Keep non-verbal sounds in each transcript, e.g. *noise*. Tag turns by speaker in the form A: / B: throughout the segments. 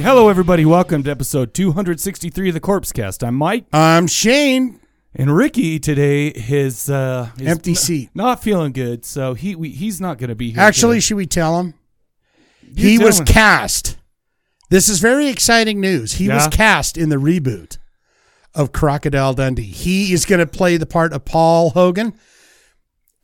A: Hello, everybody. Welcome to episode 263 of the Corpse Cast. I'm Mike,
B: I'm Shane.
A: and Ricky today is uh, is
B: Empty seat.
A: not feeling good, so he we, he's not going to be here.
B: Actually,
A: today.
B: should we tell him?
A: You
B: he
A: tell
B: was
A: him.
B: cast. This is very exciting news. He was
A: Yeah?
B: cast in the reboot of Crocodile Dundee. He is going to play the part of Paul Hogan.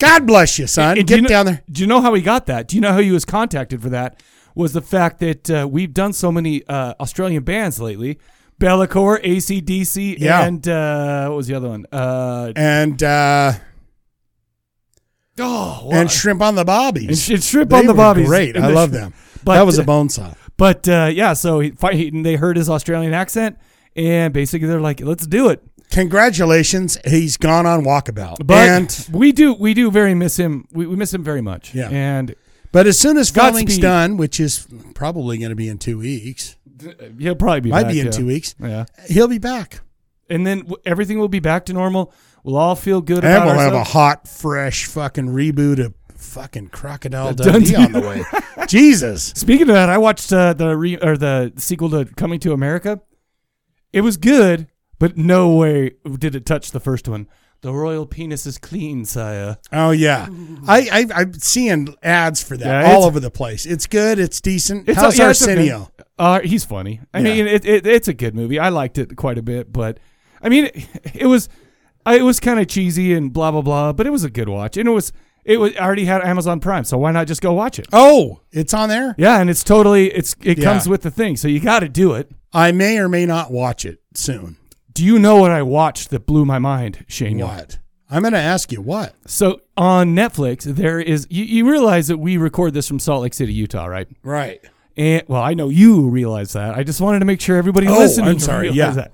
B: God bless you, son.
A: And do
B: Get
A: you know-
B: down there.
A: Do you know how he got that? Do you know how he was contacted for that? Was the fact that uh, we've done so many uh, Australian bands lately. Bellacore, ACDC,
B: Yeah.
A: and uh, what was the other one? Uh,
B: And uh,
A: oh,
B: and shrimp on the bobbies.
A: And sh- and shrimp
B: They
A: on the
B: were
A: bobbies.
B: Great.
A: And
B: I
A: the
B: love
A: sh-
B: them.
A: but-
B: that was a bone saw.
A: But uh, yeah, so he, fi- he, they heard his Australian accent, and basically they're like, "Let's do it."
B: Congratulations. He's gone on walkabout.
A: But
B: and
A: we do we do very miss him. We, we miss him very much.
B: Yeah.
A: and
B: but as soon as filming's
A: Godspeed.
B: done, which is probably going to be in two weeks,
A: he'll probably be
B: might
A: back,
B: be in
A: yeah.
B: two weeks,
A: Yeah,
B: he'll be back.
A: and then w- everything will be back to normal. We'll all feel good
B: And
A: about
B: we'll have a
A: ourselves.
B: hot, fresh fucking reboot of fucking Crocodile
A: Dundee.
B: Dundee, on the
A: *laughs*
B: way. *laughs* Jesus.
A: Speaking of that, I watched uh, the re- or the sequel to Coming to America. It was good, but no way did it touch the first one. The royal penis is clean, sire.
B: Oh yeah, I, I I'm seeing ads for
A: Yeah,
B: that
A: it's-
B: all over the place. It's good. It's decent.
A: It's
B: How's
A: yeah, it's okay.
B: Arsenio?
A: Uh, he's funny. I
B: Yeah.
A: mean, it, it, it's a good movie. I liked it quite a bit, but I mean, *laughs* it, it was it was kind of cheesy and blah blah blah, but it was a good watch, and it was it was I already had Amazon Prime, so why not just go watch it?
B: Oh, it's on there.
A: Yeah, and it's totally it's it
B: Yeah.
A: comes with the thing, so you got to do it.
B: I may or may not watch it soon.
A: Do you know what I watched that blew my mind, Shane? Young?
B: What? I'm going to ask you what.
A: So on Netflix, there is you, you realize that we record this from Salt Lake City, Utah, right?
B: Right.
A: And well, I know you realize that. I just wanted to make sure everybody
B: Oh,
A: listening. *laughs*
B: I'm sorry.
A: realized
B: Yeah.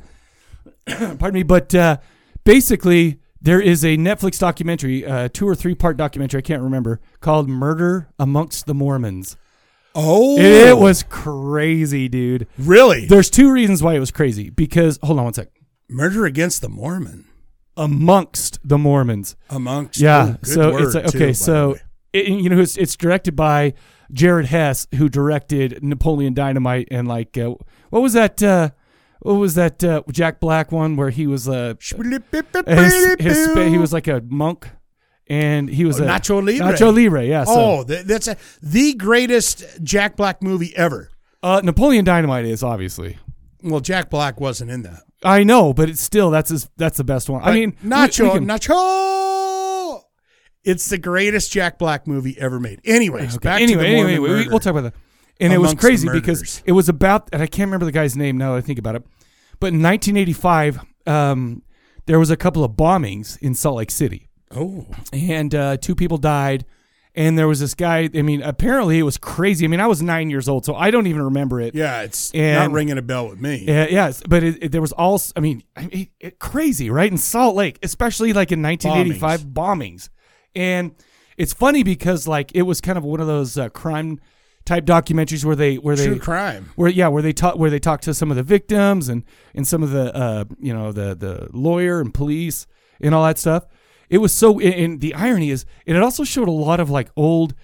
A: that. *clears throat* Pardon me, but uh, basically, there is a Netflix documentary, uh, two or three part documentary, I can't remember, called "Murder Amongst the Mormons."
B: Oh,
A: It was crazy, dude.
B: really
A: There's two reasons why it was crazy. Because hold on one sec.
B: murder against the Mormon
A: Amongst the Mormons.
B: amongst.
A: Yeah.
B: oh, good
A: so it's
B: word,
A: like,
B: too,
A: okay.
B: by the
A: so
B: way.
A: it, you know it's it's directed by Jared Hess, who directed Napoleon Dynamite and like uh, what was that? Uh, what was that uh, Jack Black one where he was uh, his, his spa- he was like a monk and he was
B: Oh,
A: a
B: Nacho Libre.
A: Nacho Libre. Yeah. So
B: Oh, th- that's a, the greatest Jack Black movie ever.
A: uh, Napoleon Dynamite is obviously.
B: Well, Jack Black wasn't in that.
A: I know, but it's still that's his, that's the best one. I
B: But
A: mean, we-
B: Nacho,
A: we can-
B: Nacho. It's the greatest Jack Black movie ever made. Anyways,
A: Okay,
B: back
A: anyway,
B: to the Mormon
A: anyway, we- we,
B: murder.
A: we'll talk about that. And it was
B: Amongst the
A: crazy because
B: murderers.
A: it was about, and I can't remember the guy's name now that I think about it, but in 1985, um, there was a couple of bombings in Salt Lake City,
B: Oh,
A: and uh, two people died. And there was this guy. I mean, apparently it was crazy. I mean, I was nine years old, so I don't even remember it.
B: yeah, it's
A: And-
B: not ringing a bell with me.
A: Yeah, yes, but it, it- there was all. I mean, I mean it, crazy, right? In Salt Lake, especially like in 1985 bombings, and it's funny because like it was kind of one of those uh, crime type documentaries where they where
B: True
A: they
B: crime.
A: where yeah where they talk where they talk to some of the victims and and some of the uh you know the the lawyer and police and all that stuff it was so and- and the irony is and it also showed a lot of like old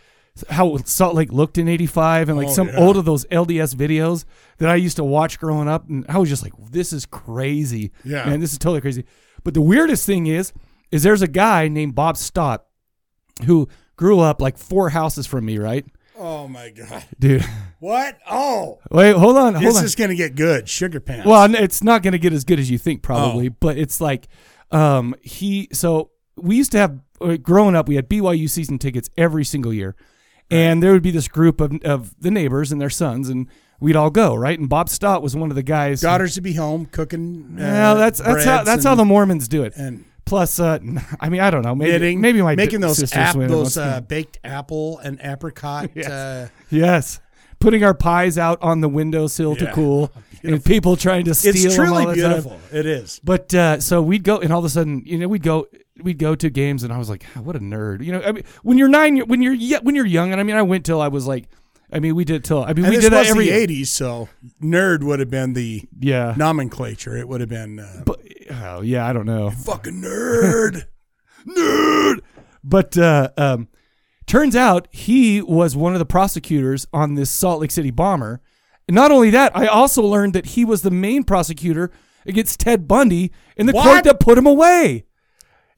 A: how Salt Lake looked in 85 and like
B: Oh,
A: some
B: yeah.
A: old of those LDS videos that I used to watch growing up and I was just like this is crazy
B: Yeah.
A: man this is totally crazy but the weirdest thing is is there's a guy named Bob Stott who grew up like four houses from me right
B: Oh my god,
A: dude
B: what? Oh,
A: wait hold on hold
B: this
A: on
B: is gonna get good. Sugar pants. Oh.
A: Well, n- it's not going to get as good as you think, probably. But it's like um, he. So we used to have uh, growing up. We had BYU season tickets every single year, And there would be this group of, of the neighbors and their sons, and we'd all go, right? And Bob Stott was one of the guys. who-
B: Daughters to be home cooking. Uh,
A: Yeah, that's that's how
B: breads
A: that's how
B: and-
A: the Mormons do it.
B: and
A: Plus, uh, *laughs* I mean, I don't know. Maybe
B: knitting.
A: maybe my
B: making
A: d-
B: those
A: sisters
B: app,
A: win
B: those
A: once in a
B: uh, baked apple and apricot.
A: *laughs* Yes.
B: uh,
A: Yes. Putting our pies out on the windowsill to
B: Yeah. *laughs*
A: cool and people trying to steal
B: it's
A: them all
B: truly
A: the time.
B: beautiful. It is.
A: But uh, so we'd go and all of a sudden, you know, we'd go we'd go to games and I was like, "God, what a nerd. You know, I mean, when you're 9 when you're ye- when you're young and I mean I went till I was like I mean we did till I mean
B: And
A: we
B: this
A: did that
B: was
A: every
B: the '80s, so nerd would have been the
A: Yeah.
B: nomenclature. It would have been uh,
A: But oh, yeah, I don't know.
B: fucking nerd.
A: nerd. But uh, um, turns out he was one of the prosecutors on this Salt Lake City bomber. And not only that, I also learned that he was the main prosecutor against Ted Bundy in the court
B: What?
A: that put him away.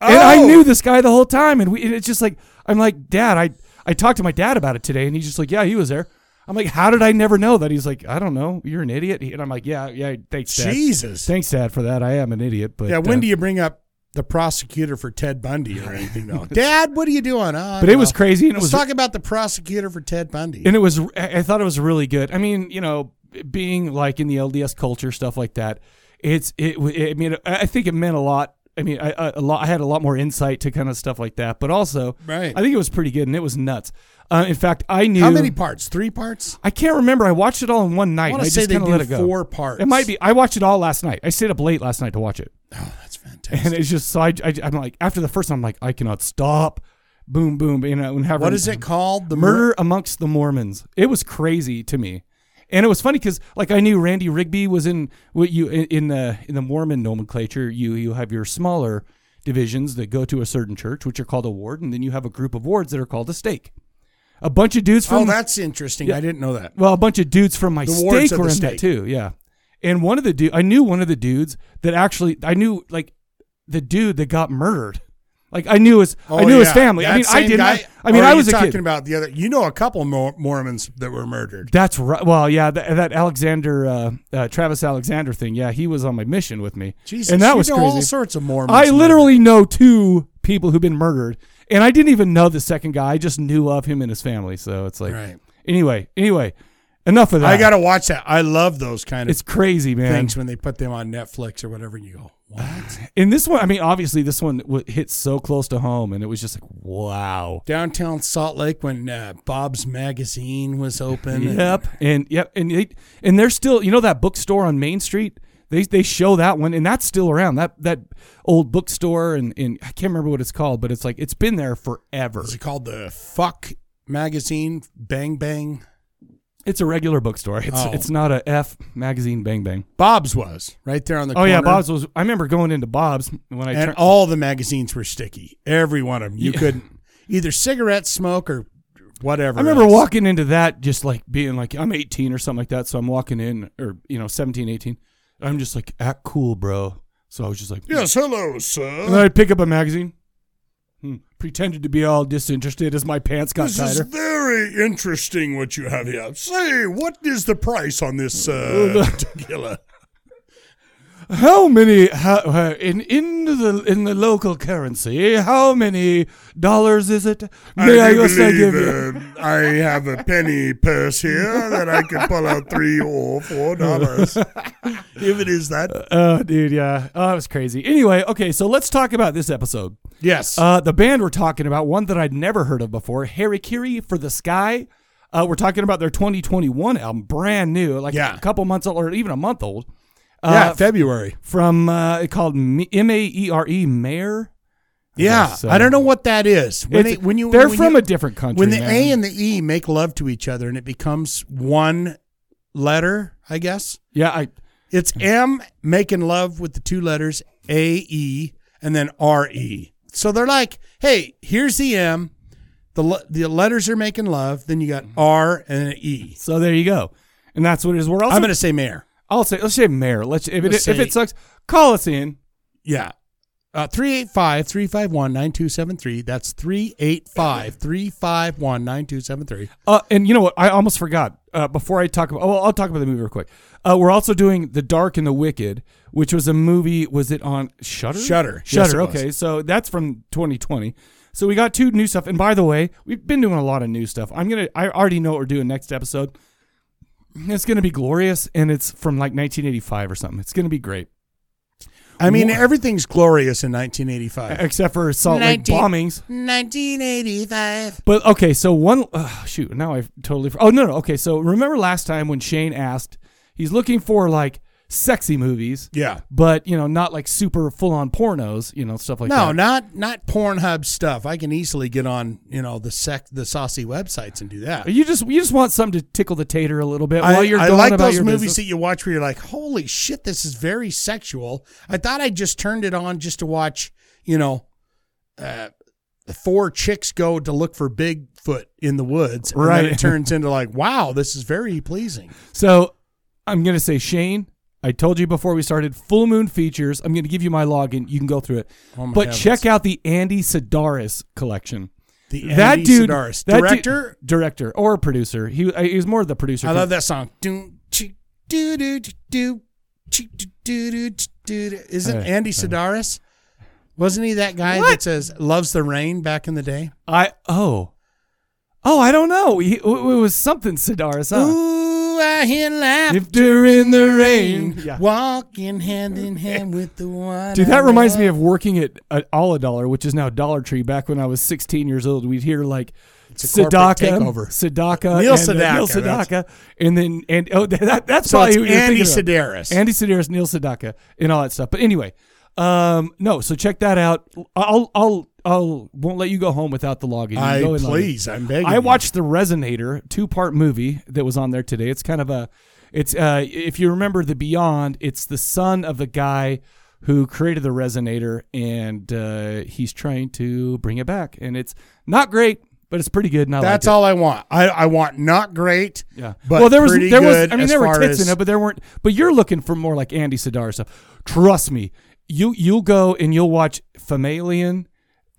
A: And I
B: Oh.
A: knew this guy the whole time. And, we, and it's just like, I'm like, Dad, I, I talked to my dad about it today. And he's just like, Yeah, he was there. I'm like, How did I never know that? He's like, I don't know. You're an idiot. *laughs* And I'm like, Yeah, yeah, thanks, Dad.
B: Jesus.
A: Thanks, Dad, for that. I am an idiot. But
B: yeah.
A: uh,
B: When do you bring up the prosecutor for Ted Bundy or anything
A: *laughs*
B: though? Dad, what are you doing? Oh,
A: But it was crazy, and it
B: Let's
A: was-
B: talk about the prosecutor for Ted Bundy.
A: and it was i I thought it was really good i mean you know being like in the lds culture stuff like that it's it, w- it i mean i I think it meant a lot i mean I, I a lot i had a lot more insight to kind of stuff like that but also
B: Right.
A: i think it was pretty good and it was nuts uh, in fact i knew
B: How many parts? Three parts?
A: i can't remember i watched it all in one night
B: wanna
A: and
B: say
A: just
B: they
A: kind of
B: do
A: let it go
B: four parts.
A: it might be i watched it all last night i stayed up late last night to watch it
B: Oh, that's fantastic.
A: and it's just so i, I am like after the first one i'm like i cannot stop boom boom you know and have
B: What is it called? The
A: Murder Amongst the Mormons. It was crazy to me, and it was funny because like I knew Randy Rigby was in what you in, in the in the Mormon nomenclature. You you have your smaller divisions that go to a certain church, which are called a ward, and then you have a group of wards that are called a stake. A bunch of dudes
B: Oh,
A: from
B: that's interesting. I didn't know that.
A: well, a bunch of dudes from my
B: The wards
A: stake
B: of
A: were
B: the
A: in
B: stake.
A: that too. Yeah, and one of the dude I knew one of the dudes that actually I knew like the dude that got murdered. Like I knew his, I
B: Oh,
A: knew his
B: yeah.
A: family.
B: That
A: I mean, I
B: same
A: didn't. I,
B: guy-
A: I mean,
B: or are
A: I
B: you
A: was a
B: talking
A: kid.
B: about the other. You know, a couple Mor- Mormons that were murdered.
A: That's right. Well, yeah, that, that Alexander, uh, uh, Travis Alexander thing. Yeah, he was on my mission with me,
B: Jesus,
A: and that
B: you
A: was
B: know
A: crazy.
B: all sorts of Mormons.
A: I
B: murdered.
A: literally know two people who've been murdered, and I didn't even know the second guy. I just knew of him and his family. So it's like,
B: Right.
A: anyway, anyway, enough of that.
B: I got to watch that. I love those kind of
A: It's crazy, man.
B: things when they put them on Netflix or whatever. And you go, what?
A: And this one, I mean, obviously, this one w- hit so close to home, and it was just like, wow.
B: Downtown Salt Lake when uh, Bob's Magazine was open. and-
A: Yep. And yep. And they, and they're still, you know, that bookstore on Main Street. They they show that one, and that's still around. That that old bookstore, and and I can't remember what it's called, but it's like it's been there forever.
B: Is it called the Fuck Magazine? Bang Bang.
A: It's a regular bookstore. It's
B: Oh.
A: it's not a F magazine. Bang bang.
B: Bob's was right there on the.
A: Oh yeah,
B: corner.
A: Bob's was. I remember going into Bob's when I
B: and
A: turned.
B: all the magazines were sticky. Every one of them. You
A: Yeah.
B: couldn't either cigarette smoke or whatever.
A: I remember
B: else.
A: walking into that just like being like I'm 18 or something like that. So I'm walking in or you know 17, 18. I'm just like act cool, bro. So I was just like
B: Yes, hello,
A: And then
B: sir.
A: I'd pick up a magazine, hmm, pretended to be all disinterested as my pants got
B: This is
A: tighter.
B: very interesting what you have
A: *laughs*
B: here. Say, what is the price on this uh, particular?
A: How many how, uh, in in the in the local currency? How many dollars is it? May I,
C: I do
A: also
C: believe
A: give you?
C: uh, I have a penny purse here that I can pull out three or four dollars. if it is that,
A: *laughs* Oh, dude, yeah, oh, that was crazy. Anyway, okay, so let's talk about this episode.
B: Yes.
A: Uh, the band we're talking about, one that I'd never heard of before, Harry Kiri for the Sky. Uh, we're talking about their 2021 album, brand new, like
B: Yeah.
A: a couple months old or even a month old.
B: yeah,
A: uh,
B: February.
A: from uh, it called M A E R E Mayor.
B: Yeah,
A: guess, uh,
B: Ah, I don't know what that is. When,
A: It's-
B: they, when you
A: they're
B: when
A: from
B: you-
A: a different country.
B: when the
A: man.
B: A and the E make love to each other and it becomes one letter, I guess
A: yeah, I
B: it's M making love with the two letters A E and then R E. So they're like, hey, here's the M. The, le- the letters are making love. Then you got R and an E.
A: Mm-hmm. so there you go, and that's what it is. We're also
B: I'm going to say mayor.
A: I'll say let's say mayor. Let's if it,
B: Let's
A: if
B: say-
A: it sucks, call us in.
B: Yeah. Uh, 385 351 9273. That's 385 351 9273.
A: Uh, and you know what? I almost forgot. Uh, before I talk about, oh, I'll talk about the movie real quick. Uh, we're also doing The Dark and the Wicked, which was a movie. Was it on Shutter?
B: Shudder. Yes,
A: Shutter.
B: it was.
A: okay, so that's from 2020. So we got two new stuff. And by the way, we've been doing a lot of new stuff. I'm gonna. I already know what we're doing next episode. It's gonna be glorious, and it's from like 1985 or something. It's gonna be great.
B: I mean,
A: Wha-
B: everything's glorious in 1985.
A: except for Salt Lake
B: 19
A: bombings.
B: 1985.
A: But okay, so one uh, shoot. Now I totally. Oh no, no. Okay, so remember last time when Shane asked, he's looking for like sexy movies.
B: Yeah.
A: But you know, not like super full on pornos. You know, stuff like
B: no,
A: that.
B: not not Pornhub stuff. I can easily get on, you know, the sec the saucy websites and do that.
A: You just you just want something to tickle the tater a little bit
B: I,
A: while you're
B: I
A: going
B: like
A: about
B: those
A: your
B: movies
A: business.
B: that you watch where you're like, holy shit, this is very sexual. I thought I just turned it on just to watch, you know, uh, four chicks go to look for Bigfoot in the woods. and then
A: Right.
B: it turns into like, wow, this is very pleasing.
A: So I'm gonna say Shane. I told you before we started full moon features. I'm gonna give you my login. You can go through it.
B: Oh my
A: but
B: heavens.
A: check out the Andy Sidaris collection.
B: The Andy Sidaris.
A: that dude-
B: Director?
A: director, or producer. He I- he was more the producer.
B: I love that song. Do do do do do do. Isn't
A: Uh,
B: Andy Sidaris? Wasn't he that guy that says loves the rain back in the day?
A: I oh oh I don't know. He- it was something Sidaris. Huh?
B: Ooh, I hear laughter
A: If they're in the rain,
B: rain, walking hand in hand with the one.
A: Dude, that
B: I
A: reminds me
B: love.
A: of working at, at All Dollar, which is now Dollar Tree. Back when I was 16 years old, we'd hear like
B: a corporate
A: Sadaka,
B: takeover. Neil
A: Sadaka, and, uh, Neil
B: Sedaka, that's-
A: Sedaka, and then and oh, *laughs* that, that's
B: So
A: probably
B: it's
A: who you're
B: Andy
A: thinking of.
B: Sedaris.
A: Andy Sedaris, Neil Sedaka, and all that stuff. But anyway, um, no, so check that out. I'll I'll I'll won't let you go home without the login. You can
B: I
A: go in on it.
B: please, I'm begging.
A: I
B: you.
A: watched the Resonator two part movie that was on there today. It's kind of a, it's uh, if you remember the Beyond, it's the son of the guy who created the Resonator, and uh, he's trying to bring it back. And it's not great, but it's pretty good. And I
B: That's
A: liked
B: all I want. I, I want not great.
A: It. Yeah.
B: but
A: well, there was
B: pretty
A: there was
B: good
A: I mean
B: as
A: there were
B: far
A: tits
B: as-
A: in it, but there weren't. But you're looking for more like Andy Sadar stuff. Trust me, you you'll go and you'll watch Famalian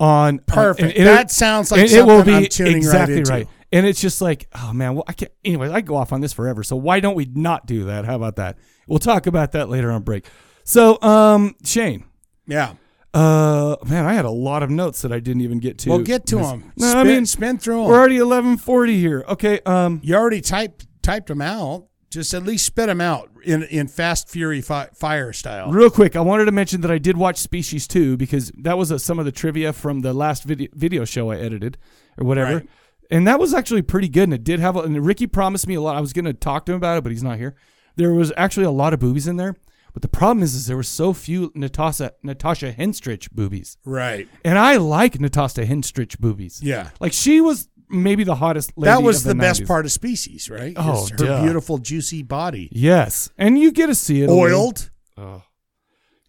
A: on
B: Perfect.
A: and
B: That sounds like
A: and
B: something I'm tuning right
A: exactly
B: into.
A: And it's just like, oh man, well I can't. Anyways, I go off on this forever. So why don't we not do that? How about that? We'll talk about that later on break. So, um, Shane,
B: Yeah.
A: uh, man, I had a lot of notes that I didn't even get to.
B: Well, get to
A: This-
B: them.
A: No,
B: spin,
A: I mean,
B: spin through them.
A: we're already eleven forty here. Okay, um,
B: you already typed typed them out. Just at least spit them out in in Fast Fury fi- Fire style.
A: Oh. Real quick, I wanted to mention that I did watch Species 2 because that was uh some of the trivia from the last video, video show I edited or whatever.
B: Right.
A: And that was actually pretty good. And it did have, a, and Ricky promised me a lot. I was going to talk to him about it, but he's not here. There was actually a lot of boobies in there. But the problem is, is there were so few Natasha, Natasha Henstrich boobies.
B: Right.
A: And I like Natasha Henstrich boobies.
B: Yeah.
A: Like she was maybe the hottest lady.
B: That was
A: of
B: the, best
A: 90s.
B: part of Species, right?
A: Oh,
B: Is her
A: duh.
B: beautiful, juicy body,
A: Yes. And you get to see it. a little.
B: oiled.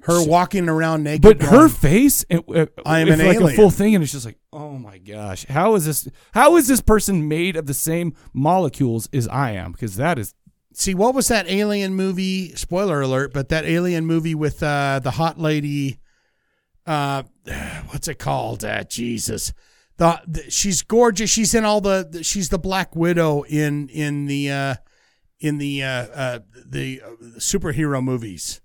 B: Her walking around naked,
A: But her
B: going,
A: face, it, it-
B: I am
A: it's
B: an
A: like a
B: alien.
A: full thing, and it's just like, oh my gosh, how is this? How is this person made of the same molecules as I am? Because that is
B: see what was that alien movie? Spoiler alert! But that alien movie with uh, the hot lady, uh, *sighs* what's it called? Uh, Jesus, the, the- she's gorgeous. She's in all the, the- she's the Black Widow in in the uh, in the uh, uh, the uh, superhero movies,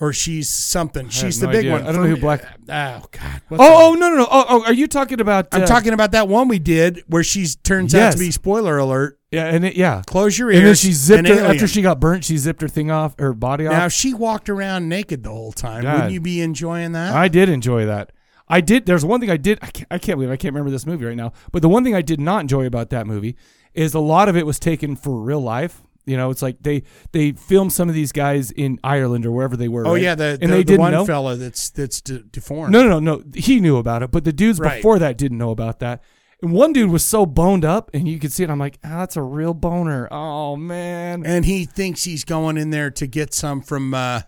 B: or she's something. she's
A: no
B: the big
A: idea.
B: one.
A: I don't know who Black-
B: Oh God! what's her
A: oh, oh no no no oh, oh are you talking about?
B: I'm
A: uh,
B: talking about that one we did where she turns out
A: Yes.
B: to be spoiler alert.
A: yeah and it, yeah.
B: Close your ears.
A: And then she zipped
B: an
A: her
B: alien.
A: after she got burnt. She zipped her thing off, her body off.
B: Now if she walked around naked the whole time.
A: God.
B: Wouldn't you be enjoying that?
A: I did enjoy that. I did. There's one thing I did. I can't, I can't believe I can't remember this movie right now. But the one thing I did not enjoy about that movie is a lot of it was taken for real life. You know, it's like they they filmed some of these guys in Ireland or wherever they were.
B: oh
A: right?
B: yeah, the,
A: and
B: the,
A: they
B: the
A: didn't
B: one
A: know.
B: fella that's that's de- deformed.
A: No, no, no, no. He knew about it, but the dudes
B: Right.
A: before that didn't know about that. And one dude was so boned up, and you could see it. I'm like, ah, that's a real boner. Oh man.
B: And he thinks he's going in there to get some from uh,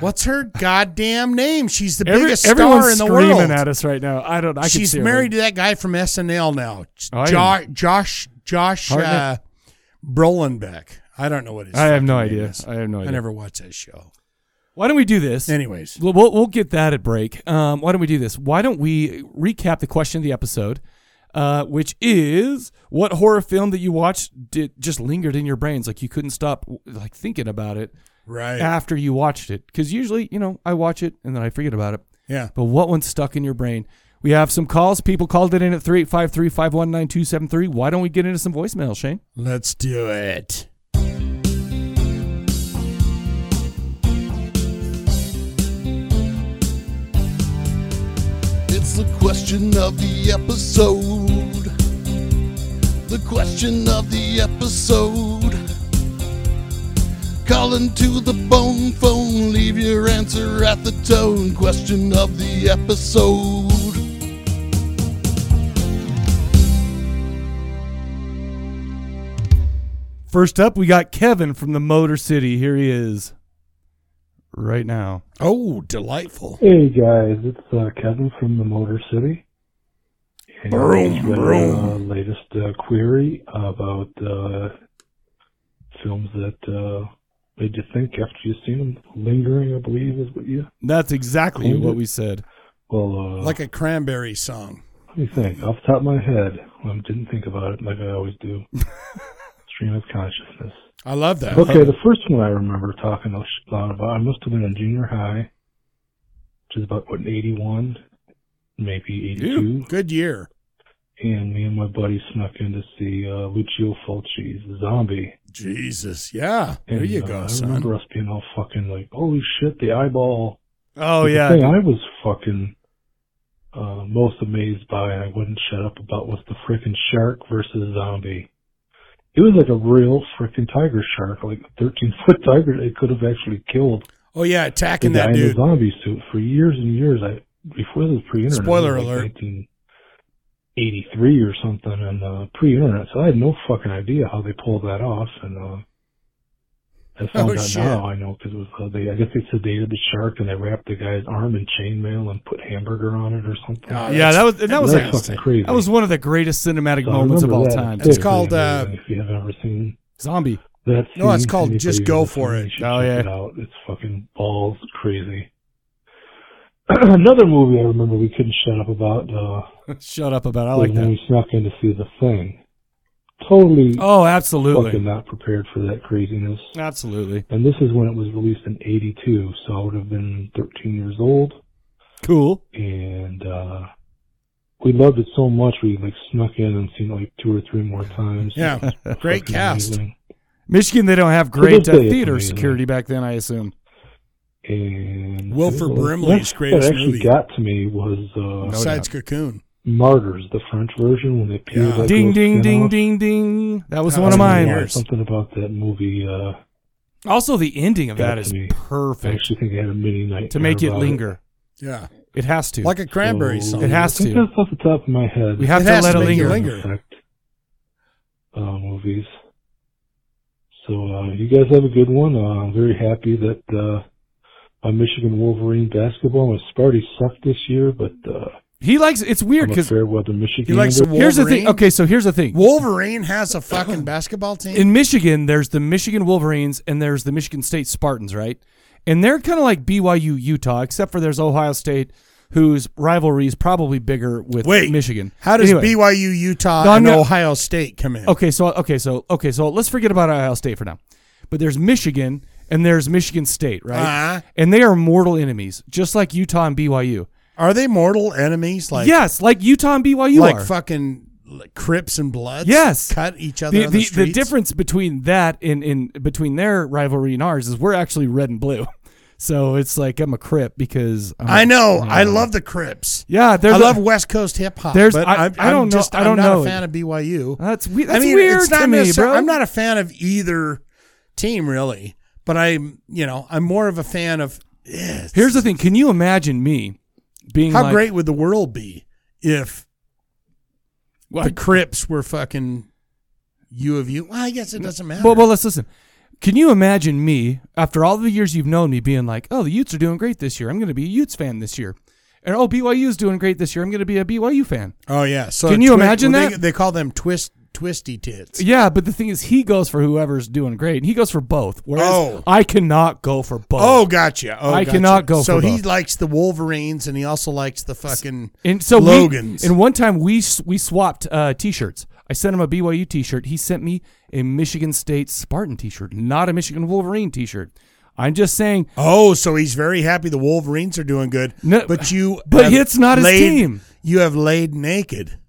B: what's her goddamn name? She's the
A: Every-
B: biggest
A: everyone's
B: star in the
A: screaming
B: world.
A: at us right now. I don't. I can
B: She's
A: see her.
B: married to that guy from SNL now.
A: Oh, I
B: Jo- Josh Josh uh,
A: Hartnett?
B: Brolenbeck. I don't know what his
A: I have no
B: fucking name
A: idea.
B: is.
A: I have no idea.
B: I never watched that show.
A: Why don't we do this?
B: Anyways,
A: Well, we'll, we'll get that at break. Um, why don't we do this? Why don't we recap the question of the episode, uh, which is what horror film that you watched did, just lingered in your brains, like you couldn't stop like thinking about it
B: right.
A: after you watched it? Because usually, you know, I watch it and then I forget about it.
B: yeah.
A: But what one stuck in your brain? We have some calls. People called it in at 383 519 273. Why don't we get into some voicemail, Shane?
B: Let's do it.
D: It's the question of the episode. The question of the episode. Calling to the bone phone, leave your answer at the tone. Question of the episode.
A: First up, we got Kevin from the Motor City. Here he is right now.
B: Oh, delightful.
E: Hey guys, it's uh, Kevin from the Motor City. And
B: Vroom,
E: I've got,
B: vroom.
E: Uh, latest uh, query about uh, films that uh, made you think after you've seen them. Lingering, I believe, is what you.
A: That's exactly
E: Cool.
A: what we said.
E: Well, uh,
B: Like a cranberry song.
E: let me think. Off the top of my head, I didn't think about it like I always do. Stream of consciousness.
B: I love that.
E: Okay, the first one I remember talking a sh- lot about, I must have been in junior high, which is about, what, 81, maybe 82.
B: Good year.
E: And me and my buddy snuck in to see uh, Lucio Fulci's Zombie.
B: Jesus. Yeah. There
E: And,
B: you
E: uh,
B: go,
E: I
B: son.
E: remember us being all fucking like, holy shit, the eyeball.
A: Oh,
E: But the
A: yeah.
E: thing I was fucking uh, most amazed by, and I wouldn't shut up about, was the freaking shark versus zombie. It was like a real freaking tiger shark, like a 13 foot *laughs* tiger that could have actually killed
B: Oh, yeah.
E: the
B: Attacking
E: guy
B: that
E: in the
B: dude.
E: zombie suit for years and years. I before the pre-internet,
B: Spoiler
E: it was like
B: alert.
E: 1983 or something, and uh, pre-internet, so I had no fucking idea how they pulled that off. And uh, I found
B: Oh,
E: out
B: shit.
E: now, I know because it was uh, they. I guess they sedated the shark and they wrapped the guy's arm in chainmail and put hamburger on it or something.
B: Ah,
A: Yeah, that was and that was
E: That's
A: like,
E: fucking crazy.
A: that was one of the greatest cinematic
E: So I
A: moments of
E: remember
A: all
E: that
A: time.
B: It's
E: particularly
B: called, uh,
E: amazing, if you have ever seen *clears throat*
A: Zombie.
E: that
B: No, it's
E: scene,
B: called
E: anybody
B: Just
E: who's
B: Go
E: listening,
B: For It.
E: you should
A: Oh,
E: check
A: yeah.
E: it out. It's fucking balls crazy. Another movie I remember we couldn't shut up about uh,
A: *laughs* Shut up about it. I
E: was
A: like
E: when
A: that.
E: we snuck in to see The Thing. Totally
A: Oh,
E: fucking
A: absolutely.
E: not prepared for that craziness.
A: Absolutely.
E: And this is when it was released in 82, so I would have been 13 years old.
A: Cool.
E: And uh, we loved it so much we like snuck in and seen it like two or three more times.
A: *laughs*
E: *laughs*
B: Yeah. Great
E: Fucking
B: cast.
E: amazing.
A: Michigan, they don't have great
E: this
A: uh,
E: day it's
A: theater
E: amazing.
A: security back then, I assume.
E: and
B: Wilford
E: Well,
B: Brimley's
E: what
B: greatest
E: actually
B: movie.
E: got to me was uh,
B: Besides Cocoon.
E: Martyrs, the French version when they peeled
B: Yeah.
E: that
A: ding,
E: girl's
A: ding,
E: skin
A: ding,
E: off.
A: ding, ding. That was
B: That
A: one
B: was
A: of
B: one of
A: mine.
B: yours.
E: Something about that movie. Uh,
A: Also, the ending of
E: Got
A: that
E: to
A: is
E: me. I
A: perfect
E: actually think I had a mini night
A: to make it linger.
B: Yeah.
A: It has to.
B: Like a cranberry
E: so,
B: song.
A: It has
E: I think
A: to.
E: That's off the top of my head.
A: we have
B: It
A: to
B: has
A: let
B: to
A: it
B: make you
A: linger.
B: linger.
E: Effect, uh, movies. So uh, you guys have a good one. Uh, I'm very happy that uh, my Michigan Wolverine basketball, my Sparty sucked this year, but uh,
A: He likes. It's weird
E: I'm a
A: because
E: fair weather Michigan.
B: He likes Wolverine.
A: here's the thing. Okay, so here's the thing.
B: Wolverine has a fucking basketball team.
A: In Michigan, there's the Michigan Wolverines and there's the Michigan State Spartans, right? And they're kind of like BYU Utah, except for there's Ohio State, whose rivalry is probably bigger with
B: Wait,
A: Michigan.
B: How does
A: Anyway.
B: BYU, Utah,
A: No, I'm
B: and
A: not-
B: Uh, Ohio State come in?
A: Okay, so okay, so okay, so let's forget about Ohio State for now. But there's Michigan and there's Michigan State, right?
B: Uh-huh.
A: And they are mortal enemies, just like Utah and BYU.
B: Are they mortal enemies? Like,
A: yes, like Utah and BYU
B: like
A: are.
B: fucking like, Crips and Bloods?
A: Yes.
B: Cut each other
A: the,
B: on the,
A: the, the
B: streets?
A: difference between that and in between their rivalry and ours is we're actually red and blue. *laughs* So it's like I'm a crip because I'm
B: I know. I love the Crips.
A: Oh Yeah, they're
B: I
A: the-
B: love West Coast hip hop.
A: There's-
B: but
A: I-
B: I'm,
A: I don't
B: I'm
A: know-
B: Just,
A: I don't
B: am not
A: know.
B: a fan of BYU.
A: That's we- that's
B: I mean,
A: weird
B: it's not
A: to me,
B: necessar-
A: bro.
B: I'm not a fan of either team really, but I'm you know I'm more of a fan of. Yeah, it's-
A: Here's the thing. Can you imagine me being
B: how
A: like,
B: great would the world be if
A: Well,
B: the Crips were fucking U of U? Well, I guess it doesn't matter.
A: Well, well, let's listen. Can you imagine me after all the years you've known me being like, "Oh, the Utes are doing great this year. I'm going to be a Utes fan this year," and "Oh, BYU's doing great this year. I'm going to be a BYU fan."
B: oh yeah. So
A: Can you
B: twi-
A: imagine
B: well, they-
A: that?
B: they, call them twist twisty tits?
A: Yeah, but the thing is, he goes for whoever's doing great, and he goes for both. Whereas
B: Oh.
A: I cannot go for both.
B: Oh, gotcha. Oh,
A: I
B: gotcha.
A: cannot go
B: So
A: for
B: he
A: both.
B: likes the Wolverines, and he also likes the fucking
A: and so we-
B: Logans.
A: and one time we s- we swapped uh, t-shirts. I sent him a BYU t-shirt. He sent me a Michigan State Spartan t-shirt, not a Michigan Wolverine t-shirt. I'm just saying.
B: Oh, so he's very happy the Wolverines are doing good.
A: No,
B: but you,
A: but
B: have
A: it's not his
B: laid-
A: team.
B: You have laid naked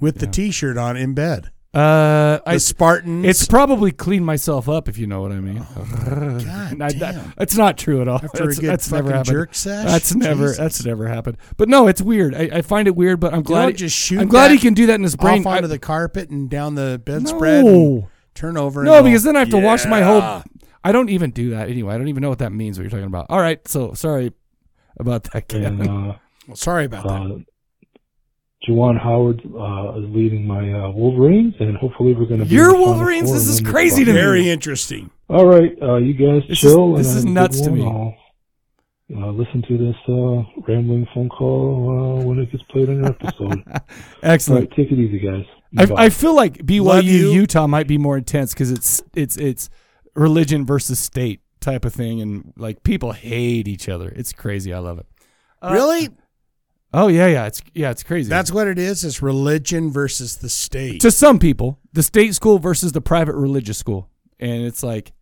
B: with the T-shirt on in bed.
A: Uh, I,
B: The Spartans.
A: it's probably clean myself up if you know what I mean.
B: God
A: And I- that-
B: damn.
A: it's not true at all.
B: After a
A: that's,
B: good
A: that's never
B: fucking
A: happened.
B: jerk sesh?
A: That's never.
B: Jesus.
A: That's never happened. But no, it's weird. I, I find it weird. But I'm glad.
B: don't just shoot
A: I'm glad he
B: that
A: can do that in his brain.
B: off onto
A: I-
B: the carpet and down the bedspread.
A: No.
B: and turn over. and
A: no,
B: go,
A: because then I have to wash my
B: "Yeah."
A: whole. I don't even do that anyway. I don't even know what that means. What you're talking about. All right. So sorry about that,
E: And
A: Ken.
E: uh,
B: Well, sorry about that.
E: uh, Juwan Howard uh, is leading my uh, Wolverines, and hopefully we're going to be
A: Your
E: in the Final
A: Wolverines?
E: Four
A: This
E: and
A: is
E: win the
A: crazy to
E: fucking-
A: me.
B: Very interesting.
E: All right, uh, you guys
A: This is-
E: chill.
A: this
E: and
A: is
E: I'm
A: nuts to
E: good
A: me.
E: one. I'll, uh, listen to this uh, rambling phone call uh, when it gets played on your episode. All
A: *laughs* Excellent.
E: right, take it easy, guys. Bye.
A: I, I feel like E BYU
B: Love you.
A: Utah might be more intense because it's it's it's religion versus state type of thing, and like people hate each other. It's crazy. I love it. Uh,
B: really?
A: Oh yeah, yeah. It's yeah, it's crazy.
B: That's what it is. It's religion versus the state.
A: to some people the state school versus the private religious school, and it's like,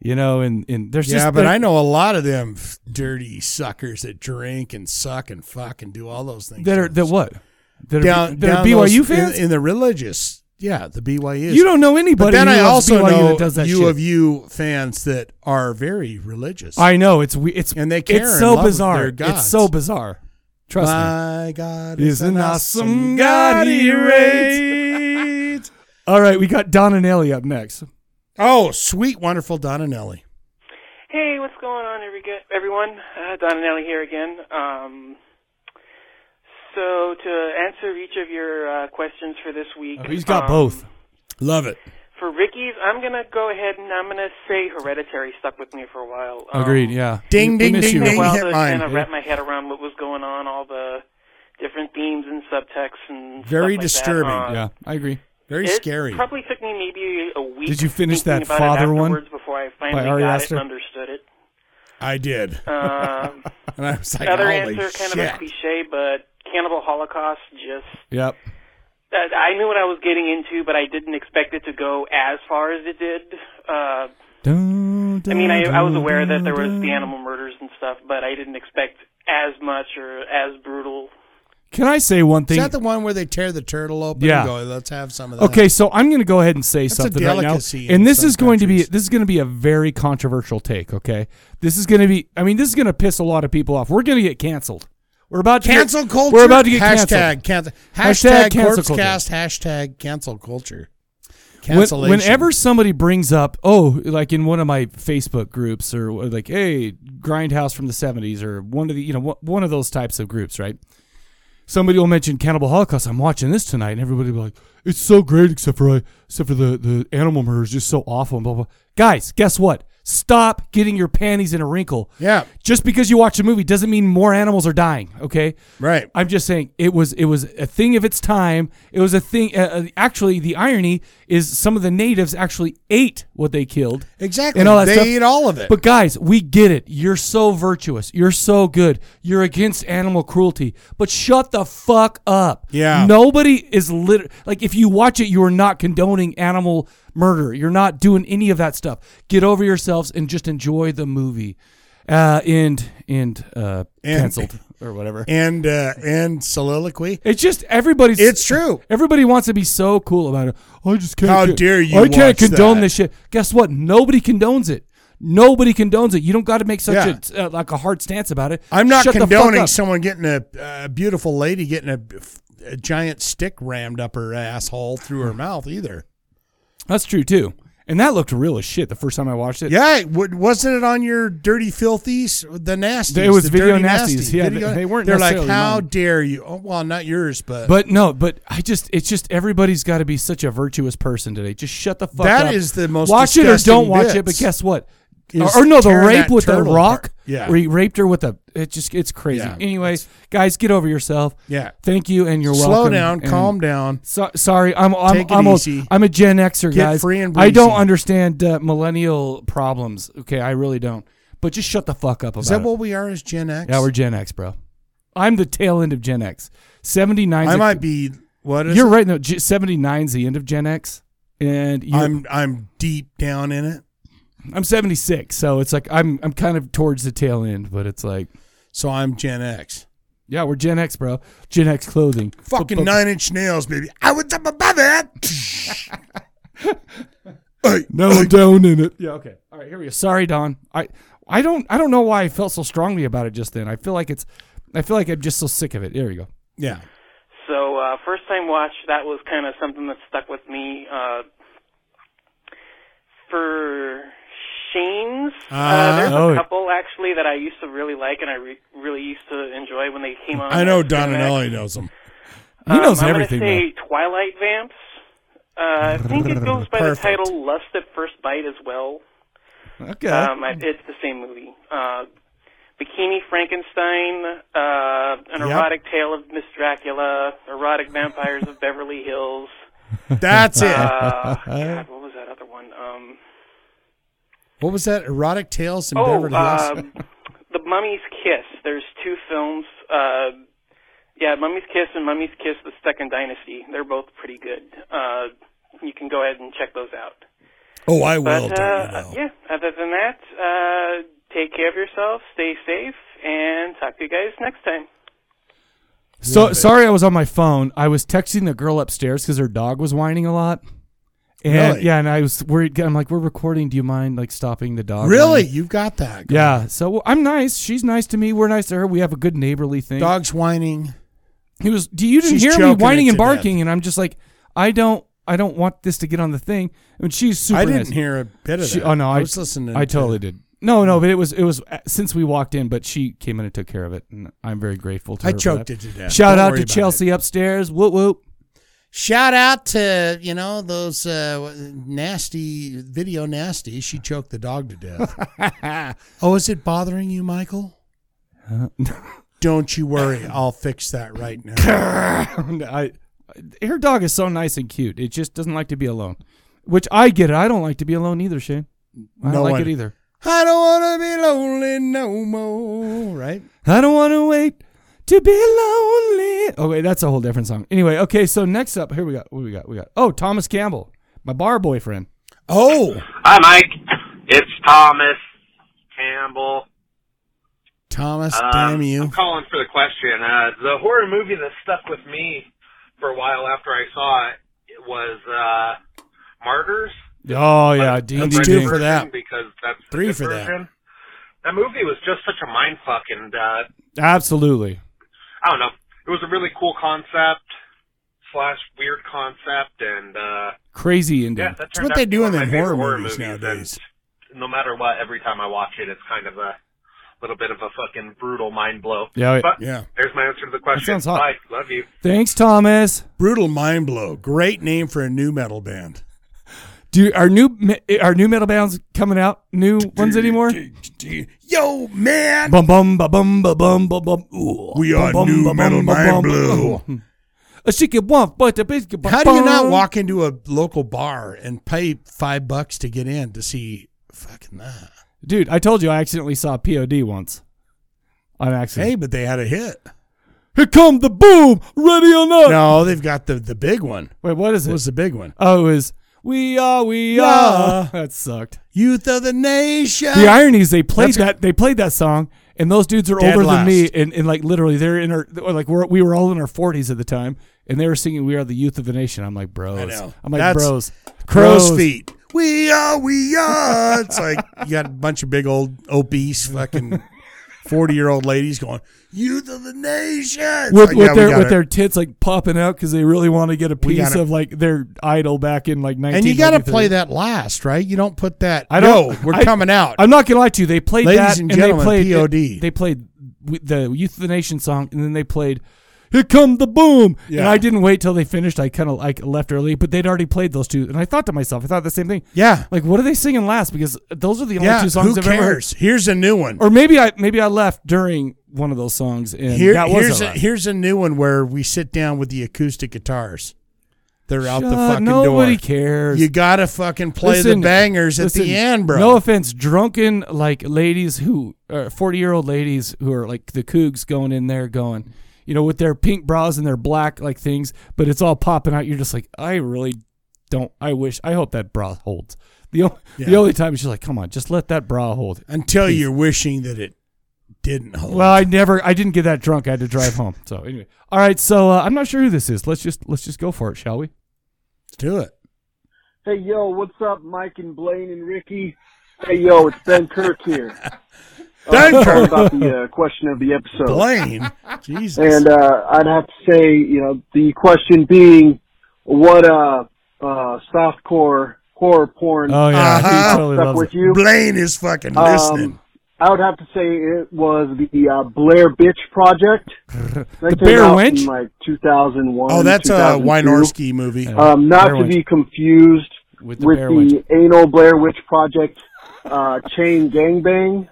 A: you know, and and there's
B: yeah,
A: *laughs* just
B: but
A: there-
B: I know a lot of them f- dirty suckers that drink and suck and fuck and do all those things.
A: that are that what that are,
B: down,
A: that are
B: down
A: BYU
B: those-
A: fans.
B: in, in the religious. Yeah, the BYU.
A: you don't know
B: But
A: anybody.
B: then
A: who
B: I
A: loves
B: also
A: BYU
B: know
A: that does that
B: U
A: shit.
B: of U fans that are very religious.
A: I know it's we. It's
B: And they care
A: It's
B: and
A: so
B: love
A: bizarre.
B: their
A: It's
B: gods.
A: so bizarre. Trust me.
B: My God
A: He's an awesome God, he reigns. *laughs* All right, we got Don and Ellie up next.
B: oh, sweet, wonderful Donna Nelly.
F: Hey, what's going on, every everyone? Uh, Donanelli here again. Um, so to answer each of your uh, questions for this week,
A: Oh, he's got
F: um,
A: both.
B: Love it.
F: For Ricky's, I'm gonna go ahead and I'm gonna say Hereditary stuck with me for a while. Um,
A: Agreed. Yeah.
B: Ding,
A: We
B: ding,
A: miss
B: ding,
A: you.
F: Took
B: ding.
F: a while
B: hit
F: to
B: mine.
F: kind of wrap my head around what was going on, all the different themes and subtexts and stuff
B: Very
F: like that.
B: disturbing.
F: Um,
A: Yeah, I agree.
B: Very
F: it
B: scary.
F: Probably took me maybe a week.
A: Did you finish
F: thinking
A: that
F: about it
A: Father one
F: afterwards Before I finally
A: Ari
F: got
A: Aster?
F: it and understood it.
B: I did,
F: *laughs* Um,
B: *laughs* and I was like,
F: Other
B: "Holy
F: answer, kind of
B: shit."
F: a cliche, but Cannibal Holocaust just.
A: Yep.
F: Uh, I knew what I was getting into, but I didn't expect it to go as far as it did. Uh, I mean, I, I was aware that there was the animal murders and stuff, but I didn't expect as much or as brutal.
A: Can I say one
B: Is
A: thing?
B: that the one where they tear the turtle open
A: Yeah.
B: and go, let's have some of that?
A: Okay, so I'm going to go ahead and say
B: a
A: something right now,
B: delicacy in
A: and this
B: some
A: is going to
B: countries.
A: be this is going to be a very controversial take. Okay, this is going to be. I mean, this is going to piss a lot of people off. We're going to get canceled. We're about to get-
B: Cancel culture.
A: We're about to get canceled.
B: hashtag cancel. Hashtag,
A: Hashtag cancel
B: hashtag
A: culture.
B: corpsecast. Hashtag cancel culture.
A: When-
B: Cancellation.
A: whenever somebody brings up, oh, like in one of my Facebook groups, or like, hey, Grindhouse from the '70s, or one of the, you know, one- one of those types of groups, right? Somebody will mention Cannibal Holocaust. I'm watching this tonight, and everybody will be like, it's so great, except for I, except for the the animal murder is just so awful, and blah blah. Guys, guess what? Stop getting your panties in a wrinkle.
B: Yeah.
A: Just because you watch a movie doesn't mean more animals are dying. Okay.
B: Right.
A: I'm just saying it was it was a thing of its time. It was a thing. Uh, uh, actually, the irony is some of the natives actually ate what they killed.
B: Exactly.
A: And all that
B: they
A: stuff.
B: eat all of it.
A: But guys, we get it. You're so virtuous. You're so good. You're against animal cruelty. But shut the fuck up.
B: Yeah.
A: Nobody is lit. Like if you watch it, you are not condoning animal murder. You're not doing any of that stuff. Get over yourselves and just enjoy the movie. Uh, and and uh,
B: And-
A: canceled or whatever.
B: and uh, and soliloquy.
A: It's just everybody's.
B: It's true.
A: Everybody wants to be so cool about it. I just can't.
B: How
A: con-
B: dare you
A: I can't
B: watch
A: condone
B: that.
A: this shit. Guess what? Nobody condones it. Nobody condones it. You don't got to make such a uh, like a hard stance about it.
B: I'm not
A: Shut the fuck
B: condoning
A: up.
B: someone getting a, a beautiful lady getting a, a giant stick rammed up her asshole through her mouth either.
A: That's true too. And that looked real as shit the first time I watched it.
B: Yeah, it would- wasn't it on your dirty filthies, the nasties?
A: It was
B: the
A: Video
B: dirty
A: Nasties. Yeah, they weren't
B: They're like,
A: necessarily
B: how
A: mine."
B: dare you? Oh, well, not yours, but
A: But no, but I just it's just everybody's got to be such a virtuous person today. Just shut the fuck up.
B: That is the most
A: watch it or
B: disgusting
A: don't watch it. But
B: bits.
A: guess what?
B: Is
A: Or, or no, the
B: tearing
A: rape
B: that
A: with the
B: turtle
A: rock.
B: apart. Yeah.
A: where he raped her with a. It just it's crazy.
B: Yeah,
A: anyway, guys, get over yourself.
B: Yeah.
A: Thank you, and you're welcome.
B: slow down,
A: and-
B: calm down.
A: So, sorry, I'm I'm
B: Take it
A: I'm, a-
B: easy.
A: I'm a Gen Xer,
B: Get
A: guys.
B: free and
A: I don't
B: breezy.
A: understand uh, millennial problems. Okay, I really don't. But just shut the fuck up about
B: Is that
A: it.
B: what we are as Gen X?
A: yeah, we're Gen X, bro. I'm the tail end of Gen X. Seventy nine.
B: I might be. What is
A: You're
B: it?
A: right. No, seventy nine's the end of Gen X, and you're,
B: I'm I'm deep down in it.
A: I'm 76, so it's like I'm I'm kind of towards the tail end, but it's like.
B: So I'm Gen X.
A: Yeah, we're Gen X, bro. Gen X clothing.
C: Fucking
A: But- but-
C: nine inch nails, baby. I was up above
A: *laughs*
C: it.
A: Now I'm down in it. Yeah. Okay. All right. Here we go. Sorry, Don. I I don't I don't know why I felt so strongly about it just then. I feel like it's I feel like I'm just so sick of it. There you go.
B: Yeah.
F: So uh, first time watch, that was kind of something that stuck with me. Uh, for Shane's, uh,
B: Ah.
F: there's
B: Oh.
F: a couple actually that I used to really like and I re- really used to enjoy when they came on.
B: I know
F: uh,
B: Don and
F: Cinemax.
B: Ellie knows them.
A: He knows
F: um,
A: everything,
F: I'm gonna say Twilight Vamps. Uh, I think it goes by the
B: Perfect.
F: title Lust at First Bite as well.
A: Okay.
F: Um, I, it's the same movie. Uh, Bikini Frankenstein, uh, An
B: Yep.
F: Erotic Tale of Miss Dracula, Erotic Vampires of Beverly Hills.
B: *laughs*
A: *laughs*
B: That's it.
F: Uh, God, what was that other one? Um,
B: What was that? Erotic Tales in
F: oh,
B: Beverly Hills?
F: um, The Mummy's Kiss. There's two films. Uh, yeah, Mummy's Kiss and Mummy's Kiss: The Second Dynasty. They're both pretty good. Uh, you can go ahead and check those out.
B: *laughs* oh, I will.
F: But uh, yeah, other than that, uh, take care of yourself, stay safe, and talk to you guys next time.
A: So sorry, I was on my phone. I was texting the girl upstairs because her dog was whining a lot. And
B: Really?
A: yeah, and I was worried. I'm like, we're recording. Do you mind like stopping the dog?
B: Really?
A: whining?"
B: You've got that. girl.
A: Yeah. So well, I'm nice. She's nice to me. We're nice to her. We have a good neighborly thing.
B: Dog's whining.
A: He was. Do you didn't
B: She's
A: hear me
B: choking
A: whining
B: it
A: and
B: to death.
A: barking? And I'm just like, I don't. I don't want this to get on the thing. I mean, she's super.
B: I didn't
A: nice.
B: hear a bit of
A: She-
B: that.
A: oh no, I,
B: was listening.
A: I
B: to-
A: totally did. No, no, but it was it was uh, since we walked in, but she came in and took care of it, and I'm very grateful to
B: I
A: her. for
B: choked
A: that.
B: it to death.
A: Shout
B: Don't
A: out
B: worry
A: to
B: about
A: Chelsea upstairs. Whoop whoop.
B: Shout out to you know those uh, nasty video nasty. She choked the dog to death.
A: *laughs*
B: oh, is it bothering you, Michael? Don't you worry, I'll fix that right now.
A: *laughs* I, her dog is so nice and cute. It just doesn't like to be alone, which I get it. I don't like to be alone either, Shane. I
B: No
A: don't like
B: one-
A: it either.
B: I don't want to be lonely no more. Right?
A: I don't want to wait to be lonely. Oh wait, that's a whole different song. Anyway, okay, so next up, here we got what we got. We got oh Thomas Campbell, my bar boyfriend.
B: Oh,
G: Hi, Mike. It's Thomas Campbell.
B: Thomas,
G: Um,
B: damn
G: I'm
B: you!
G: calling for the question. Uh, the horror movie that stuck with me for a while after I saw it, was uh, Martyrs.
A: Oh yeah, ding
B: That's
A: ding
B: two
A: ding.
B: for that.
G: Because that's the
B: Three
G: good
B: for that.
G: version. That movie was just such a mind fuck, and uh,
A: Absolutely.
G: I don't know. It was a really cool concept slash weird concept, and uh,
A: Crazy ending.
G: yeah, that's
B: It's what they do in
G: the
B: them horror,
G: horror
B: movies
G: movies,
B: nowadays.
G: and no matter what, every time I watch it, it's kind of a little bit of a fucking brutal mind blow.
A: Yeah, it-
G: but
B: Yeah,
G: there's my answer to the question.
A: sounds hot.
G: Bye. Love you.
A: Thanks, Thomas.
B: brutal mind blow. Great name for a new metal band.
A: Do our new eh, our new metal bands coming out? New ones anymore?
C: Yo, man.
A: Bum bum ba bum ba bum ba bum. Ooh.
C: We are
A: Bum, bum,
C: new
A: ba, bum,
C: metal
A: ba,
C: mind
A: bum.
C: blow.
A: Ooh. Hmm. A chicken womp, but the biscuit.
B: How do you not walk into a local bar and pay five bucks to get in to see fucking that?
A: Dude, I told you I accidentally saw POD once. On accident.
B: Hey, but they had a hit.
A: Here come the boom, ready or not.
B: No, they've got the the big one.
A: Wait, what is it?
B: What was the big one?
A: oh, it was We Are, We
B: Yeah.
A: Are. That sucked.
B: Youth of the Nation.
A: The irony is they played
B: That's-
A: that they played that song, and those dudes are
B: Dead
A: older
B: last.
A: than me, and, and like literally they're in our or like we're, we were all in our forties at the time, and they were singing "We Are the Youth of the Nation." I'm like bros,
B: know.
A: I'm like
B: That's
A: bros,
B: crow's
A: Bros.
B: feet.
C: We are, we are. It's like
B: You got a bunch of big old obese fucking forty year old ladies going.
C: youth of the nation. It's
A: With,
C: like,
A: with
C: yeah, we
A: their
C: got
A: with
C: it.
A: their tits like popping out because they really want to get a
B: We got
A: piece
B: it.
A: of like their idol back in like 19.
B: And you got to play that last, right? You don't put that.
A: I don't-
B: "Yo, we're
A: I-
B: coming out.
A: I'm not gonna lie to you. They played
B: Ladies
A: that,
B: and
A: they
B: gentlemen,
A: played
B: POD.
A: They played w- the Youth of the Nation song, and then they played "Here Come the Boom." And
B: Yeah.
A: I didn't wait till they finished. I kind of like left early, but they'd already played those two, and I thought to myself, I thought the same thing.
B: yeah,
A: Like, what are they singing last? Because those are the only
B: yeah.
A: two songs
B: Who
A: I've ever heard.
B: cares? Here's a new one.
A: Or maybe I maybe I left during one of those songs, and
B: Here,
A: that was
B: here's
A: the
B: a,
A: last.
B: here's a new one where we sit down with the acoustic guitars. They're out the
A: Shut-
B: fucking
A: nobody
B: door.
A: cares.
B: You gotta fucking play
A: Listen-
B: the bangers at
A: listen,
B: the end, bro.
A: No offense, drunken like ladies who are forty year old ladies who are like the Cougs going in there going, you know, with their pink bras and their black like things, but it's all popping out. You're just like, I really don't. I wish. I hope that bra holds. The, o- the only time she's like, come on, just let that bra hold.
B: Until
A: Please.
B: you're wishing that it didn't hold.
A: Well, I never, I didn't get that drunk. I had to drive home. So anyway, all right. So uh, I'm not sure who this is. Let's just let's just go for it, shall we? Let's
B: do it.
H: Hey, yo, what's up, Mike and Blaine and Ricky? Hey, yo, it's Ben Kirk here.
B: Ben
H: Uh,
B: Kirk.
H: About the uh, question of the episode. *laughs*
B: Blaine? Jesus.
H: And uh, I'd have to say, you know, the question being, what uh, uh, softcore horror porn
C: Oh, yeah, he
H: uh,
C: totally
H: stuck
C: loves
H: with
C: it.
H: you?
C: Blaine is fucking
H: Um,
C: listening.
H: I would have to say it was the uh, Blair Bitch Project. That
B: The
H: came
B: Bear
H: out
B: Wench?
H: in like 2001.
B: Oh, that's a
H: 2002.
B: Wynorski movie.
H: Um, not
B: Bear
H: to
B: Wench.
H: be confused with
B: With the
H: the,
B: Bear Wench.
H: anal Blair Witch Project uh, chain
C: *laughs*
H: gangbang.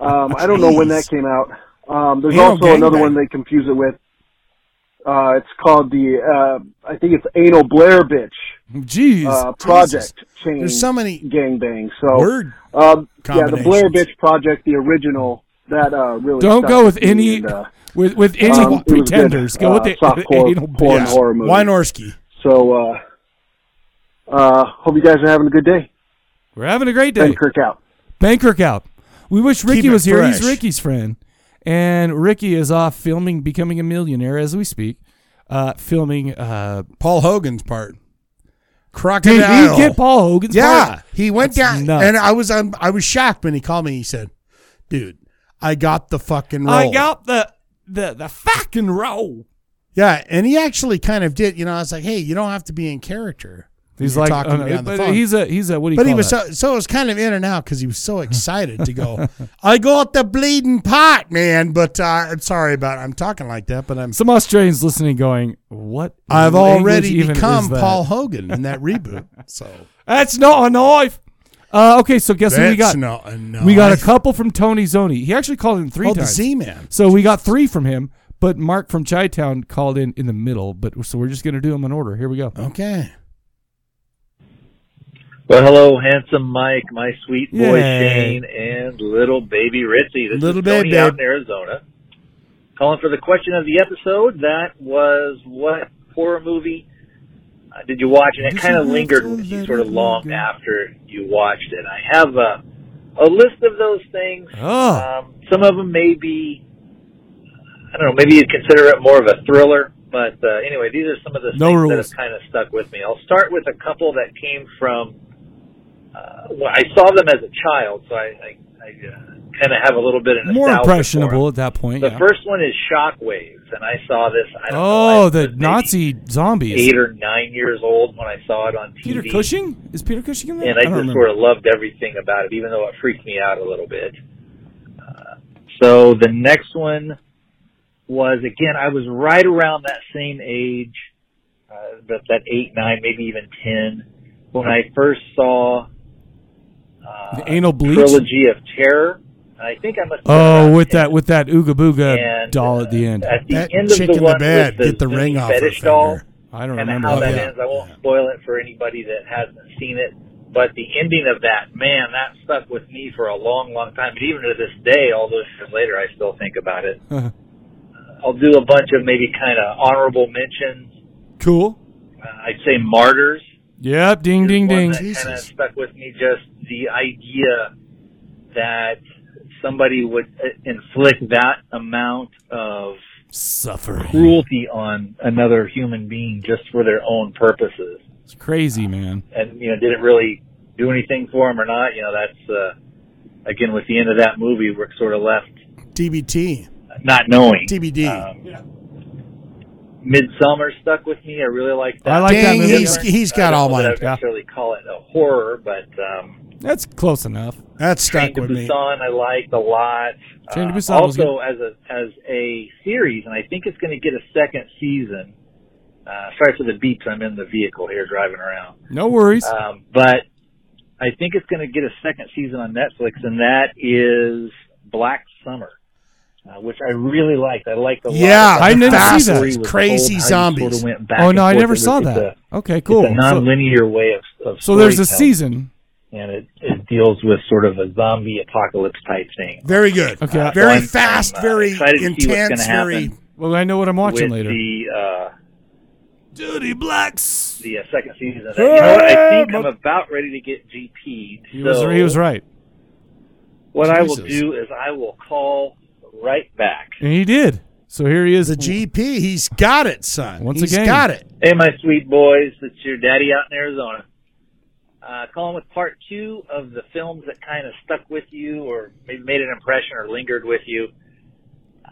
H: Um, I don't know when that
I: Jeez.
H: came out. Um, there's
I: Anal
H: also another
I: gangbang.
H: one they confuse it with. Uh, it's called the uh, I think it's anal Blair Bitch.
A: Jeez,
H: uh,
B: Jesus.
H: project chain.
B: There's so many
H: gangbang. So
B: word
H: um, yeah, the Blair
B: combinations.
H: Bitch Project, the original that uh, really
A: Don't
H: stuck
A: go with
H: me
A: any
H: and, uh,
A: with with any
H: um, it was good,
A: pretenders. Go with
H: uh,
A: the *laughs*
H: softcore
A: anal
H: porn
A: bitch.
H: horror movie.
B: Wynorski.
H: So uh, uh, hope you guys are having a good day.
A: We're having a great day.
H: Ben Kirk out.
A: Bankirk out. We wish Ricky
H: it
A: was here. He's
H: fresh.
A: Ricky's friend, and Ricky is off filming becoming a millionaire as we speak. Uh, filming uh,
B: Paul Hogan's part.
A: Did
B: Crocodile.
A: he get Paul Hogan's
B: yeah,
A: part?
B: he went
A: That's
B: down,
A: nuts.
B: and I was um, I was shocked when he called me. He said, "Dude, I got the fucking role."
A: I got the the the fucking roll.
B: yeah, and he actually kind of did. You know, I was like, "Hey, you don't have to be in character." when
A: He's
B: you're
A: like,
B: talking
A: oh,
B: to
A: no,
B: me on the
A: but
B: phone.
A: he's a he's a what do you
B: but
A: call
B: he was
A: that?
B: so so it was kind of in and out because he was so excited to go. *laughs* I got the bleeding pot, man. But uh, I'm sorry about I'm talking like that, but I'm
A: Some Australians listening, going, what?
B: I've
A: language
B: already
A: even is
B: become
A: that?
B: Paul Hogan in that
A: *laughs*
B: reboot. So
A: That's not a knife. Uh, okay, so guess who we
B: That's
A: got?
B: not a
A: We got a
B: knife.
A: couple from Tony Zoni. He actually called in three
B: Oh, the
A: times.
B: Z-Man.
A: So we got three from him, but Mark from Chitown called in in the middle. But so we're just gonna do them in order. Here we go.
B: Okay.
J: Well, hello, handsome Mike, my sweet boy
A: Yay.
J: Shane, and little baby Ritzy. This
A: Little
J: is Tony
A: baby.
J: out in Arizona. Calling for the question of the episode. That was what horror movie uh, did you watch? And it kind of lingered with you sort of long after you watched it. I have a, a list of those things.
A: Oh.
J: Um, some of them may be, I don't know, maybe you'd consider it more of a thriller. But uh, anyway, these are some of the
A: No
J: things that
A: rules.
J: have kind of stuck with me. I'll start with a couple that came from uh, well, I saw them as a child, so I, I, I uh, kind of have a little bit of
A: More
J: nostalgia
A: impressionable
J: for
A: at that
J: them.
A: point.
J: The
A: yeah.
J: first one is Shockwaves, and I saw this. I don't
A: oh, the Nazi zombies.
J: eight or nine years old when I saw it on TV.
A: Peter Cushing is Peter Cushing in that?
J: and I,
A: don't
J: just
A: remember.
J: sort of loved everything about it, even though it freaked me out a little bit. Uh, so the next one was again, I was right around that same age, uh, but that eight, nine, maybe even ten, when I first saw uh,
A: The anal bleach?
J: trilogy of terror. I think I must. have
A: Oh, with that with that ooga booga
J: And, uh,
A: doll at the end.
J: at the end of the one with the, Zuni fetish doll.
A: I don't
J: and
A: remember
J: how
A: that.
J: that
A: Yeah.
J: ends. I won't spoil it for anybody that hasn't seen it. But the ending of that, man, that stuck with me for a long, long time. But even to this day, all those years later, I still think about it. I'll do a bunch of maybe kind of honorable mentions.
A: *laughs* cool.
J: Uh, I'd say Martyrs.
A: Yep. Ding ding
J: One
A: ding.
J: that kind of stuck with me, just the idea that somebody would uh, inflict that amount of
A: suffering,
J: cruelty on another human being just for their own purposes.
A: It's crazy, man.
J: and you know did it really do anything for him or not you know that's uh again with the end of that movie we're sort of left
B: TBT.
J: Not knowing. Uh, Um,
B: TBD.
J: midsummer stuck with me i really like that
A: I like that Dang, movie. he's-
J: Different.
A: he's got
J: I don't
A: all
J: know that
A: mine.
J: i would necessarily call it a horror but um
A: That's close enough.
B: That
J: Train to Busan, I liked a lot.
A: Train to
J: Uh,
A: Busan was
J: also, as a as a series, and I think it's going to get a second season. Uh, sorry for the beeps. I'm in the vehicle here, driving around.
A: No worries.
J: Um, but I think it's going to get a second season on Netflix, and that is Black Summer, uh, which I really liked. I liked a lot.
B: Yeah,
J: I
B: I didn't see that. Crazy zombies.
A: Oh, no, I never saw that. Okay, cool.
J: It's a non-linear way of, of
A: So there's a
J: storytelling
A: season.
J: and it, it deals with sort of a zombie apocalypse type thing.
B: Very good.
A: Okay.
J: Uh, so
B: very
J: I'm-
B: fast,
J: I'm, uh,
B: very
J: excited to see what's
B: intense,
J: gonna happen
B: very.
A: Well, I know what I'm watching
J: with
A: later.
J: The uh, Dirty Blacks. The uh, second season. Of that. You know what? I think I'm about ready to get GP.
A: He was he was right.
J: What I will
A: Jesus.
J: do is I will call right back.
A: And he did. So here he is. The
B: GP. He's got it, son.
A: Once
B: He's
A: again.
B: got it.
J: Hey, my sweet boys, it's your daddy out in Arizona. Uh, calling with part two of the films that kind of stuck with you, or maybe made an impression, or lingered with you. Uh,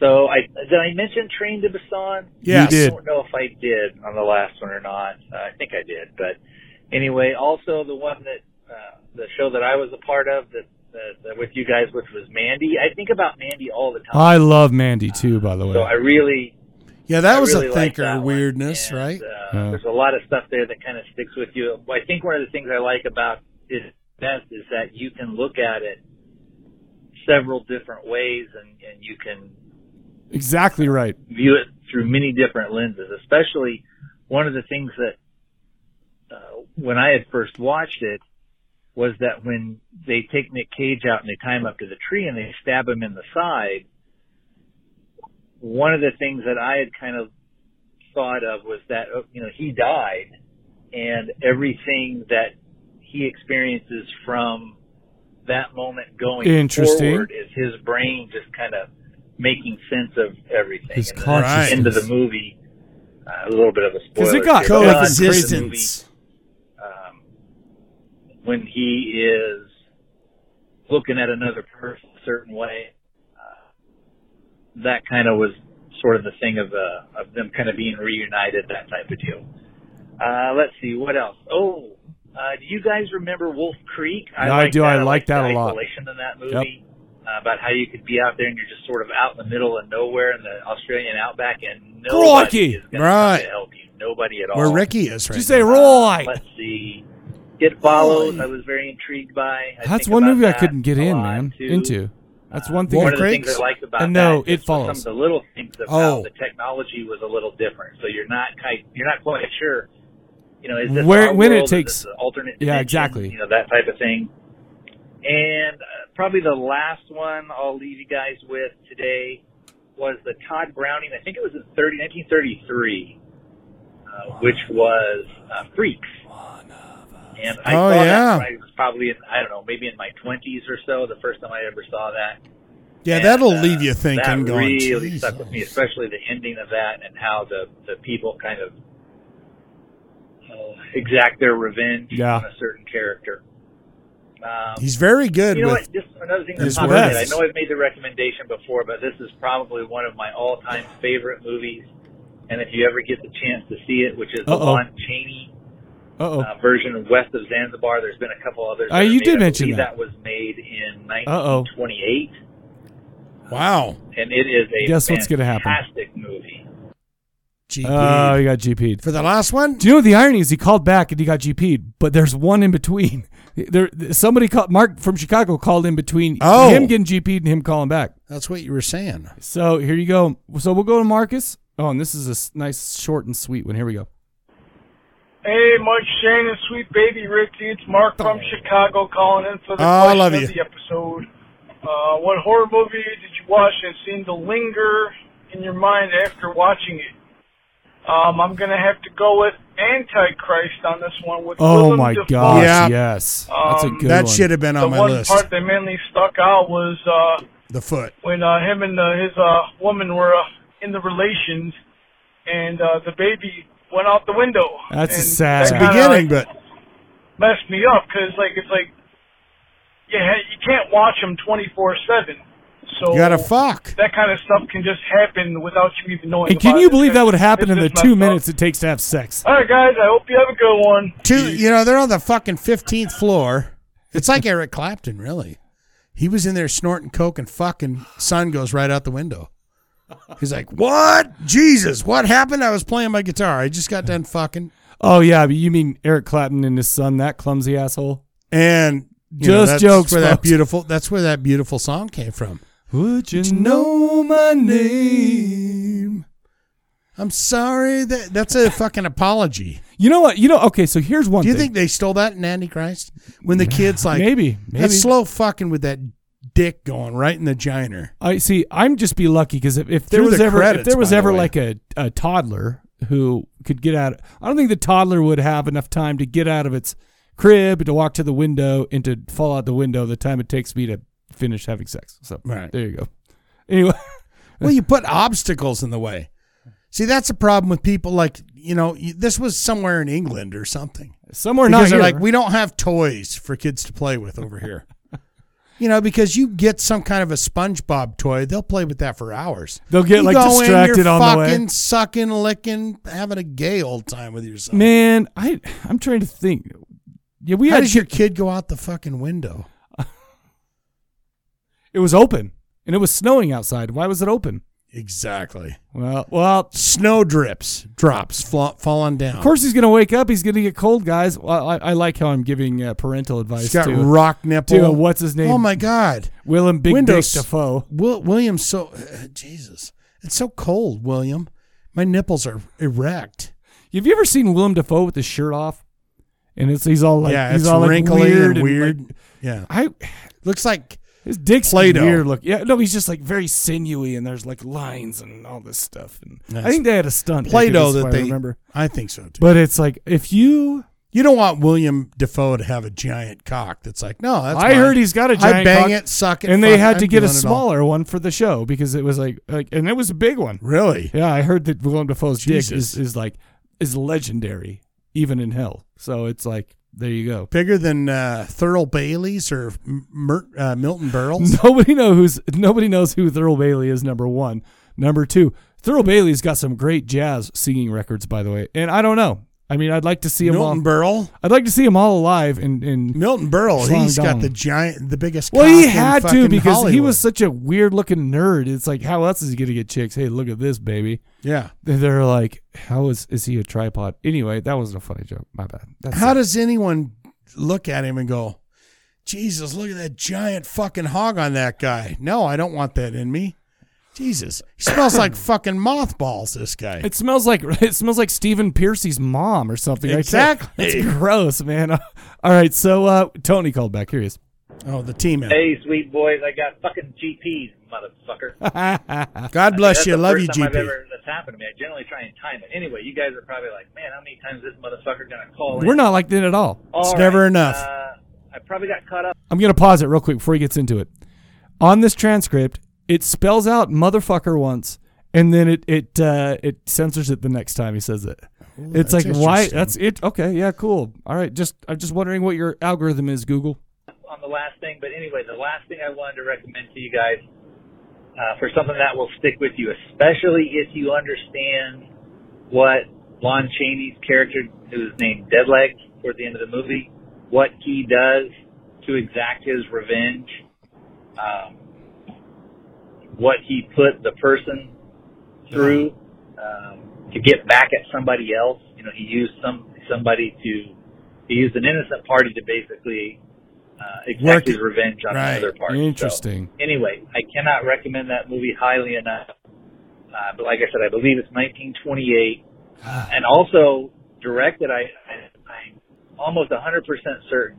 J: So, I did I mention Train to Busan?
G: Yes. You
J: I
G: did.
J: don't know if I did on the last one or not. Uh, I think I did, but anyway, also the one that uh, the show that I was a part of that, that, that with you guys, which was Mandy. I think about Mandy all the time.
A: I love Mandy too, by the way.
J: So I really
B: Yeah, that
J: I
B: was
J: really
B: a
J: like
B: thinker
J: that
B: weirdness, right?
J: uh, there's a lot of stuff there that kind of sticks with you. I think one of the things I like about this best is that you can look at it several different ways and, and you can
A: exactly right.
J: view it through many different lenses, especially one of the things that uh, when I had first watched it was that when they take Nick Cage out and they tie him up to the tree and they stab him in the side, one of the things that I had kind of thought of was that, oh, you know, he died and everything that he experiences from that moment going
A: Interesting.
J: forward is his brain just kind of making sense of everything.
A: His
J: And then at the end of the
A: consciousness.
J: movie, uh, a little bit of a spoiler.
A: Because it got
J: here, but at the end of the movie,
A: coexistence.
J: um, when he is looking at another person a certain way, uh, that kind of was sort of the thing of uh, of them kind of being reunited, that type of deal. Uh, let's see what else. Oh, uh, do you guys remember Wolf Creek?
A: Yeah, I
J: like
A: do. I like that
J: the
A: a lot.
J: Isolation in that movie uh, about how you could be out there and you're just sort of out in the middle of nowhere in the Australian outback and nobody
B: Crikey.
J: is going right.
B: Right.
J: to help you. Nobody at all.
B: Where Ricky is right
A: Did you
B: now.
A: say Roy?
J: Let's see. It follows. I was very intrigued by. I
A: That's
J: think
A: one
J: about
A: movie I
J: that
A: couldn't get
J: a
A: in,
J: lot,
A: man.
J: too.
A: Into. That's one
J: Uh,
A: thing.
J: One
A: I-
J: of the things I like about
A: And
J: that
A: no,
J: is
A: it
J: that
A: follows.
J: Some of the little things about
A: Oh.
J: the technology was a little different, so you're not quite, you're not quite sure. You know, is this
A: Where-
J: our
A: when it
J: world? Is
A: takes-
J: this an alternate?
A: Yeah,
J: dimension?
A: exactly.
J: You know that type of thing. And uh, probably the last one I'll leave you guys with today was the Todd Browning. I think it was in 30, 1933, uh, which was uh, Freaks. And I
B: Oh,
J: saw
B: yeah.
J: that when I was probably in, I don't know, maybe in my 20s or so, the first time I ever saw that.
B: Yeah, that'll leave you thinking.
J: uh, That
B: going,
J: really
B: "Jeez."
J: stuck with me, especially the ending of that and how the, the people kind of uh, exact their revenge
B: Yeah.
J: on a certain character. Um,
B: He's very good
J: You know
B: with
J: what? Just another thing that
B: his
J: popped in. I
B: words.
J: know I've made the recommendation before, but this is probably one of my all-time favorite movies. And if you ever get the chance to see it, which is the
A: Uh-oh.
J: Lon Chaney
A: Uh-oh.
J: uh, version of West of Zanzibar, there's been a couple others.
B: Oh,
A: Uh,
J: that are
A: you
J: made.
A: did
J: I
A: mention
J: believe
A: that.
J: that was made in
A: Uh-oh.
J: 1928
B: Wow.
J: and it is a
A: Guess what's gonna happen.
J: fantastic movie.
B: GP.
A: Oh, he got GP'd.
B: For the last one?
A: Do you know what the irony is he called back and he got GP'd, but there's one in between. *laughs* There somebody called Mark from Chicago called in between
B: Oh.
A: him getting GP'd and him calling back.
B: That's what you were saying.
A: So here you go. So we'll go to Marcus. Oh, and this is a s- nice short and sweet one. Here we go.
I: Hey, Mike, Shane, and sweet baby Ricky. It's Mark from Chicago calling in for the
B: Oh, I
I: question
B: love
I: of
B: you.
I: the episode. Uh, what horror movie did you watch that seemed to linger in your mind after watching it? Um, I'm gonna have to go with Antichrist on this one. With
A: Oh
I: Willem
A: my
I: Dafoe.
A: gosh, yes. That's a
I: Um,
A: good
B: that
A: one.
B: should have been
I: the
B: on my
I: one
B: list.
I: part that mainly stuck out was uh,
B: the foot.
I: when uh, him and uh, his uh, woman were uh, in the relations, and uh, the baby went out the window.
A: That's a
I: And
A: sad
I: that kinda,
B: Beginning, but
I: messed me up because like it's like yeah you can't watch them 24 7 so
B: you got to fuck.
I: that kind of stuff can just happen without you even knowing
A: And can
I: about
A: you
I: it.
A: believe that would happen in
I: It's
A: the
I: just
A: two
I: messed up.
A: minutes it takes to have sex?
I: all right guys i hope you have a good one
B: Two, you know, they're on the fucking 15th floor. It's like Eric Clapton, really. He was in there snorting coke and fucking sun goes right out the window. He's like, "What? Jesus, what happened? I was playing my guitar. I just got done fucking."
A: Oh yeah, but you mean Eric Clapton and his son, that clumsy asshole?
B: And you know,
A: just
B: that's
A: jokes
B: where that
A: folks.
B: beautiful that's where that beautiful song came from.
A: Would you know my name?
B: I'm sorry that that's a fucking apology.
A: You know what? You know. Okay, so here's one.
B: Do you
A: thing.
B: think they stole that in Antichrist? When the kids like
A: Maybe, maybe.
B: that's slow fucking with that dick going right in the giner.
A: I see. I'm just be lucky because if, if there
B: Through
A: was
B: the
A: ever if
B: credits,
A: there
B: by
A: was
B: the
A: ever
B: way.
A: like a, a toddler who could get out. I don't think the toddler would have enough time to get out of its crib to walk to the window and to fall out the window the time it takes me to finish having sex. So
B: Right.
A: there you go. Anyway, *laughs*
B: well, you put obstacles in the way. See, that's a problem with people like you know. you- This was somewhere in England or something.
A: Somewhere
B: because
A: not
B: they're
A: here.
B: like we don't have toys for kids to play with over here. you know, because you get some kind of a SpongeBob toy, they'll play with that for hours.
A: They'll get,
B: You
A: like,
B: go in, you're
A: distracted on the way.
B: fucking sucking, licking, having a gay old time with yourself.
A: *laughs* man, I I'm trying to think. Yeah, we
B: How
A: had
B: does your kid go out the fucking window?
A: *laughs* it was open and it was snowing outside. Why was it open?
B: Exactly.
A: Well, well,
B: snow drips, drops, fla- falling down.
A: Of course, he's going to wake up. He's going to get cold, guys. Well, I, I like how I'm giving uh, parental advice.
B: He's got
A: to,
B: rock nipple.
A: To, uh, what's his name?
B: Oh my God,
A: Willem Big
B: Windows-
A: Dick Defoe.
B: Will, William, so uh, Jesus, it's so cold, William. My nipples are erect.
A: Have you ever seen Willem Dafoe with his shirt off? And it's he's all like
B: yeah,
A: he's
B: it's
A: all like
B: wrinkly
A: weird
B: and weird.
A: like-
B: yeah,
A: I
B: looks like
A: his dick's
B: Play-Doh.
A: weird look. Yeah, no, he's just like very sinewy and there's like lines and all this stuff. And I
B: That's
A: think they had a stunt actor,
B: Play-Doh that
A: that's why I
B: they
A: remember.
B: I think so too.
A: But it's like if you
B: you don't want William Defoe to have a giant cock. That's like no. That's
A: I
B: mine.
A: heard he's got a giant
B: I bang
A: cock,
B: it, suck it,
A: and they
B: fuck,
A: had
B: I'm
A: to get a
B: doing it all.
A: smaller one for the show because it was like, like and it was a big one.
B: Really?
A: Yeah, I heard that Willem Dafoe's dick
B: Jesus.
A: is, is like is legendary even in hell. So it's like there you go.
B: Bigger than uh, Thurl Bailey's or M- Mer- uh, Milton
A: *laughs*
B: Berle's.
A: Nobody knows who's nobody knows who Thurl Bailey is. Number one, number two, Thurl Bailey's got some great jazz singing records, by the way. And I don't know. I mean, I'd like to see him all.
B: Milton Berle.
A: I'd like to see him all alive. And and
B: Milton Berle,
A: Slung
B: he's got
A: down.
B: the giant, the biggest.
A: Well,
B: cock
A: he
B: in
A: had to
B: fucking
A: because he
B: Hollywood.
A: was such a weird looking nerd. It's like, how else is he gonna get chicks? Hey, look at this baby.
B: Yeah.
A: They- they're like, how is is he a tripod? Anyway, that wasn't a funny joke. My bad. That's
B: How does anyone look at him and go, Jesus, look at that giant fucking hog on that guy? No, I don't want that in me. Jesus, he smells
A: *coughs*
B: like fucking mothballs. This guy.
A: It smells like *laughs* it smells like Stephen Piercy's mom or something. I can't-
B: Exactly.
A: It's *laughs* gross, man. All right, so uh, Tony called back. Here he is.
B: Oh, the team.
J: Hey, sweet boys, I got fucking GPs,
A: *laughs*
J: motherfucker.
B: God bless
J: That's
B: you.
J: the
B: Love
J: first
B: you,
J: time I've
B: GP.
J: ever, that's happened to me. I generally try and time it. Anyway, you guys are probably like, man, how many times is this motherfucker gonna call?
A: We're
J: in?
A: not like that at all.
J: All
A: It's
J: right,
A: never enough.
J: Uh, I probably got caught up.
A: I'm gonna pause it real quick before he gets into it. On this transcript, it spells out motherfucker once, and then it it uh, it censors it the next time he says it. it's
J: that's
A: like why?
J: interesting.
A: That's it. Okay, yeah, cool. All right, just I'm just wondering what your algorithm is, Google.
J: on the last thing, but anyway, the last thing I wanted to recommend to you guys uh, for something that will stick with you, especially if you understand what Lon Chaney's character, who's named Deadleg, toward the end of the movie, what he does to exact his revenge, um, what he put the person through um, to get back at somebody else. You know, he used some somebody to he used an innocent party to basically uh, exact
A: Work
J: his
A: it.
J: revenge on
A: Right.
J: another party. So,
A: Interesting.
J: anyway, I cannot recommend that movie highly enough. Uh, but like I said, I believe it's 1928, and also directed. I, I I'm almost 100 percent certain.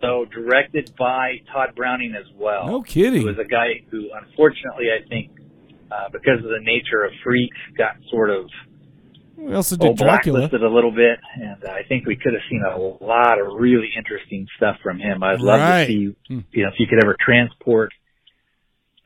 J: So directed by Todd Browning as well.
A: No kidding.
J: Who was a guy who, unfortunately, I think uh, because of the nature of freaks, got sort of
A: We also
J: oh,
A: did Dracula.
J: blacklisted a little bit, and I think we could have seen a lot of really interesting stuff from him. I'd love
A: Right. Hmm.
J: to see, you know, if you could ever transport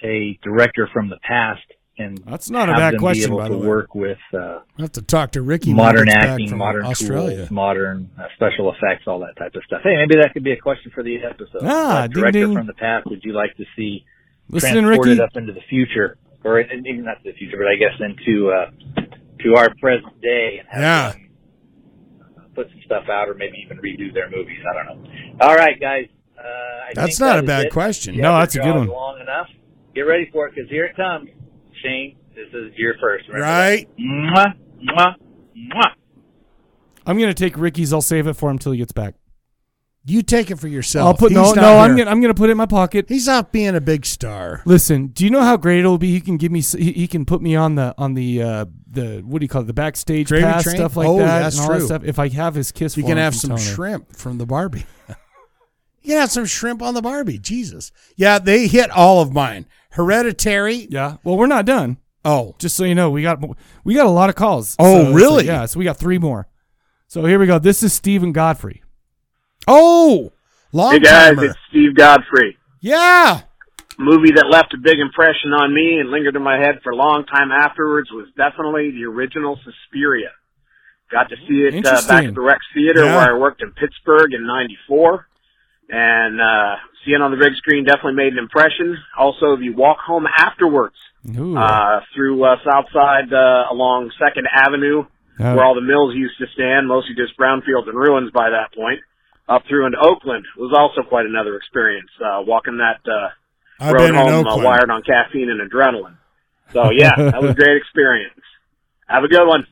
J: a director from the past and
B: That's not a
J: have
B: bad
J: them
B: question,
J: be able
B: by
J: to
B: the way.
J: work with uh,
B: I have to talk to Ricky. when he
J: modern
B: gets back
J: acting,
B: from
J: modern
B: Australia.
J: tools, modern uh, special effects, all that type of stuff. Hey, maybe that could be a question for the episode.
A: Ah,
J: What
A: ding,
J: director
A: ding.
J: from the past would you like to see
A: Listen in,
J: transported
A: Ricky.
J: up into the future, or uh, maybe not the future, but I guess into uh, to our present day and have
B: Yeah.
J: them uh, put some stuff out, or maybe even redo their movies. I don't know. All right, guys. Uh, I
B: That's
J: think
B: not
J: that
B: a
J: is
B: bad
J: it.
B: question.
J: The
B: No,
J: other
B: that's a good
J: jaw's
B: one.
J: Long enough. Get ready for it, because here it comes. Shane, this is your first. Remember
B: Right.
J: that. Mwah, mwah, mwah.
A: I'm gonna take Ricky's. I'll save it for him till he gets back.
B: You take it for yourself.
A: I'll put
B: He's
A: no,
B: not
A: no. I'm
B: here.
A: gonna I'm gonna put it in my pocket.
B: He's not being a big star.
A: Listen, do you know how great it'll be? He can give me, s- he, he can put me on the on the uh, the what do you call it? The backstage
B: Gravy
A: pass
B: train?
A: stuff like
B: Oh,
A: that
B: that's
A: and all that
B: true.
A: stuff. If I have his kiss,
B: You
A: form
B: can have
A: from
B: some
A: Tony.
B: shrimp from the Barbie. you can have some shrimp on the Barbie. Jesus. Yeah, they hit all of mine. Hereditary.
A: Yeah. Well, we're not done.
B: Oh,
A: just so you know, we got we got a lot of calls.
B: Oh,
A: So- so
B: really?
A: yeah. So we got three more. So here we go. This is Stephen Godfrey.
B: Oh,
K: hey guys, it's Steve Godfrey.
B: Yeah.
K: Movie that left a big impression on me and lingered in my head for a long time afterwards was definitely the original Suspiria. Got to see it uh, back
L: Interesting.
K: at the Rex Theater
L: Yeah.
K: where I worked in Pittsburgh in '94, and uh, seeing it on the big screen definitely made an impression. Also, the walk home afterwards
A: Ooh.
K: uh, through uh, Southside uh, along Second Avenue,
A: Oh.
K: where all the mills used to stand, mostly just brownfields and ruins by that point, up through into Oakland was also quite another experience. Uh, walking that uh,
B: I've
K: road
B: been in
K: home, uh,
B: Oakland.
K: wired on caffeine and adrenaline.
B: *laughs*
K: So yeah, that was a great experience. Have a good one.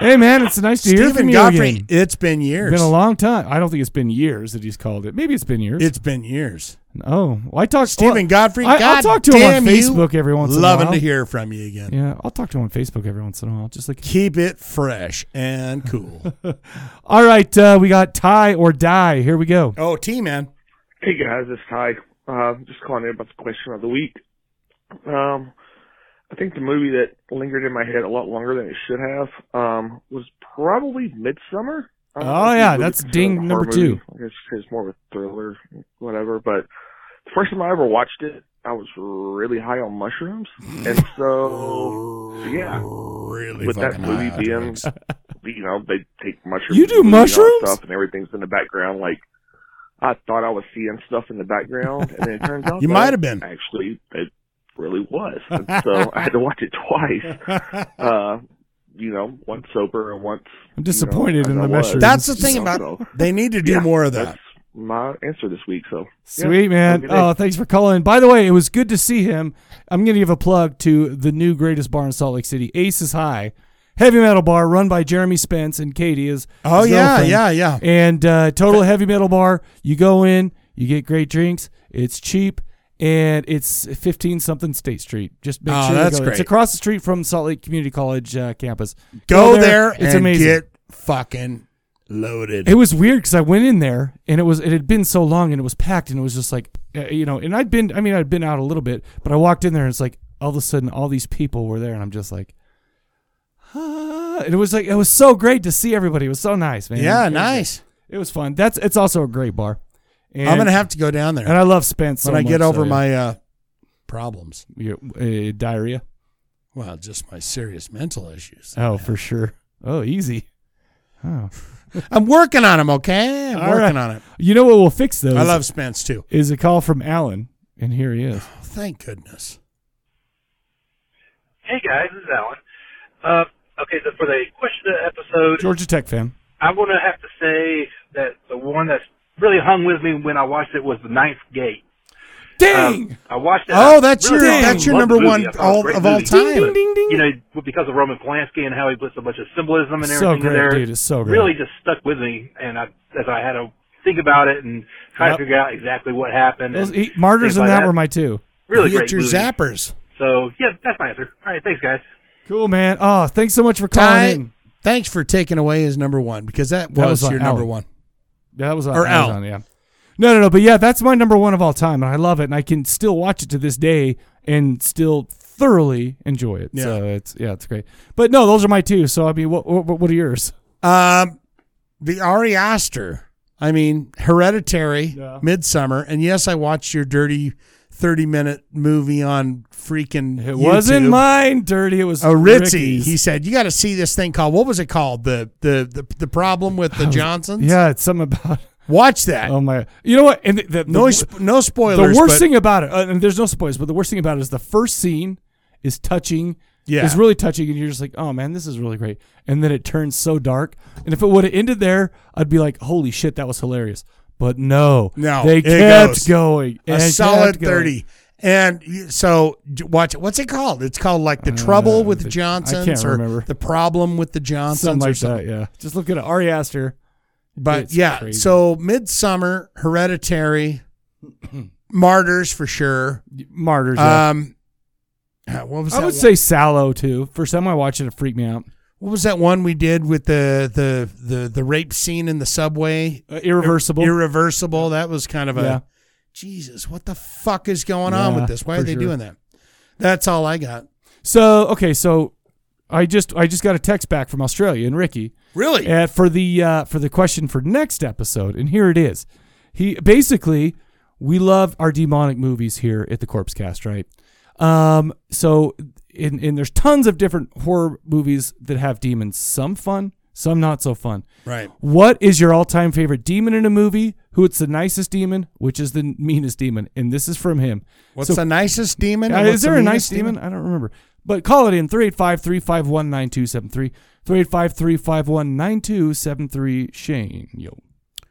A: Hey man, it's nice to hear
B: Stephen
A: from you
B: Godfrey,
A: again.
B: It's been years.
A: Been a long time. I don't think it's been years that he's called it. Maybe it's been years.
B: It's been years.
A: Oh, well, I talked
B: Stephen
A: well,
B: Godfrey.
A: I,
B: God
A: will talk to him
B: damn
A: on
B: you.
A: Facebook every once
B: Loving
A: in a while.
B: to hear from you again.
A: Yeah, I'll talk to him on Facebook every once in a while. Just like
B: keep it fresh and cool.
A: *laughs* All right, uh, we got tie or die. Here we go.
B: oh, T man.
M: Hey guys, it's Ty. Uh, just calling in about the question of the week. Um, I think the movie that lingered in my head a lot longer than it should have um, was probably Midsummer. I don't
A: Oh,
M: know if
A: yeah,
M: you would
A: that's
M: consider it
A: ding
M: a horror
A: number
M: movie.
A: two.
M: I guess it's more of a thriller, whatever. But the first time I ever watched it, I was really high on mushrooms, and so
B: *laughs*
M: yeah, really with that
B: fucking high
M: movie
B: on
M: being, you know, they take mushrooms,
A: You do
M: and all
A: mushrooms?
M: stuff, and everything's in the background, like. I thought I was seeing stuff in the background, and then it turns out
B: *laughs* You
M: that
B: might have been.
M: Actually, it really was. And so I had to watch it
B: *laughs*
M: twice. Uh, you know, once sober and once.
A: I'm disappointed in the mushrooms.
B: That's the thing about they need to do
M: Yeah,
B: more of that.
M: That's my answer this week. So yeah,
A: Sweet
M: have a
A: man.
M: good day.
A: Oh, thanks for calling. By the way, it was good to see him. I'm gonna give a plug to the new greatest bar in Salt Lake City, Ace is High, heavy metal bar run by Jeremy Spence and Katie is.
B: Oh, yeah, yeah, yeah.
A: And uh, total heavy metal bar. You go in, you get great drinks. It's cheap. And it's 15 something State Street. Just make
B: Oh,
A: sure you
B: that's
A: go. It's
B: great.
A: across the street from Salt Lake Community College uh, campus.
B: Go there
A: It's
B: and
A: amazing.
B: get fucking loaded.
A: It was weird because I went in there and it was it had been so long and it was packed and it was just like uh, you know and I'd been I mean I'd been out a little bit but I walked in there and it's like all of a sudden all these people were there and I'm just like ah. and it was like it was so great to see everybody it was so nice man
B: Yeah,
A: It was-
B: nice.
A: it was fun that's it's also a great bar And-
B: I'm gonna have to go down there.
A: and I love Spence so
B: when I get
A: much, so,
B: over
A: yeah.
B: my uh, problems.
A: Your, uh, diarrhea
B: Well, just my serious mental issues.
A: oh for sure oh easy oh
B: I'm working on them. Okay, I'm
A: All
B: working
A: right.
B: on it.
A: you know what will fix those
B: I love Spence too.
A: is a call from Alan and here he is
B: Thank goodness.
G: Hey guys, this is Alan. Uh, okay, so for the question of the episode,
A: Georgia Tech fan
G: I'm going to have to say that the one that really hung with me when I watched it was The Ninth Gate. Um,
A: Dang!
G: I watched it.
B: Oh,
G: I
B: that's your-
G: loved
B: that's your
G: the
B: number
G: movie.
B: one
G: I thought it was a
B: all-
G: great
B: of all
G: movie.
B: time. Ding,
G: But, You know, because of Roman Polanski and how he puts a bunch of symbolism and
A: So
G: everything
A: great,
G: in there,
A: dude, it's so great.
G: really just stuck with me. And I, as I had to think about it and try
A: Yep.
G: to figure out exactly what happened,
A: Those
G: and
A: he- martyrs
G: things
A: and
G: like
A: that,
G: that
A: were my two
G: really great movie.
B: zappers.
G: So yeah, that's my answer. All right, thanks guys.
A: Cool, man. Oh, thanks so much for calling
B: Ty,
A: in.
B: Thanks for taking away his number one because that was,
A: That was on
B: your
A: Alan.
B: number one.
A: That was on,
B: Or
A: that was
B: Al.
A: on, yeah. No, no, no. But yeah, that's my number one of all time, and I love it, and I can still watch it to this day and still thoroughly enjoy it.
B: Yeah.
A: So it's yeah, it's great. But no, those are my two. So I mean, what what, what are yours?
B: Um, the Ari Aster. I mean, Hereditary, Midsummer, and yes, I watched your dirty thirty-minute movie on freaking.
A: It wasn't mine, dirty. It was
B: a Ritzy.
A: Ricky's.
B: He said, "You got to see this thing called what was it called the the the, the problem with
A: *sighs*
B: the Johnsons."
A: Oh, Yeah, it's something about.
B: Watch that.
A: Oh my! You know what? And the, the, the-
B: No sp- no spoilers,
A: The worst
B: but-
A: thing about it, uh, and there's no spoilers, but the worst thing about it is the first scene is touching.
B: Yeah.
A: is really touching, and you're just like, oh man, this is really great. And then it turns so dark. And if it would have ended there, I'd be like, holy shit, that was hilarious. But no,
B: No,
A: they
B: it
A: kept
B: goes.
A: going.
B: A
A: and kept
B: solid
A: going.
B: thirty. And you- so d- watch it. What's it called? It's called like the trouble with the Johnsons,
A: Uh, can't
B: or
A: remember.
B: the problem with the Johnsons,
A: Something
B: or
A: like
B: something.
A: that. Yeah, just look at it, Ari Aster.
B: But
A: It's
B: yeah,
A: crazy.
B: so Midsummer,
A: *clears throat*
B: Hereditary, Martyrs for sure.
A: Martyrs. yeah.
B: Um, uh, what was
A: I
B: that
A: would
B: one?
A: say Sallow too. First time I watched it, it freaked me out.
B: What was that one we did with the the the the rape scene in the subway?
A: Uh, Irreversible.
B: Ir- irreversible. That was kind of a
A: Yeah.
B: Jesus. What the fuck is going on
A: Yeah,
B: with this? Why are
A: for
B: they
A: sure.
B: doing that? That's all I got.
A: So okay, so I just I just got a text back from Australia and Ricky.
B: Really?
A: Uh, for the uh, for the question for next episode, and here it is. He basically we love our demonic movies here at the Corpse Cast, right? Um, so in in there's tons of different horror movies that have demons. Some fun, some not so fun.
B: Right.
A: What is your all time favorite demon in a movie? Who it's the nicest demon? Which is the meanest demon? And this is from him.
B: What's the nicest demon
A: Uh,
B: and
A: is
B: what's
A: there
B: the
A: a
B: meanest
A: nice demon?
B: demon?
A: I don't remember. But call it in 385 351 9273. 385 351 9273. Shane, yo.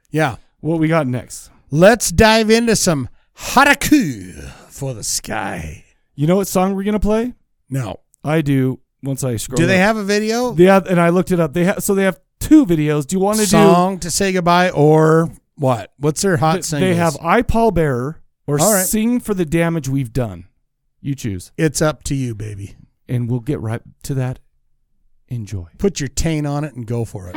B: Yeah.
A: What we got next?
B: Let's dive into some Haraku for the sky.
A: You know what song we're going to play?
B: No.
A: I do once I scroll.
B: Do they
A: up.
B: have a video?
A: Yeah, and I looked it up. They have So they have two videos. Do you want to do.
B: Song to say goodbye or what? What's their hot
A: They-
B: single?
A: They have I, Paul Bearer or
B: All right.
A: Sing for the Damage We've Done. You choose.
B: It's up to you, baby.
A: And we'll get right to that. Enjoy.
B: Put your taint on it and go for it.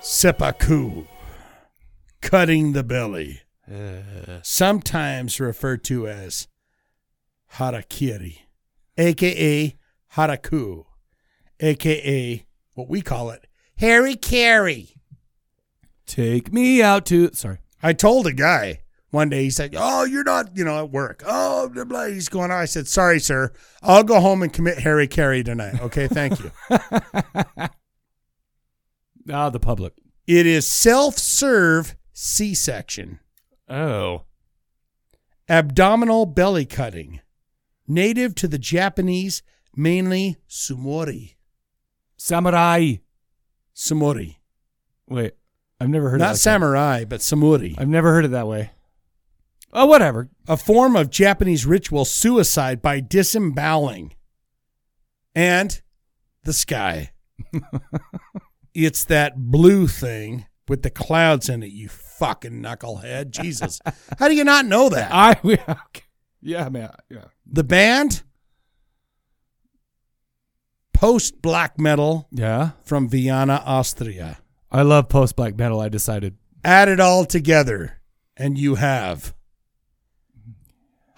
B: seppuku, cutting the belly,
A: Uh.
B: sometimes referred to as harakiri, aka haraku, aka what we call it, Harry Carey.
A: Take me out to. Sorry.
B: I told a guy one day, he said, Oh, you're not, you know, at work. Oh, blah, blah. He's going on. I said, Sorry, sir. I'll go home and commit Harry Carey tonight. Okay, thank you.
A: Ah, the public.
B: It is self serve C section.
A: Oh.
B: Abdominal belly cutting. Native to the Japanese, mainly sumori.
A: Samurai.
B: Sumori.
A: Wait, I've never heard
B: Not
A: of that.
B: samurai, but samuri.
A: I've never heard it that way. Oh, whatever.
B: A form of Japanese ritual suicide by disemboweling. And the
A: *laughs*
B: sky. it's that blue thing with the clouds in it, you fucking knucklehead.
A: *laughs*
B: Jesus. How do you not know that?
A: I *laughs* Yeah, man. Yeah.
B: The band Post Black Metal
A: Yeah.
B: from Vienna, Austria.
A: I love post black metal. I decided.
B: Add it all together, and you have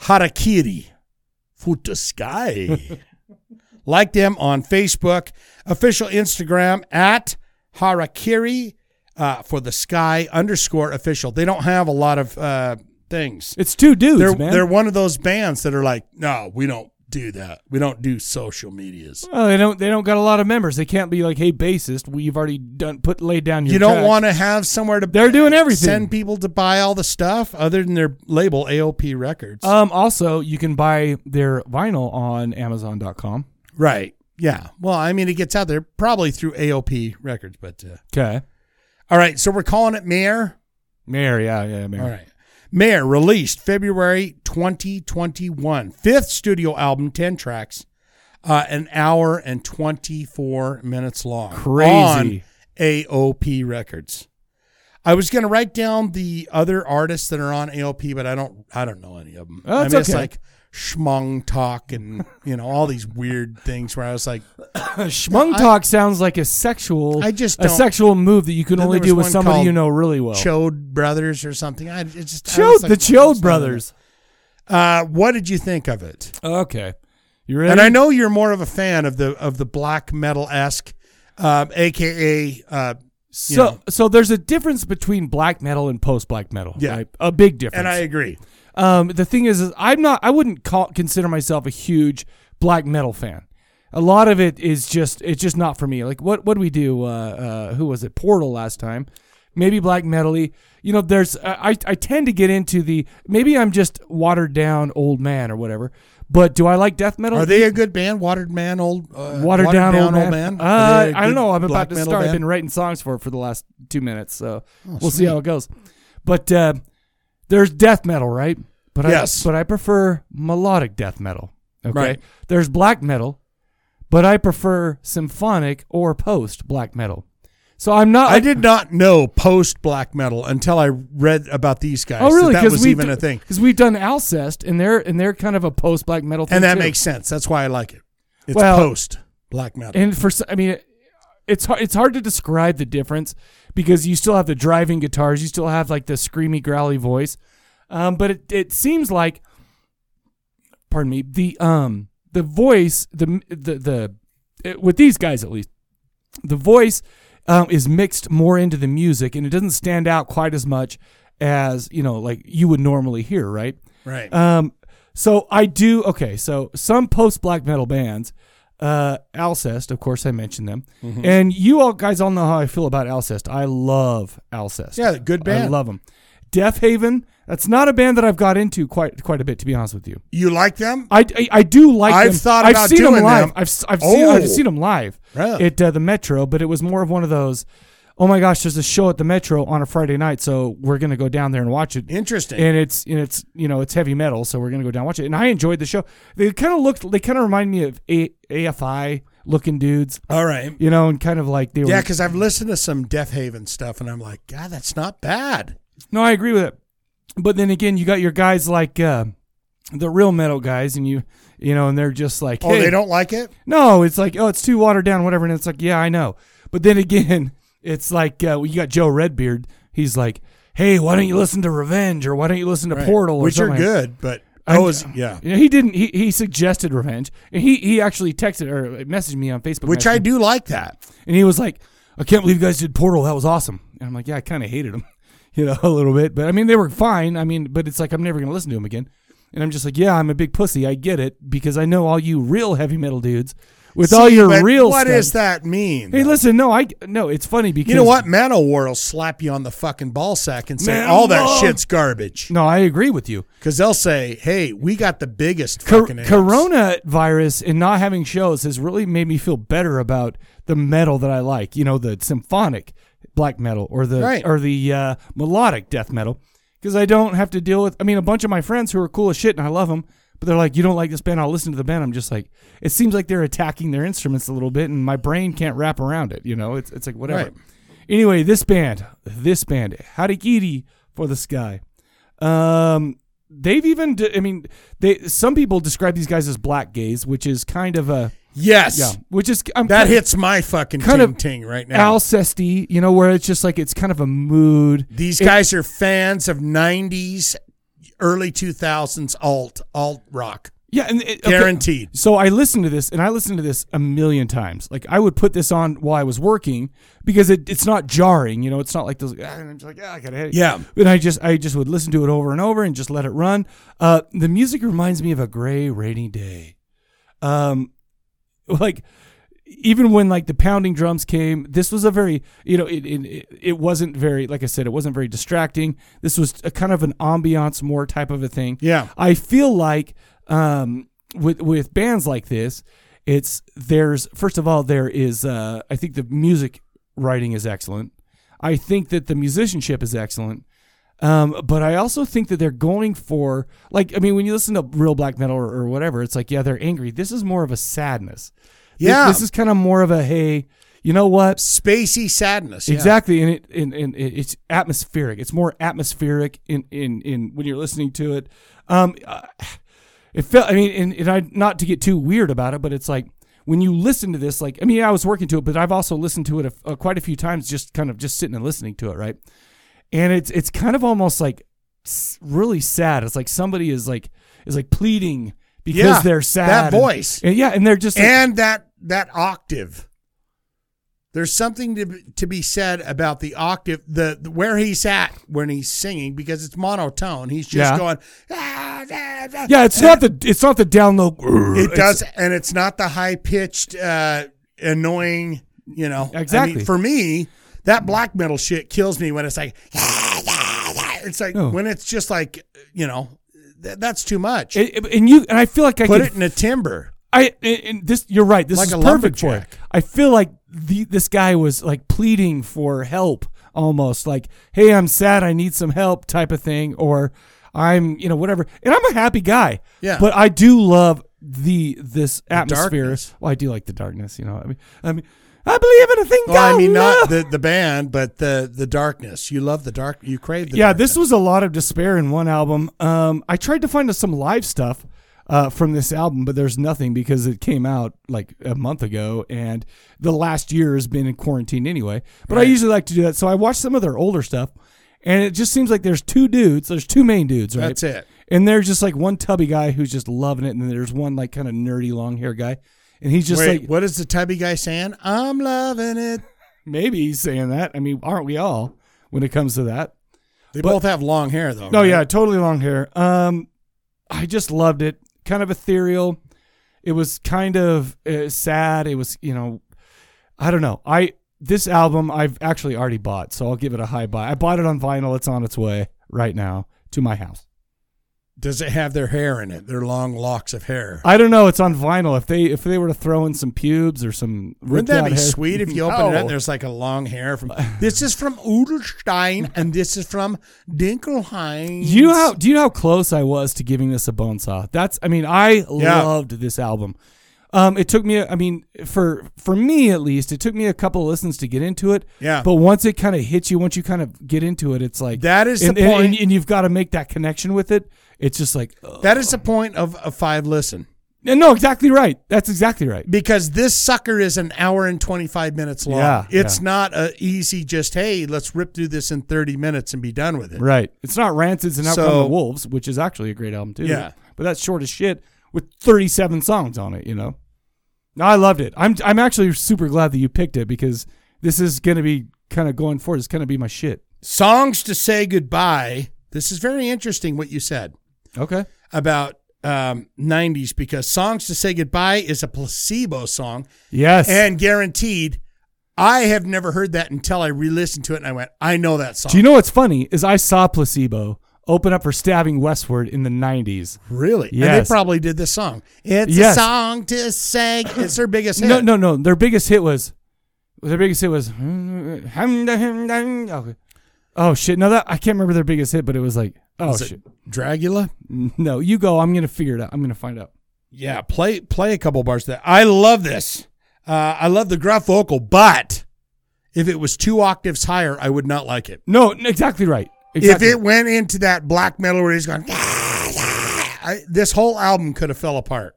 B: Harakiri
A: *laughs*
B: Futaskai. like them on Facebook, official Instagram at Harakiri uh, for the sky underscore official. They don't have a lot of uh, things.
A: It's two dudes,
B: they're,
A: man.
B: They're one of those bands that are like, no, we don't do that. We don't do social medias.
A: Well, Oh, they don't. They don't got a lot of members. They can't be like, "Hey, bassist, we've already done put laid down your."
B: you don't
A: tracks."
B: want to have somewhere to
A: They're doing everything.
B: send people to buy all the stuff other than their label AOP Records.
A: Um. Also, you can buy their vinyl on Amazon.com.
B: Right. Yeah. Well, I mean, it gets out there probably through AOP Records, but uh,
A: Okay.
B: all right. So we're calling it Mayor.
A: Mayor. Yeah. Yeah. Mayor.
B: All right. Mayor released February 2021, fifth studio album, 10 tracks, uh, an hour and 24 minutes long.
A: Crazy.
B: On AOP Records. I was going to write down the other artists that are on AOP, but I don't I don't know any of them.
A: Oh,
B: I
A: it's
B: mean, it's
A: okay.
B: like schmung talk and, you know, all these weird things where I was like,
A: *coughs* Schmung talk sounds like a sexual.
B: I just
A: a
B: don't-
A: sexual move that you can
B: Then
A: only
B: there was
A: do with
B: one
A: somebody
B: called
A: you know really well.
B: Chode Brothers or something. I it just I
A: Chode-
B: was like,
A: the Chode
B: "What's
A: Brothers."
B: that?" Uh, what did you think of it?
A: Okay, you ready?
B: And I know you're more of a fan of the of the black metal esque, um, aka uh, you
A: So,
B: know,
A: so there's a difference between black metal and post black metal. Yeah, a big difference.
B: And I agree.
A: Um, the thing is, is I'm not. I wouldn't call, consider myself a huge black metal fan. A lot of it is just it's just not for me. Like what what do we do? Uh, uh, who was it? Portal last time. Maybe black metally. You know, there's I I tend to get into the maybe I'm just watered down old man or whatever. But do I like death metal? e
B: are they a good band? Watered man, old uh,
A: watered, down, old man.
B: Are
A: Uh,
B: they a
A: I don't
B: good
A: know. I'm about
B: black
A: to
B: metal
A: start. I've
B: band?
A: been writing songs for it for the last two minutes, so
B: Oh,
A: we'll see
B: sweet.
A: how it goes. But uh, there's death metal, right? But
B: Yes.
A: I, but I prefer melodic death metal. Okay.
B: Right.
A: There's black metal, but I prefer symphonic or post black metal. So I'm not.
B: I did not know post black metal until I read about these guys.
A: Oh,
B: that
A: really?
B: That, was
A: we've
B: even
A: do-
B: a thing,
A: 'cause we've done Alcest, and they're and they're kind of a post black metal. thing
B: and that
A: too.
B: makes sense. That's why I like it. It's post black metal.
A: And for s- I mean, it's hard, it's hard to describe the difference because you still have the driving guitars, you still have like the screamy growly voice, um, but it, it seems like, pardon me, the um the voice the the the it- with these guys at least, the voice um, is mixed more into the music and it doesn't stand out quite as much as you know like you would normally hear, right?
B: Right.
A: Um, so I do okay. So some post black metal bands, uh, Alcest, of course, I mentioned them,
B: Mhm.
A: and you all guys all know how I feel about Alcest. I love Alcest.
B: Yeah, good
A: I
B: band.
A: love them. Death Haven. That's not a band that I've got into quite quite a bit, to be honest with you.
B: You like them?
A: I, I, I do like.
B: I've
A: them.
B: thought
A: I've
B: about
A: seen
B: doing
A: them live.
B: them.
A: I've s- I've seen
B: Oh.
A: I've seen them live
B: Really?
A: at uh, the Metro, but it was more of one of those. Oh my gosh, there's a show at the Metro on a Friday night, so we're gonna go down there and watch it.
B: Interesting.
A: And it's and it's you know it's heavy metal, so we're gonna go down and watch it. And I enjoyed the show. They kind of looked. They kind of remind me of a- AFI looking dudes.
B: All right.
A: You know, and kind of like they were.
B: Yeah, because I've listened to some Death Haven stuff, and I'm like, God, that's not bad.
A: No, I agree with it. But then again, you got your guys like uh, the real metal guys, and you you know, and they're just like,
B: Oh,
A: hey,
B: they don't like it?
A: No, it's like, oh, it's too watered down, whatever. And it's like, yeah, I know. But then again, *laughs* It's like uh, you got Joe Redbeard. He's like, hey, why don't you listen to Revenge or why don't you listen to
B: Right.
A: Portal? Or
B: Which are
A: something like-
B: good, but
A: I-
B: those- yeah.
A: You know, he didn't. He, he suggested Revenge. And he he actually texted or messaged me on Facebook,
B: Which I
A: Messenger.
B: do like that.
A: And he was like, I can't believe you guys did Portal. That was awesome. And I'm like, yeah, I kind of hated them, *laughs* you know, a little bit. But I mean, they were fine. I mean, but it's like I'm never gonna listen to them again. And I'm just like, yeah, I'm a big pussy. I get it because I know all you real heavy metal dudes with all
B: See,
A: your
B: but
A: real.
B: What
A: stuff.
B: does that mean?
A: Hey, listen, no, I no, it's funny because
B: You know what? Manowar will slap you on the fucking ball sack and say
A: Man,
B: all that
A: love-
B: shit's garbage.
A: No, I agree with you
B: because they'll say, "Hey, we got the biggest
A: Cor-
B: fucking." amps."
A: Corona virus and not having shows has really made me feel better about the metal that I like. You know, the symphonic black metal or the
B: Right.
A: or the uh, melodic death metal because I don't have to deal with. I mean, a bunch of my friends who are cool as shit and I love them, but they're like, "You don't like this band? I'll listen to the band." I'm just like, it seems like they're attacking their instruments a little bit, and my brain can't wrap around it. You know, it's it's like whatever.
B: Right.
A: Anyway, this band, this band, Harikiri for the Sky. Um, they've even, d- I mean, they some people describe these guys as black gays, which is kind of a
B: Yes.
A: yeah, which is I'm
B: that
A: kind of-
B: hits my fucking
A: kind
B: ting
A: of
B: ting right now.
A: Alcesty, you know, where it's just like it's kind of a mood.
B: These guys are fans of '90s, early 2000s alt alt rock.
A: Yeah, and it, okay.
B: Guaranteed.
A: So I listened to this, and I listened to this a million times. Like I would put this on while I was working because it, it's not jarring. You know, it's not like those. "Ah," and I'm just like, yeah, I got a headache.
B: Yeah.
A: And I just I just would listen to it over and over and just let it run. Uh, the music reminds me of a gray rainy day. Um, *laughs* like even when like the pounding drums came, this was a very you know it it it wasn't very like I said it wasn't very distracting. This was a kind of an ambiance more type of a thing.
B: Yeah.
A: I feel like um with with bands like this, it's there's first of all there is uh I think the music writing is excellent. I think that the musicianship is excellent. Um, but I also think that they're going for like I mean when you listen to real black metal or, or whatever, it's like yeah they're angry. This is more of a sadness. This-
B: Yeah.
A: this, is kind of more of a hey, you know what?
B: Spacey sadness. yeah.
A: Exactly, and it and, and it- it's atmospheric. It's more atmospheric in in in when you're listening to it. Um, uh, it felt. I mean, and, and I not to get too weird about it, but it's like when you listen to this, like I mean, I was working to it, but I've also listened to it a, a, quite a few times, just kind of just sitting and listening to it, right? And it's it's kind of almost like s- really sad. It's like somebody is like is like pleading because
B: Yeah,
A: they're sad.
B: That
A: and-
B: voice.
A: and, yeah, and they're just like,
B: and that that octave. There's something to be- to be said about the octave, the, the- where he's at when he's singing because it's monotone. He's just
A: Yeah.
B: going.
A: yeah, it's not the it's not the download.
B: It does, and it's not the high pitched, uh, annoying. You know, I mean,
A: Exactly.
B: for me, that black metal shit kills me when it's like. *laughs* It's like
A: No.
B: when it's just like you know, th- that's too much.
A: It- and you and I feel like I
B: Put
A: could-
B: it in a timber.
A: I and- and this you're right. This
B: Like
A: is
B: a
A: perfect for it.
B: lumberjack.
A: I feel like the this guy was like pleading for help almost like, "Hey, I'm sad. I need some help." type of thing or I'm, you know, whatever. And I'm a happy guy.
B: Yeah.
A: But I do love the this atmosphere.
B: darkness.
A: Well, I do like the darkness, you know. I mean, I mean, I believe in a thing
B: Well, I
A: called
B: mean, not
A: love.
B: the, the band, but the the darkness. You love the dark. You crave the
A: yeah,
B: darkness.
A: this was a lot of despair in one album. Um, I tried to find some live stuff uh, from this album, but there's nothing because it came out like a month ago, and the last year has been in quarantine anyway. But I
B: Right.
A: usually like to do that, so I watched some of their older stuff, and it just seems like there's two dudes. There's two main dudes, right?
B: That's it.
A: And there's just like one tubby guy who's just loving it, and then there's one like kind of nerdy long hair guy, and he's just
B: Wait,
A: like,
B: what is the tubby guy saying? I'm loving it.
A: *laughs* maybe he's saying that. I mean, aren't we all when it comes to that?
B: They
A: But-
B: both have long hair though.
A: No,
B: right?
A: yeah, totally long hair. Um, I just loved it. Kind of ethereal. It was kind of uh, sad. It was, you know, I don't know. I this album I've actually already bought, so I'll give it a high buy. I bought it on vinyl. It's on its way right now to my house.
B: Does it have their hair in it? Their long locks of hair.
A: I don't know. It's on vinyl. If they if they were to throw in some pubes or some
B: Wouldn't that
A: ripped out
B: be
A: hair-
B: sweet
A: *laughs*
B: if you open it up
A: No.
B: and there's like a long hair from this is from Udelstein and this is from Dinkelheim.
A: Do you know how do you know how close I was to giving this a bone saw? That's I mean I
B: Yeah.
A: loved this album. Um, it took me I mean for for me at least it took me a couple of listens to get into it.
B: Yeah.
A: But once it kind of hits you, once you kind of get into it, it's like
B: That is the
A: and, and-
B: point.
A: and, and you've got to make that connection with it. It's just like
B: That is the point of a five listen.
A: No, exactly right. That's exactly right.
B: Because this sucker is an hour and 25 minutes long.
A: Yeah,
B: it's
A: yeah.
B: not a easy just, hey, let's rip through this in 30 minutes and be done with it.
A: Right. It's not Rancid's and Out Come
B: So-
A: the Wolves, which is actually a great album too.
B: Yeah.
A: But that's short as shit with 37 songs on it, you know. No, I loved it. I'm I'm actually super glad that you picked it because this is going to be kind of going forward. It's going to be my shit.
B: Songs to say goodbye. This is very interesting what you said.
A: Okay.
B: About um, 90s because Songs to Say Goodbye is a placebo song.
A: Yes.
B: And guaranteed, I have never heard that until I re listened to it and I went, I know that song.
A: Do you know what's funny is I saw Placebo open up for Stabbing Westward in the 90s.
B: Really?
A: Yes.
B: And they probably did this song. It's
A: Yes.
B: a song to say. It's their biggest hit.
A: No, no, no. Their biggest hit was their biggest hit was okay. Oh shit! No, that I can't remember their biggest hit, but it was like oh
B: Was it
A: shit,
B: Dragula.
A: No, you go. I'm gonna figure it out. I'm gonna find out.
B: Yeah, play play a couple bars there. I love this. Uh, I love the gruff vocal, but if it was two octaves higher, I would not like it.
A: No, exactly right.
B: If it went into that black metal where he's going, "Ah, I, this whole album could have fell apart.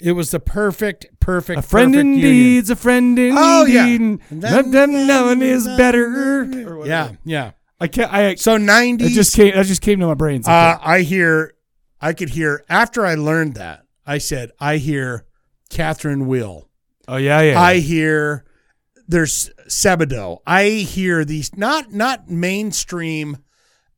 B: It was the perfect, perfect,
A: A friend
B: perfect union.
A: indeed's a friend indeed.
B: Oh, yeah.
A: and That, that no
B: *laughs*
A: one is better. or
B: Yeah,
A: whatever.
B: yeah.
A: I can't. I
B: so
A: It
B: nineties.
A: just came. That just came to my brain.
B: Uh, I hear, I could hear after I learned that. I said, I hear Catherine Will.
A: Oh yeah, yeah.
B: I hear there's Sebado. I hear these not not mainstream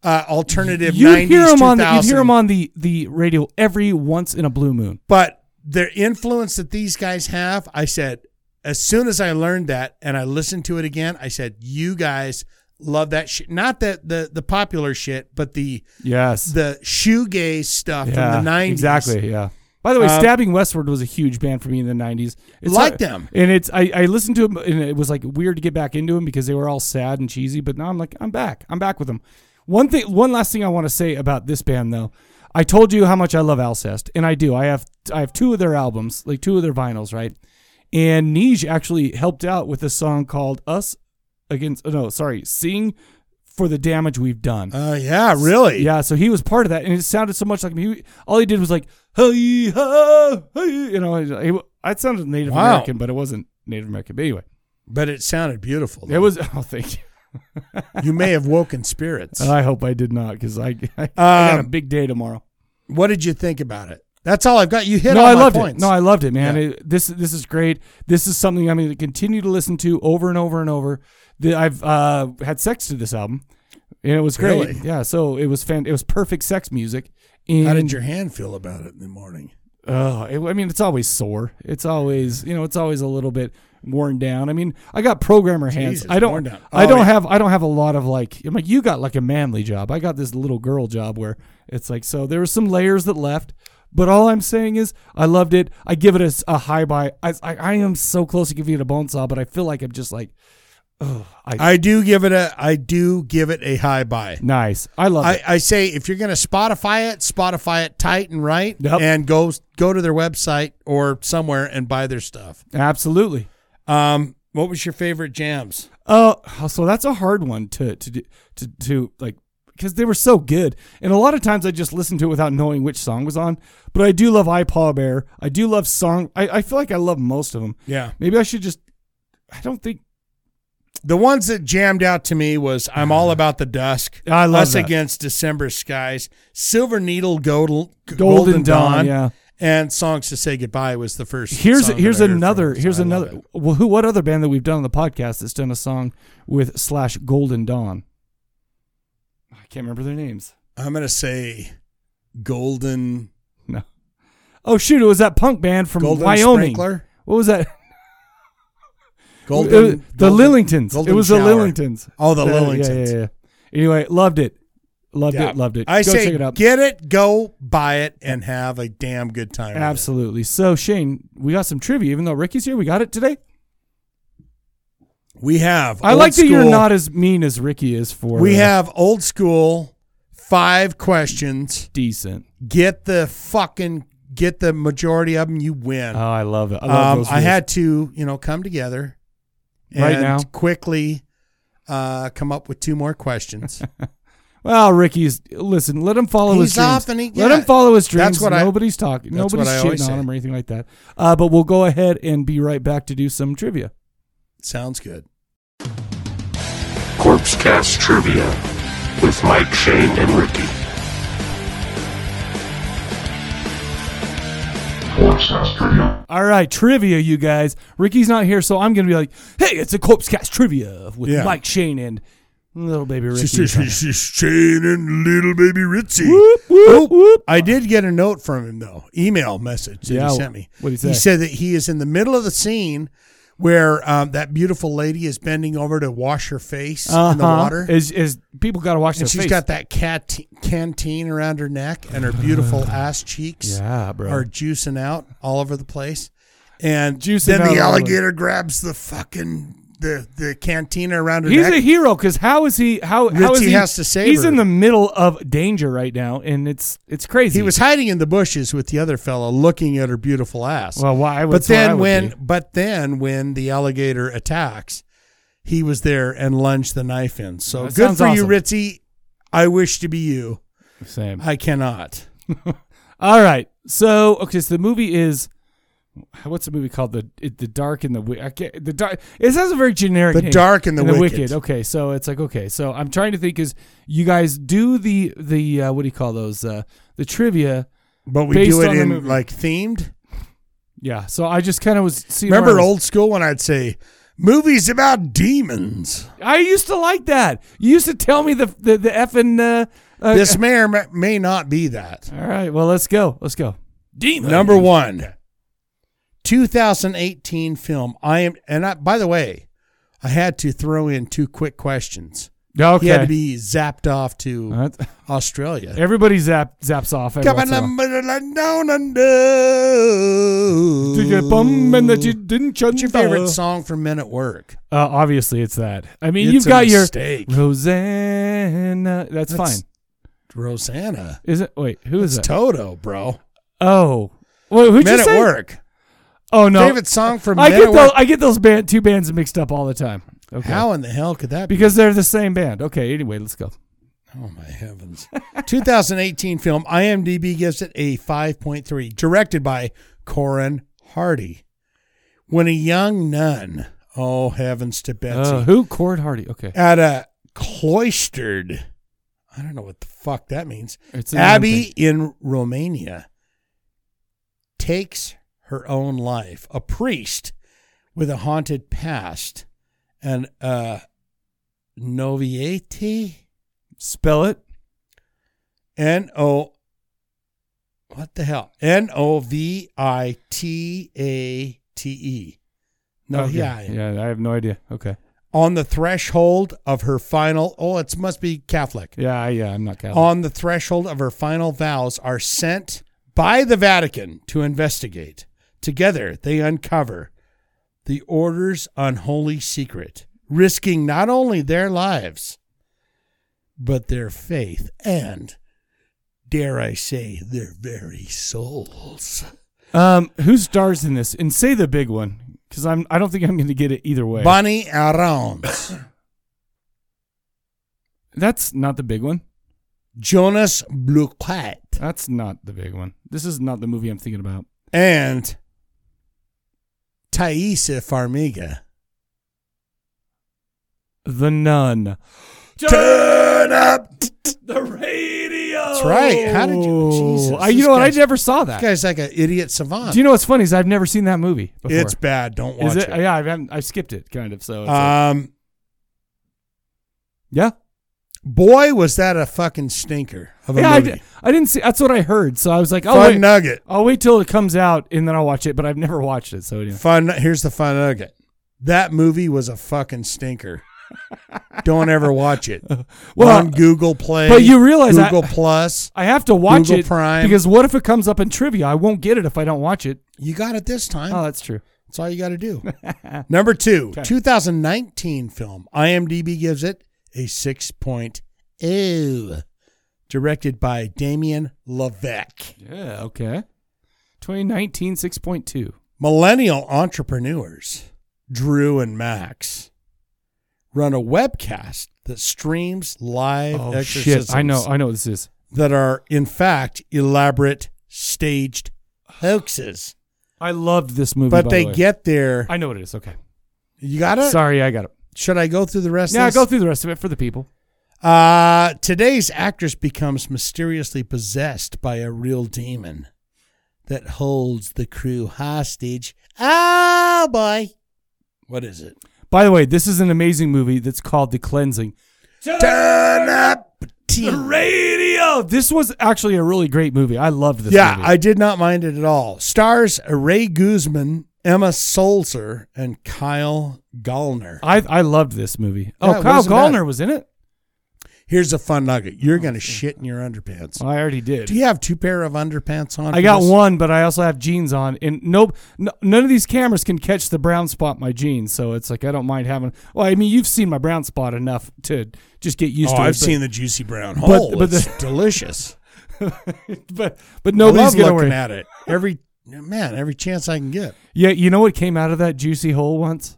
B: uh, alternative.
A: you
B: 90s,
A: hear them on. The, you
B: 2000s,
A: hear them on the the radio every once in a blue moon.
B: but their influence that these guys have. I said as soon as I learned that and I listened to it again, I said, you guys love that shit. Not that the the popular shit, but the
A: Yes.
B: the shoegaze stuff
A: Yeah,
B: from the 90s.
A: Exactly. Yeah. By the way,
B: Um,
A: Stabbing Westward was a huge band for me in the '90s.
B: Like
A: hard-
B: them.
A: and it's I, I listened to them, and it was like weird to get back into them because they were all sad and cheesy. But now I'm like, I'm back. I'm back with them. One thing, one last thing I want to say about this band though, I told you how much I love Alcest, and I do. I have I have two of their albums, like two of their vinyls, right? And Nige actually helped out with a song called "Us Against." oh, No, sorry, "Sing for the Damage We've Done."
B: Oh yeah, really?
A: Yeah, so he was part of that, and it sounded so much like me. He- All he did was like "Hey, ha, hey," you know. He, he- I sounded Native
B: Wow.
A: American, but it wasn't Native American. But anyway,
B: but it sounded beautiful.
A: It was. *laughs* Oh, thank you.
B: you may have woken spirits.
A: *laughs* I hope I did not, because I, *laughs* I, I got a
B: Um,
A: big day tomorrow.
B: What did you think about it? That's all I've got. You hit
A: no,
B: all
A: I
B: my
A: loved
B: points.
A: it. No, I loved it, man. It- this this is great. This is something I'm going to continue to listen to over and over and over. The, I've uh, had sex to this album, and it was great.
B: Really?
A: Yeah, so it was fan. It was perfect sex music. And
B: How did your hand feel about it in the morning?
A: Oh, it, I mean, it's always sore. It's always, you know, it's always a little bit worn down. I mean, I got programmer hands.
B: Jesus,
A: I don't,
B: worn down.
A: I
B: Oh,
A: don't
B: yeah.
A: have, I don't have a lot of like. I'm like, you got like a manly job. I got this little girl job where it's like, so there were some layers that left. But all I'm saying is, I loved it. I give it a, s- a high buy. I, I, I am so close to giving it a bone saw, but I feel like I'm just like, oh, I,
B: I do give it a I do give it a high buy.
A: Nice. I love
B: I,
A: it.
B: I say if you're gonna Spotify it, Spotify it tight and right and go go to their website or somewhere and buy their stuff.
A: absolutely.
B: Um what was your favorite jams?
A: Oh, so that's a hard one to to do- to to like because they were so good. And a lot of times I just listened to it without knowing which song was on. But I do love I Paw Bear. I do love song. I, I feel like I love most of them.
B: Yeah.
A: Maybe I should just. I don't think
B: The ones that jammed out to me was I'm All About the Dusk.
A: Uh-huh. I love
B: Us
A: that.
B: Against December Skies. Silver Needle Godel, Golden,
A: Dawn,
B: Dawn.
A: yeah.
B: And Songs to Say Goodbye was the first.
A: here's
B: song that
A: here's
B: I heard from
A: another
B: them, so
A: here's
B: I love
A: another. Well, who what other band that we've done on the podcast that's done a song with slash Golden Dawn? I can't remember their names.
B: I'm gonna say Golden.
A: No. Oh shoot! It was that punk band from
B: Golden
A: Wyoming.
B: Sprinkler?
A: What was that?
B: *laughs* Golden-
A: It was- the
B: Golden-
A: Lillingtons.
B: Golden
A: it was the
B: Shower.
A: Lillingtons.
B: Oh, the
A: Yeah,
B: Lillingtons.
A: Yeah, yeah, yeah. Anyway, loved it. Loved
B: Yeah.
A: it. Loved it.
B: I
A: go
B: say
A: check it out.
B: get it, go buy it, and have a damn good time. with it.
A: Absolutely. So Shane, we got some trivia. Even though Ricky's here, we got it today.
B: We have.
A: I
B: old
A: like that you're
B: school-
A: not as mean as Ricky is for.
B: We
A: uh,
B: have old school, five questions.
A: Decent.
B: Get the fucking get the majority of them. You win.
A: Oh, I love it. I love
B: Um,
A: those.
B: I had to, you know, come together
A: Right
B: and
A: now?
B: quickly uh, come up with two more questions.
A: Well, Ricky's listen. Let him follow his
B: He's off
A: dreams.
B: and he-
A: Let
B: yeah.
A: him follow his dreams.
B: That's what I-
A: Nobody's talking.
B: that's what
A: Nobody's
B: I always
A: shitting on
B: say.
A: him or anything like that. Uh, but we'll go ahead and be right back to do some trivia.
B: Sounds good.
L: *laughs* Corpse Cast Trivia with Mike, Shane, and Ricky.
B: *laughs*
L: Corpse Cast Trivia.
A: All right, trivia, you guys. Ricky's not here, so I'm gonna be like, "Hey, it's a Corpse Cast Trivia with
C: Yeah.
A: Mike Shane and little baby Ricky."
B: Shane and little baby Ritzy. I did get a note from him though, email message that
A: Yeah,
B: he sent me.
A: what'd he
B: He
A: say?
B: said that he is in the middle of the scene where um, that beautiful lady is bending over to wash her face in the
A: Uh-huh.
B: water.
A: Is is people got to watch their
B: and she's
A: face.
B: got that cat canteen around her neck and her
A: *sighs*
B: beautiful ass cheeks
A: Yeah, bro.
B: are juicing out all over the place and
A: Juicing
B: then
A: out all
B: the
A: over.
B: alligator grabs the fucking the the cantina around her
A: He's
B: neck
A: a hero because how is he? How how is
B: Ritzy
A: he?
B: has to save
A: He's
B: her.
A: in the middle of danger right now, and it's it's crazy.
B: he was hiding in the bushes with the other fellow looking at her beautiful ass
A: Well, why- that's
B: but
A: where I
B: then
A: would
B: when
A: be.
B: but then when the alligator attacks he was there and lunged the knife in so
A: That
B: good
A: sounds
B: for you
A: awesome.
B: ritzy i wish to be you
A: same
B: i cannot
A: *laughs* All right. So okay, so the movie is what's the movie called? The it, the dark and the Wi- I can't, the dark. It has a very generic.
B: The
A: name.
B: Dark and the Wicked.
A: Okay, so it's like okay, so I'm trying to think is you guys do the the uh, what do you call those uh, the trivia,
B: but we do it in like themed.
A: Yeah. So I just kind of was seeing where
B: Remember
A: I was-
B: old school when I'd say movies about demons.
A: I used to like that. You used to tell me the the, the effing. Uh, uh,
B: this may or ma- may not be that.
A: All right. Well, let's go. Let's go. Demon.
B: Number one, 2018 film. I am, and I, by the way, I had to throw in two quick questions.
A: Okay.
B: He had to be zapped off to Australia.
A: Everybody zap zaps off. every
B: Come
A: once in a while.
B: on, down under.
A: Did you bum and that you didn't
B: What's your
A: chunder?
B: favorite song from Men at Work?
A: Uh, obviously, it's that. I mean,
B: It's
A: you've
B: a
A: got your
B: mistake.
A: Rosanna. That's, fine.
B: Rosanna.
A: Is it? Wait, who is
B: It's
A: it?
B: Toto, bro.
A: Oh, wait, who
B: Men at Work.
A: Oh no,
B: Favorite song from
A: I
B: Men
A: get
B: at
A: those.
B: Work.
A: I get those band, two bands mixed up all the time. Okay.
B: How in the hell could that be?
A: Because they're the same band. Okay. Anyway, let's go. Uh,
B: Oh my
A: *laughs*
B: heavens. *laughs* 2018 film IMDb gives it a 5.3 directed by Corin Hardy. When a young nun, oh heavens to Betsy.
A: Uh, who? Cord Hardy. Okay.
B: At a cloistered I don't know what the fuck that means.
A: It's a nun
B: Abbey in Romania takes her own life. A priest with a haunted past and uh noviety
A: Spell it.
B: N O. What the hell? N O V I T A T E. No,
A: Okay.
B: yeah.
A: Yeah, I have no idea. Okay.
B: On the threshold of her final. Oh, it must be Catholic.
A: Yeah, yeah, I'm not Catholic.
B: On the threshold of her final vows are sent by the Vatican to investigate. Together, they uncover the order's unholy secret, risking not only their lives, but their faith and, dare I say, their very souls.
A: Um, who stars in this? And say the big one, because I'm. I don't think I'm going to get it either way.
B: Bonnie Arons,
A: That's not the big one.
B: Jonas Bluquet,
A: That's not the big one. This is not the movie I'm thinking about.
B: and Thaisa Farmiga.
A: The Nun.
B: Turn up
A: the radio.
B: That's right. How did you? Jesus,
A: I- you
B: this
A: know what? I
B: guy's-
A: never saw that.
B: This guy's like an idiot savant.
A: Do you know what's funny is I've never seen that movie. Before.
B: It's bad. Don't
A: Is
B: watch
A: it?
B: it.
A: Yeah, I've, I skipped it kind of. So it's like-
B: Um.
A: Yeah.
B: Boy, was that a fucking stinker of a
A: yeah, I,
B: movie.
A: di- I didn't see. That's what I heard. So I was like, oh,
B: Fun
A: wait,
B: nugget.
A: I'll wait till it comes out and then I'll watch it. But I've never watched it. So anyway.
B: Fun. Here's the fun nugget. That movie was a fucking stinker. Don't ever watch it.
A: *laughs* Well,
B: on Google Play.
A: but you realize I-
B: Google Plus.
A: I have to watch
B: Google
A: it
B: Prime.
A: because what if it comes up in trivia? I won't get it if I don't watch it.
B: You got it this time.
A: Oh, that's true.
B: That's all you got to do.
A: *laughs*
B: Number two,
A: Uh-uh. Okay.
B: 2019 film. IMDb gives it a 6.0. Directed by Damien Levesque.
A: Yeah. Okay. 2019 6.2.
B: Millennial entrepreneurs, Drew and Max, run a webcast that streams live
A: Oh, shit.
B: exorcisms.
A: I know- I know what this is.
B: That are in fact elaborate staged hoaxes.
A: I loved this movie.
B: But
A: by
B: they
A: the way.
B: get there.
A: I know what it is. Okay.
B: You got it?
A: Sorry, I got it.
B: Should I go through the rest
A: Yeah,
B: of this?
A: go through the rest of it for the people.
B: Uh, today's actress becomes mysteriously possessed by a real demon that holds the crew hostage. Oh boy. What is it?
A: By the way, this is an amazing movie that's called The Cleansing.
B: Turn up
A: the radio. This was actually a really great movie. I loved this
B: yeah,
A: movie.
B: I did not mind it at all. Stars Ray Guzman, Emma Solzer, and Kyle Gallner.
A: I I loved this movie. Oh,
B: Yeah,
A: Kyle
B: wasn't bad.
A: Gallner was in it.
B: Here's a fun nugget. You're going to shit in your underpants.
A: Oh, I already did.
B: Do you have two pair of underpants on?
A: I
B: for
A: got
B: this?
A: one, but I also have jeans on, and nope, no, none of these cameras can catch the brown spot in my jeans. So it's like I don't mind having. Well, I mean, you've seen my brown spot enough to just get used
B: Oh,
A: to. it,
B: I've
A: but-
B: seen the juicy brown
A: but-
B: hole.
A: but the-
B: it's delicious.
A: *laughs* but but nobody's
B: I love
A: gonna
B: looking
A: worry.
B: at it every man every chance I can get.
A: Yeah, you know what came out of that juicy hole once?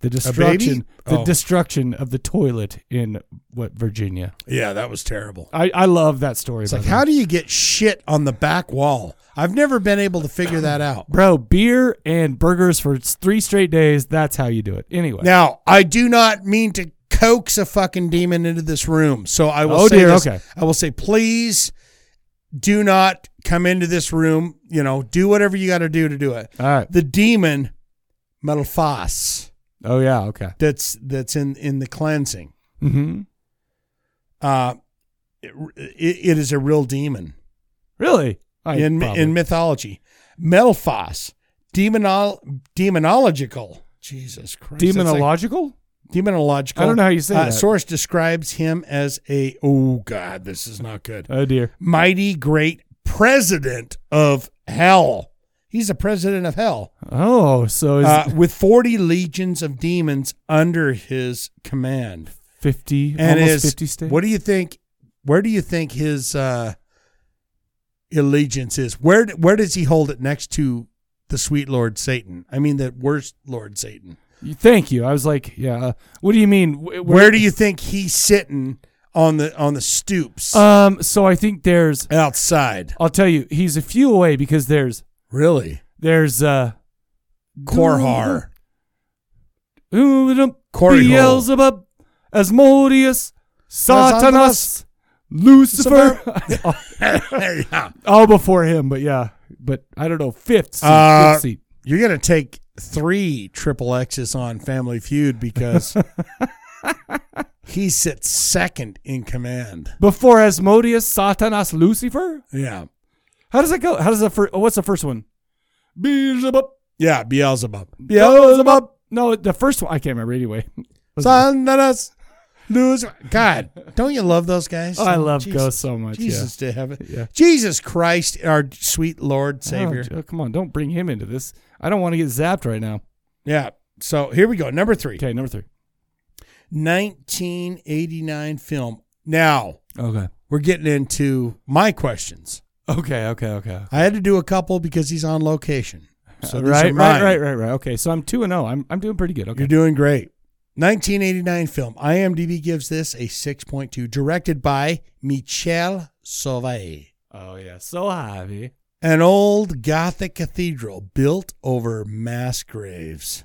A: The destruction, the
B: Oh.
A: destruction of the toilet in what Virginia.
B: Yeah, that was terrible.
A: I, I love that story.
B: It's like how do you get Uh, shit on the back wall? I've never been able to figure that out.
A: bro, beer and burgers for three straight days. That's how you do it. Anyway,
B: Now, I do not mean to coax a fucking demon into this room. So I will
A: Oh,
B: say
A: dear,
B: this.
A: okay.
B: I will say please do not come into this room, you know, do whatever you got to do to do it.
A: All right.
B: The demon Melfas
A: oh yeah, okay.
B: that's that's in in the cleansing.
A: Mm-hmm.
B: Uh it, it it is a real demon.
A: Really? I
B: in
A: probably-
B: in mythology, Melfas, demonol, demonological. Jesus Christ. that's like-
A: Demonological?
B: demonological.
A: I don't know how you say
B: uh,
A: that.
B: Source describes him as a oh god, this is not good.
A: Oh dear.
B: Mighty great president of hell. He's a president of hell.
A: Oh, so is *laughs*
B: Uh, with 40 legions of demons under his command.
A: 50
B: And
A: almost
B: his,
A: 50 states?
B: What do you think? Where do you think his uh, allegiance is? Where where does he hold it next to the sweet lord Satan? I mean the worst lord Satan.
A: You- thank you. I was like, yeah. uh, What do you mean? Wh- Where,
B: Where do you think he's sitting on the on the stoops?
A: Um. So I think there's
B: outside.
A: I'll tell you, he's a few away because there's
B: really
A: there's uh
B: Korhar.
A: Corhar,
B: Corihol.
A: Beelzebub, Asmodeus, Satanas,
B: Satanas,
A: Lucifer. *laughs* All before him, but yeah, but I don't know. Fifth seat,
B: Uh,
A: fifth seat.
B: You're gonna take three triple X's on Family Feud
A: *laughs*
B: because he sits second in command.
A: *laughs* before Asmodeus, Satanas, Lucifer.
B: Yeah.
A: How does that go? How does the first? What's the first one? Beelzebub.
B: Yeah, Beelzebub.
A: Beelzebub. uh, No, the first one I can't remember anyway. *laughs*
B: Sandanas, Lucifer.
A: *laughs*
B: God, don't you love those guys?
A: Oh, I love
B: Jesus-
A: Ghost so much, yeah.
B: Jesus to heaven.
A: Yeah.
B: Jesus Christ, our sweet Lord Savior.
A: Oh, come on, don't bring him into this. I don't want to get zapped right now.
B: Yeah. So here we go. Number three.
A: Okay, number three.
B: 1989 film. Now,
A: Okay.
B: we're getting into my questions.
A: Okay, okay, okay.
B: I had to do a couple because he's on location. So these
A: right,
B: are
A: right,
B: mine.
A: right, right, right. Okay, so I'm two and zero. I'm I'm doing pretty good. Okay,
B: You're doing great. 1989 film. IMDb gives this a 6.2. Directed by Michel Sauvé.
A: Oh yeah, so happy.
B: An old Gothic cathedral built over mass graves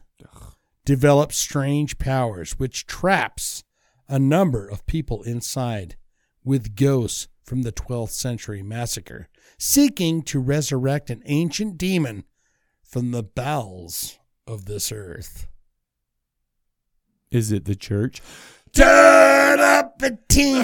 B: develops strange powers, which traps a number of people inside with ghosts from the 12th century massacre, seeking to resurrect an ancient demon from the bowels of this earth.
A: Is it the church?
B: Turn up the team.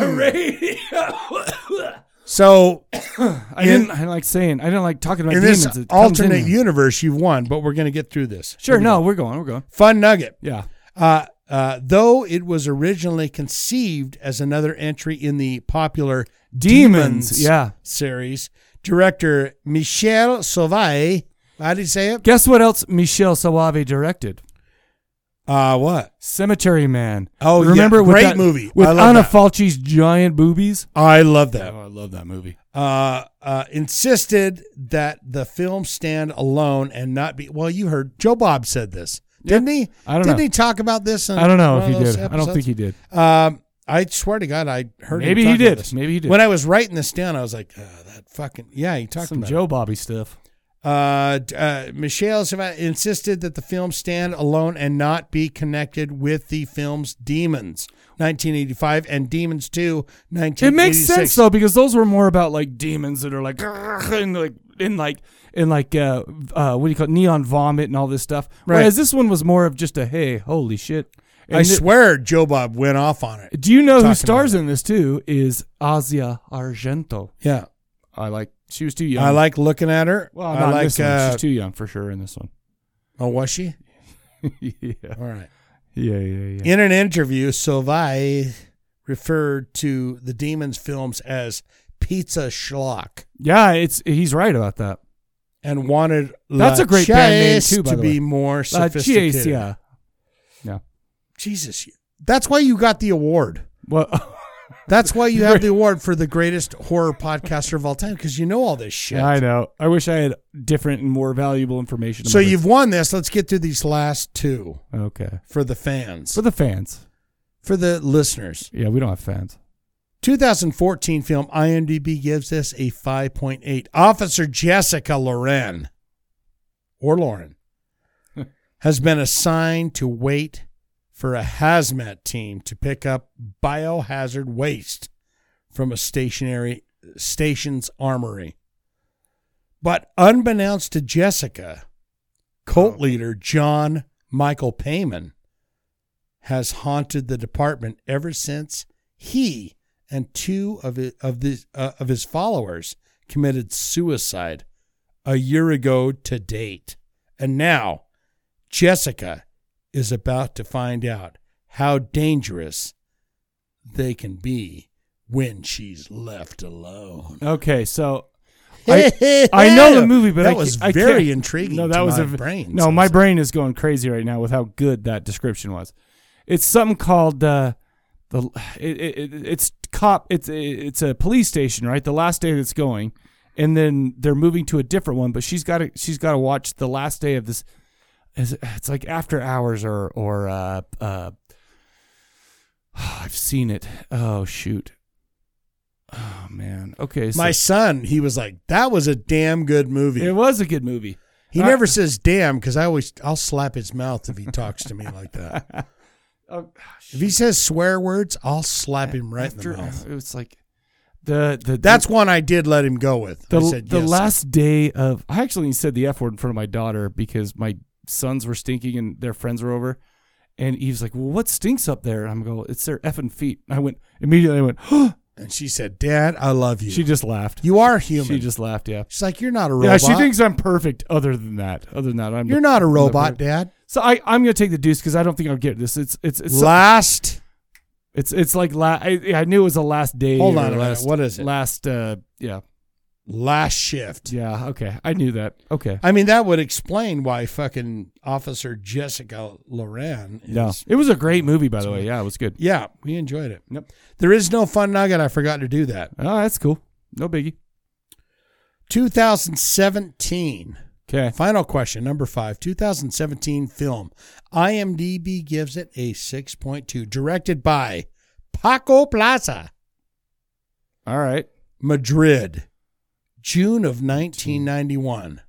B: So
A: *coughs* I didn't. I didn't like saying. I didn't like talking about
B: in
A: demons.
B: this
A: It comes in
B: alternate
A: there.
B: universe you've won, but we're going to get through this.
A: Sure.
B: Here we
A: No,
B: go.
A: we're going. We're going.
B: Fun nugget.
A: Yeah.
B: Uh, uh, though it was originally conceived as another entry in the popular
A: Demons, yeah.
B: series, director Michel Sauvé. How did he say it?
A: Guess what else Michel Sawave directed?
B: Uh what?
A: Cemetery Man.
B: Oh, yeah.
A: remember with
B: Great
A: that-
B: movie.
A: with
B: I love
A: Anna
B: that.
A: Falchi's giant boobies.
B: I love that.
A: Oh, I love that movie.
B: Uh, uh, insisted that the film stand alone and not be. Well, you heard Joe Bob said this. Didn't he?
A: I don't
B: Didn't
A: know.
B: he talk about this? In
A: I don't know
B: one
A: if he
B: of those
A: did. I don't think he did.
B: Um, I swear to God, I heard. him
A: Maybe he
B: talk about
A: did.
B: this.
A: Maybe he did.
B: When I was writing this down, I was like, "Ah, that fucking yeah. He talked
A: Some
B: about
A: Joe Bobby stuff.
B: It. Uh, d- uh, Michelle's have insisted that the film stand alone and not be connected with the film's Demons, 1985, and Demons 2,
A: It
B: 1986.
A: makes sense though because those were more about like demons that are like "Grr," and like in like in like uh, uh what do you call it? neon vomit and all this stuff.
B: Right.
A: Whereas this one was more of just a hey, holy shit.
B: I swear, Joe Bob went off on it.
A: Do you know
B: Talking
A: who
B: about
A: stars in this too? Is Asia Argento.
B: Yeah.
A: I like she was too young.
B: I like looking at her.
A: Well,
B: I
A: not in
B: like,
A: this one.
B: uh,
A: she's too young for sure in this one.
B: Oh, was she?
A: *laughs* yeah.
B: All right.
A: Yeah, yeah, yeah.
B: In an interview, Sylvie referred to the Demons films as pizza schlock
A: yeah, it's he's right about that.
B: and wanted
A: That's
B: La
A: a great band name
B: Chase
A: too, by
B: to
A: the
B: be
A: way.
B: more
A: La
B: sophisticated.
A: Chase, yeah. Yeah.
B: Jesus, you- that's why you got the award.
A: Well,
B: that's why you have the award for the greatest horror podcaster of all time because you know all this shit.
A: I know. I wish I had different and more valuable information.
B: So
A: about it.
B: you've won this. Let's get through these last two
A: okay
B: for the fans,
A: for the fans,
B: for the listeners.
A: Yeah, we don't have fans.
B: 2014 film IMDb gives this a 5.8. Officer Jessica Loren or
A: *laughs*
B: Lauren has been assigned to wait for a hazmat team to pick up biohazard waste from a stationary station's armory. But unbeknownst to Jessica, cult
A: Oh.
B: leader John Michael Payman has haunted the department ever since he and two of his, of the uh, of his followers committed suicide a year ago to date. And now Jessica is about to find out how dangerous they can be when she's left alone. *laughs*
A: Okay, so I, I know the movie, but
B: That
A: I
B: was
A: can't- I
B: very
A: can't-
B: intriguing
A: No,
B: to
A: that was
B: my
A: a,
B: brain,
A: No,
B: so
A: my brain is going crazy right now with how good that description was. It's something called uh, the. It, it, it- it's cop. It's it's a police station, right? The last day that's going, and then they're moving to a different one. But she's got to she's got to watch the last day of this. is- It's like after hours or or uh, uh, *sighs* I've seen it. Oh shoot. Oh man. Okay.
B: My
A: so-
B: son, he was like, "That was a damn good movie." It
A: was a good movie.
B: He
A: I-
B: never says "damn" because I always I'll slap his mouth if he talks to me like that.
A: *laughs* Oh,
B: if he says swear words, I'll slap him right
A: After-
B: in the
A: *laughs*
B: mouth.
A: It was like the the
B: that's one I did let him go with.
A: the,
B: I said,
A: the
B: "Yes."
A: last day of I actually said the F word in front of my daughter because my sons were stinking and their friends were over. And he was like, Well, what stinks up there? And I'm going, It's their effing feet. And I went immediately I went, *gasps* huh.
B: And she said, Dad, I love you.
A: She just laughed.
B: You are human.
A: She just laughed, yeah.
B: She's like, "You're not a
A: Yeah,
B: robot."
A: she thinks I'm perfect other than that. Other than that, I'm
B: *laughs* You're
A: the-
B: not a
A: I'm the
B: robot,
A: perfect-
B: Dad.
A: So I, I'm gonna take the deuce because I don't think I'll get this. It's it's it's
B: last.
A: It's it's like la- I, I knew it was the last day.
B: Hold
A: or
B: on a minute.
A: last,
B: What is it?
A: Last uh yeah.
B: Last shift.
A: Yeah, okay. I knew that. Okay.
B: I mean, that would explain why fucking Officer Jessica Loren. Is,
A: No. It was a great movie by the way. Yeah, it was good.
B: Yeah, we enjoyed it.
A: Yep.
B: There is no fun nugget. I forgot to do that.
A: Oh, that's cool. No biggie.
B: 2017.
A: Okay.
B: Final question, number five. 2017 film. IMDb gives it a 6.2. Directed by Paco Plaza.
A: All right.
B: Madrid, June of 1991.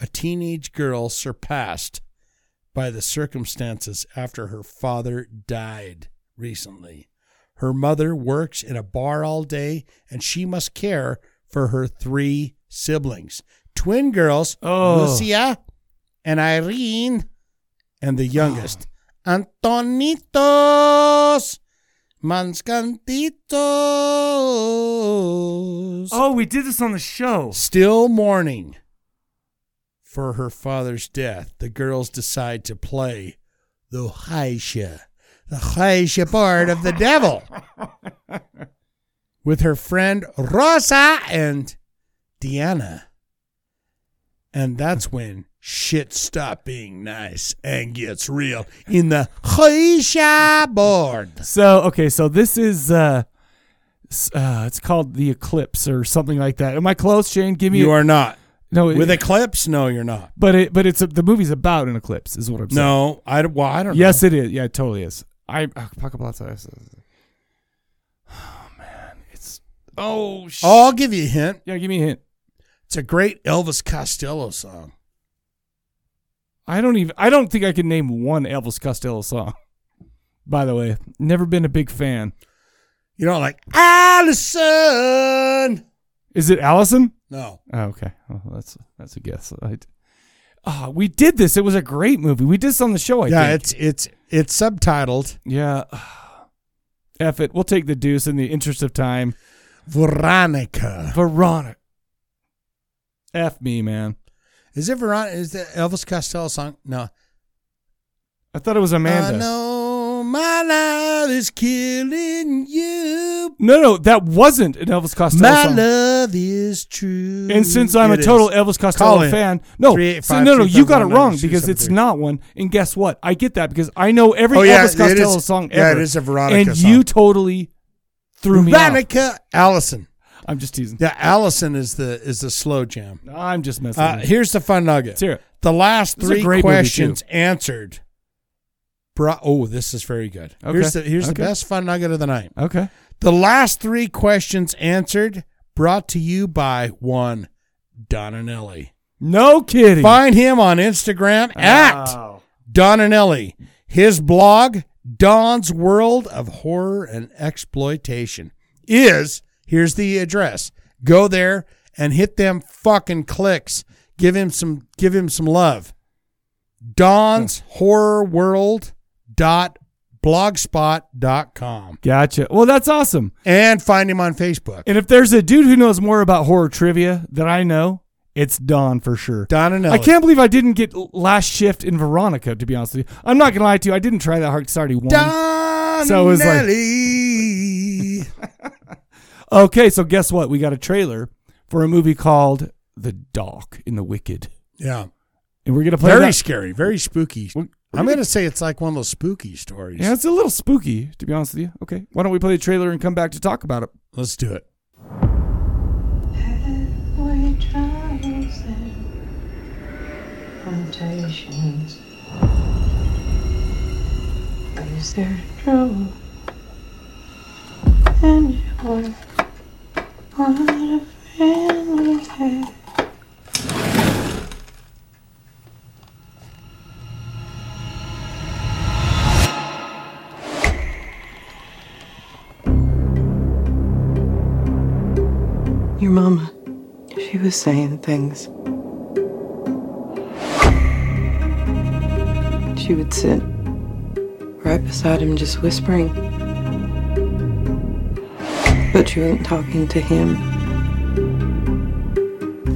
B: A teenage girl surpassed by the circumstances after her father died recently. Her mother works in a bar all day and she must care for her three siblings twin girls,
A: Oh.
B: Lucia and Irene, and the youngest, Antonitos Manscantitos.
A: Oh, we did this on the show.
B: Still mourning for her father's death, the girls decide to play the Haisha, the Haisha part of the
A: *laughs*
B: devil with her friend Rosa and Diana. And that's when shit stop being nice and gets real in the Haisha board.
A: So okay, so this is uh, s- uh it's called the eclipse or something like that. Am I close, Shane? Give me.
B: You are not.
A: No, it-
B: with Eclipse, no, you're not.
A: But it, but it's a, the movie's about an eclipse, is what I'm saying.
B: No, I well, I don't.
A: Yes,
B: know.
A: it is. Yeah, it totally is. *sighs* I oh, Paco Plaza. I- Oh, sh-
B: I'll give you a hint.
A: Yeah, give me a hint.
B: It's a great Elvis Costello song.
A: I don't even. I don't think I can name one Elvis Costello song. By the way, never been a big fan.
B: You know, like Allison.
A: Is it Allison?
B: No.
A: Oh, okay, well, that's that's a guess. I, Ah, we did this. It was a great movie. We did this on the show. I
B: yeah,
A: think.
B: it's it's it's subtitled.
A: Yeah. *sighs* F it. We'll take the deuce in the interest of time.
B: Veronica.
A: Veronica. F me, man.
B: Is it Veronica? Is that Elvis Costello song? No.
A: I thought it was Amanda.
B: I know my love is killing you.
A: No, no, that wasn't an Elvis Costello
B: My
A: song.
B: love is true.
A: And since I'm
B: It
A: a
B: is.
A: total Elvis
B: Call
A: Costello
B: in.
A: fan, no,
B: Three, eight,
A: so-
B: five,
A: no, no,
B: two,
A: you
B: seven,
A: got it
B: one,
A: wrong
B: nine, two,
A: because
B: seven,
A: it's
B: three.
A: not one. And guess what? I get that because I know every
B: Oh, yeah,
A: Elvis
B: it
A: Costello
B: is-
A: song
B: yeah,
A: ever.
B: it is a Veronica
A: And
B: song.
A: you totally threw me off.
B: Veronica Allison.
A: I'm just teasing.
B: Yeah, Allison is the is the slow jam.
A: I'm just messing.
B: Uh,
A: with you.
B: here's the fun nugget.
A: Let's hear it.
B: The last
A: This is a
B: three
A: great movie,
B: questions
A: too.
B: answered. Bro, oh, this is very good.
A: Okay.
B: Here's the here's
A: Okay.
B: the best fun nugget of the night.
A: Okay.
B: The last three questions answered, brought to you by one Donanelli.
A: No kidding.
B: Find him on Instagram at Donanelli. His blog, Don's World of Horror and Exploitation, is here's the address. Go there and hit them fucking clicks. Give him some give him some love. Don's Horror World dot blogspot.com
A: Gotcha. Well, that's awesome.
B: and find him on Facebook.
A: And if there's a dude who knows more about horror trivia than I know, it's Don for sure.
B: Don and
A: I can't believe I didn't get l- last shift in Veronica. To be honest with you, I'm not gonna lie to you. I didn't try that hard. 'cause I already won.
B: Don
A: So it was like-
B: Nelly.
A: Okay, so guess what? We got a trailer for a movie called The Dark in the Wicked.
B: Yeah.
A: And we're gonna play
B: Very
A: that-
B: scary, very spooky. I'm going to say it's like one of those spooky stories.
A: Yeah, it's a little spooky, to be honest with you. Okay, why don't we play the trailer and come back to talk about it?
B: Let's do it.
N: Where troubles and temptations. Is there trouble anywhere? What a family had. Your mama, she was saying things. She would sit right beside him, just whispering. But she wasn't talking to him.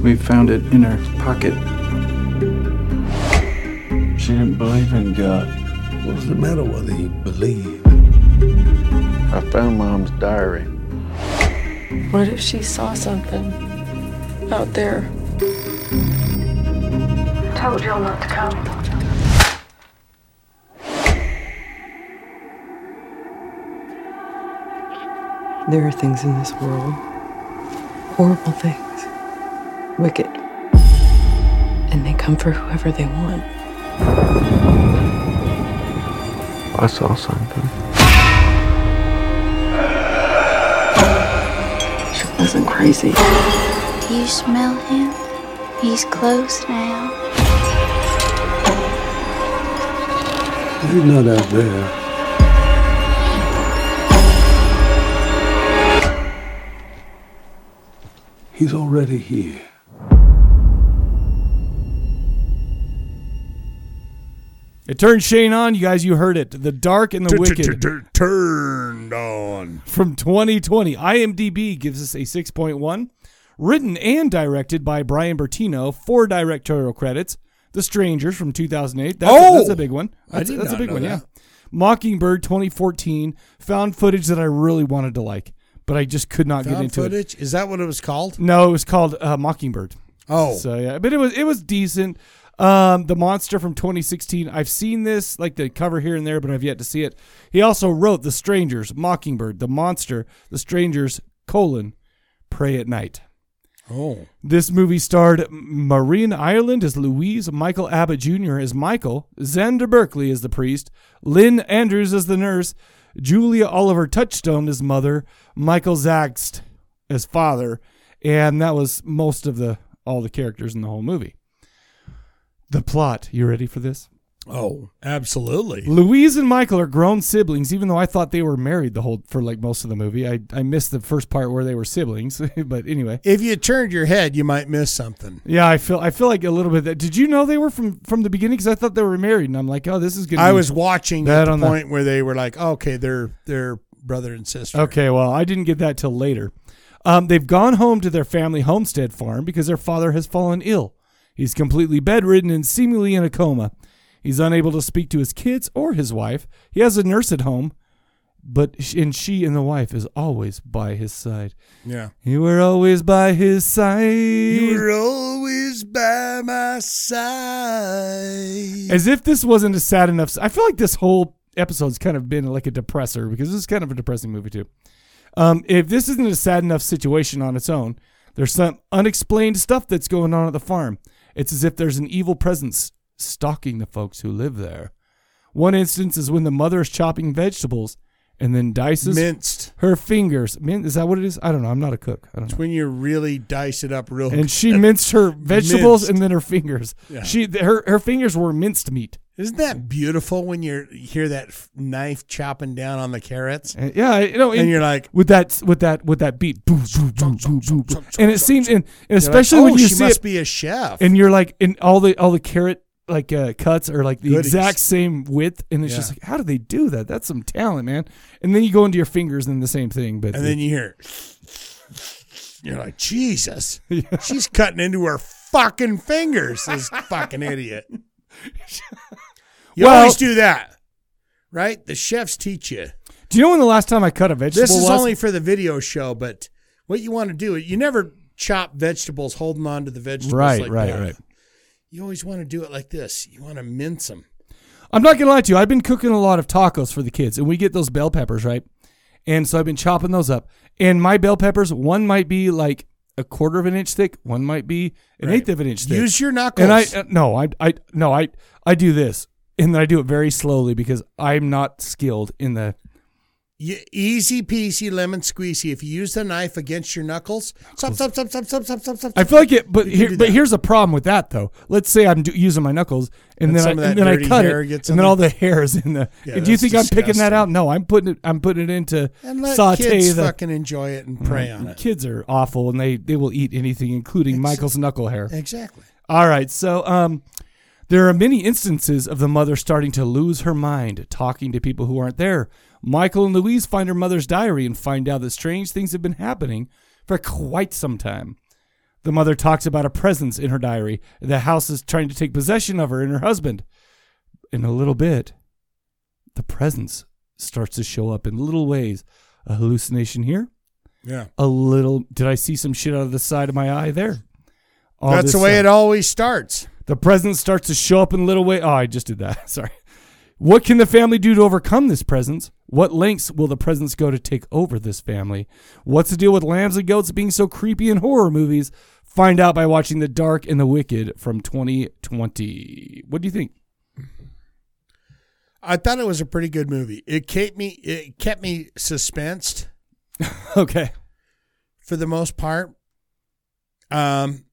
O: We found it in her pocket. She didn't believe in God. What was the matter with her? You believe? I found Mom's diary.
N: What if she saw something out there? Told y'all not to come. There are things in this world, horrible things, wicked, and they come for whoever they want.
L: I saw something.
N: She wasn't crazy.
P: Do you smell him? He's close now.
L: He's not out there. He's already here.
A: It turned Shane on, you guys. You heard it. The Dark and the Wicked.
C: Turned on.
A: from 2020. IMDb gives us a 6.1. Written and directed by Brian Bertino, four directorial credits. The Strangers from 2008. That's,
B: Oh!
A: that's a big one.
B: I
A: That's,
B: did
A: that's a
B: not
A: big
B: know
A: one, yeah.
B: that.
A: Mockingbird 2014. Found footage that I really wanted to like, but I just could not get
B: Found
A: into it.
B: footage. Is that what it was called?
A: No, it was called uh, Mockingbird.
B: Oh.
A: so yeah, but it was it was decent. Um, the monster from 2016. I've seen this like the cover here and there, but I've yet to see it. He also wrote The Strangers, Mockingbird, The Monster, The Strangers: colon Pray at Night.
B: Oh.
A: This movie starred Maureen Ireland as Louise, Michael Abbott Jr. as Michael, Xander Berkeley as the priest, Lynn Andrews as the nurse, Julia Oliver Touchstone as mother, Michael Zaxt as father, and that was most of the all the characters in the whole movie. The plot. You ready for this?
B: Oh, absolutely.
A: Louise and Michael are grown siblings, even though I thought they were married the whole for like most of the movie. I, I missed the first part where they were siblings, *laughs* but anyway.
B: If you turned your head, you might miss something.
A: Yeah, I feel I feel like a little bit that. Did you know they were from from the beginning? Because I thought they were married, and I'm like, oh, this is good.
B: I was watching at the point where they were like, okay, they're they're brother and sister.
A: Okay, well, I didn't get that till later. Um, they've gone home to their family homestead farm because their father has fallen ill. He's completely bedridden and seemingly in a coma. He's unable to speak to his kids or his wife. He has a nurse at home, but and she and the wife is always by his side.
B: Yeah.
A: You were always by his side.
C: You were always by my side.
A: As if this wasn't a sad enough. I feel like this whole episode's kind of been like a depressor because this is kind of a depressing movie too. Um, if this isn't a sad enough situation on its own, there's some unexplained stuff that's going on at the farm. It's as if there's an evil presence stalking the folks who live there. One instance is when the mother is chopping vegetables and then dices
B: Minced.
A: her fingers. Min- is that what it is? I don't know. I'm not a cook. I don't
B: *laughs*
A: know.
B: It's when you really dice it up real
A: And she minced
B: *laughs*
A: her vegetables
B: Minced.
A: and then her fingers.
B: Yeah.
A: She th- her her fingers were minced meat.
B: Isn't that beautiful when you're, you hear that f- knife chopping down on the carrots?
A: And- Uh, yeah, you know,
B: And you're like-
A: with that with that with that beat, boom, boom, boom, boom, boom, boom. and it seems, and, and
B: You're like,
A: especially
B: "Oh,
A: when you
B: she
A: see
B: must
A: it,
B: be a chef.
A: and you're like, and all the all the carrot like uh, cuts are like the
B: Goodies.
A: exact same width, and it's
B: Yeah.
A: just like, how do they do that? That's some talent, man. And then you go into your fingers, and the same thing, but
B: And then you hear, you're like, Jesus, she's cutting into her fucking fingers, this fucking idiot.
A: *laughs*
B: You
A: Well-
B: always do that, right? The chefs teach you.
A: do you know when the last time I cut a vegetable?
B: This is
A: was?
B: only for the video show, but what you want to do, you never chop vegetables holding on to the vegetables.
A: Right,
B: like
A: right,
B: that.
A: right.
B: You always want to do it like this. You want to mince them.
A: I'm not gonna lie to you. I've been cooking a lot of tacos for the kids, and we get those bell peppers, right? And so I've been chopping those up. And my bell peppers, one might be like a quarter of an inch thick, one might be an eighth of an inch thick.
B: Use your
A: And I
B: knuckles.
A: uh, no, I I no, I I do this, and then I do it very slowly because I'm not skilled in the.
B: You, easy peasy lemon squeezy. If you use the knife against your knuckles, stop, stop, stop, stop, stop, stop, stop, stop.
A: I feel like it, but
B: You can
A: here,
B: do
A: but
B: that.
A: here's a problem with that though. Let's say I'm do, using my knuckles, and,
B: And
A: then I,
B: some of that
A: and then I
B: dirty
A: cut
B: hair
A: it,
B: gets
A: and
B: in
A: then all the
B: there.
A: hair is in the.
B: Yeah,
A: do you
B: that's
A: think I'm picking that
B: disgusting.
A: out? No, I'm putting it. I'm putting it into
B: And let
A: saute
B: kids
A: the Mm,
B: fucking enjoy it and prey on it.
A: Kids are awful, and they they will eat anything, including Michael's knuckle hair.
B: Exactly.
A: All right, so um, there are many instances of the mother starting to lose her mind, talking to people who aren't there. Michael and Louise find her mother's diary and find out that strange things have been happening for quite some time. The mother talks about a presence in her diary. The house is trying to take possession of her and her husband. In a little bit, the presence starts to show up in little ways. A hallucination here.
B: Yeah.
A: A little. Did I see some shit out of the side of my eye there?
B: That's the way
A: it
B: it always starts.
A: the presence starts to show up in little way. Oh, I just did that. *laughs* Sorry. What can the family do to overcome this presence? What lengths will the presence go to take over this family? What's the deal with lambs and goats being so creepy in horror movies? Find out by watching The Dark and the Wicked from 2020. What do you think?
B: I thought it was a pretty good movie. It kept me it kept me suspensed.
A: *laughs* okay.
B: For the most part. Um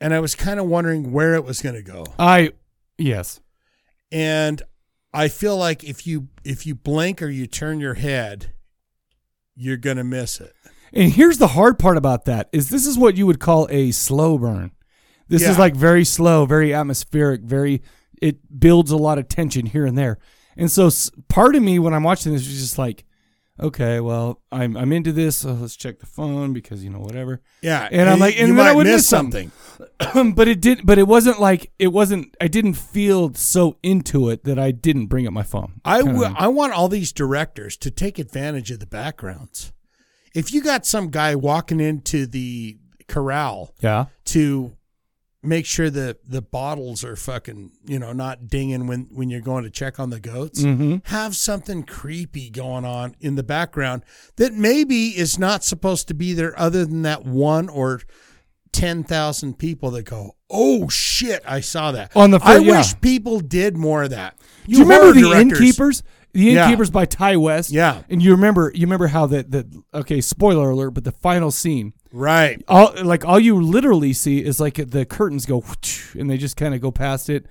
B: and I was kind of wondering where it was going to go.
A: I yes.
B: And I feel like if you if you blink or you turn your head, you're going to miss it.
A: And here's the hard part about that is this is what you would call a slow burn. This is
B: Yeah.
A: like very slow, very atmospheric, very it builds a lot of tension here and there. And so s- part of me when I'm watching this is just like okay, well, I'm I'm into this, so let's check the phone because you know whatever.
B: Yeah,
A: And I'm
B: you-
A: like and
B: you
A: then I
B: might
A: would
B: miss
A: miss something. *clears throat* but it did but it wasn't like it wasn't I didn't feel so into it that I didn't bring up my phone.
B: I
A: Kinda-
B: wi- I want all these directors to take advantage of the backgrounds. If you got some guy walking into the corral
A: Yeah.
B: to make sure the the bottles are fucking you know not dinging when when you're going to check on the goats
A: Mhm.
B: have something creepy going on in the background that maybe is not supposed to be there other than that one or 10,000 people that go oh shit i saw that
A: On the fir-
B: i
A: yeah.
B: wish people did more of that
A: Do you remember
B: horror
A: the
B: directors.
A: innkeepers? The
B: Yeah.
A: innkeepers by Ty West. Yeah, and you remember you remember how that that okay spoiler alert, but the final scene.
B: Right.
A: All like all you literally see is like the curtains go whoosh, and they just kind of go past it.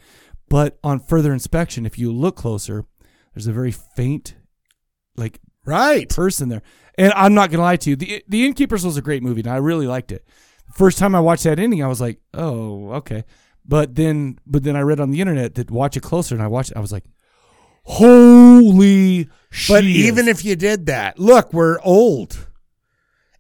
A: But on further inspection, if you look closer, there's a very faint, like
B: right
A: person there. And I'm not gonna lie to you, the the innkeepers was a great movie, and I really liked it. First time I watched that ending, I was like, oh okay. But then but then I read on the internet that watch it closer, and I watched. it, I was like. Holy shit.
B: But even if you did that, look, we're old.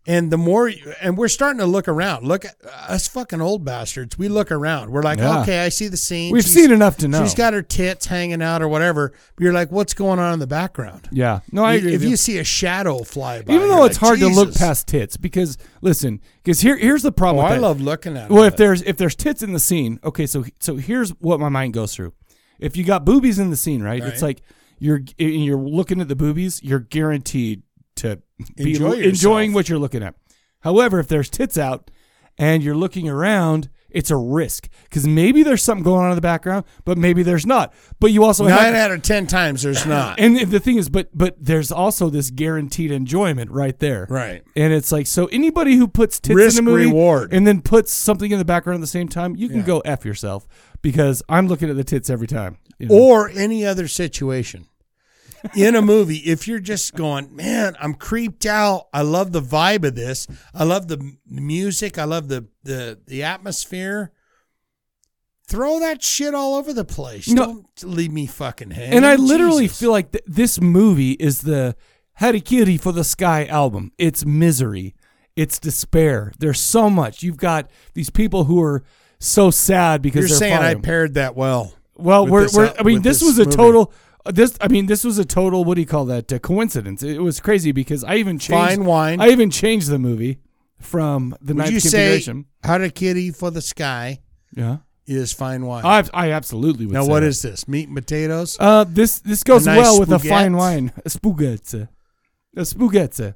B: And the more, and we're starting to look around. Look at us fucking old bastards. We look around. We're like,
A: Yeah.
B: okay, I see the scene.
A: We've
B: She's-
A: seen enough to know.
B: She's got her tits hanging out or whatever. But you're like, what's going on in the background?
A: Yeah. No, I
B: You-
A: agree
B: If
A: with
B: you.
A: you.
B: see a shadow fly by,
A: Even though
B: you're
A: it's
B: like,
A: hard to look
B: Jesus.
A: past tits, because listen, because here here's the problem.
B: Oh,
A: with
B: I
A: that.
B: love looking at 'em,
A: Well, if
B: but-
A: there's if there's tits in the scene, okay. So so here's what my mind goes through. If you got boobies in the scene, right? It's
B: Right.
A: like you're and you're looking at the boobies. You're guaranteed to be
B: Enjoy yourself.
A: enjoying what you're looking at. However, if there's tits out and you're looking around. It's a risk because maybe there's something going on in the background, but maybe there's not. But you also
B: nine
A: have,
B: out of ten times there's not.
A: and the thing is, but but there's also this guaranteed enjoyment right there.
B: Right.
A: And it's like so anybody who puts tits
B: Risk
A: in a movie
B: reward.
A: and then puts something in the background at the same time, you can
B: Yeah.
A: go f yourself because I'm looking at the tits every time. you know?
B: or any other situation in a movie if you're just going man i'm creeped out i love the vibe of this i love the m- music i love the the, the atmosphere throw that shit all over the place
A: No.
B: don't leave me fucking hanging
A: and I literally feel like th- this movie is the Harikiri for the Sky album. It's misery, it's despair. There's so much. You've got these people who are so sad because
B: you're
A: they're
B: saying i
A: fired.
B: paired that well
A: Well,
B: with
A: we're,
B: this,
A: we're
B: uh,
A: I mean,
B: with
A: this, was a
B: movie.
A: total. uh, This I mean, this was a total. What do you call that? Uh, coincidence. It was crazy because I even changed.
B: Fine wine.
A: I even changed the movie from the
B: would
A: ninth
B: you say
A: configuration.
B: how to kitty for the sky
A: yeah
B: is fine wine
A: I, I absolutely would.
B: now
A: say
B: what
A: that.
B: is this meat and potatoes
A: Uh, this this goes
B: A nice
A: well with a
B: spaghetti?
A: fine wine, a spugezze, a spugezze.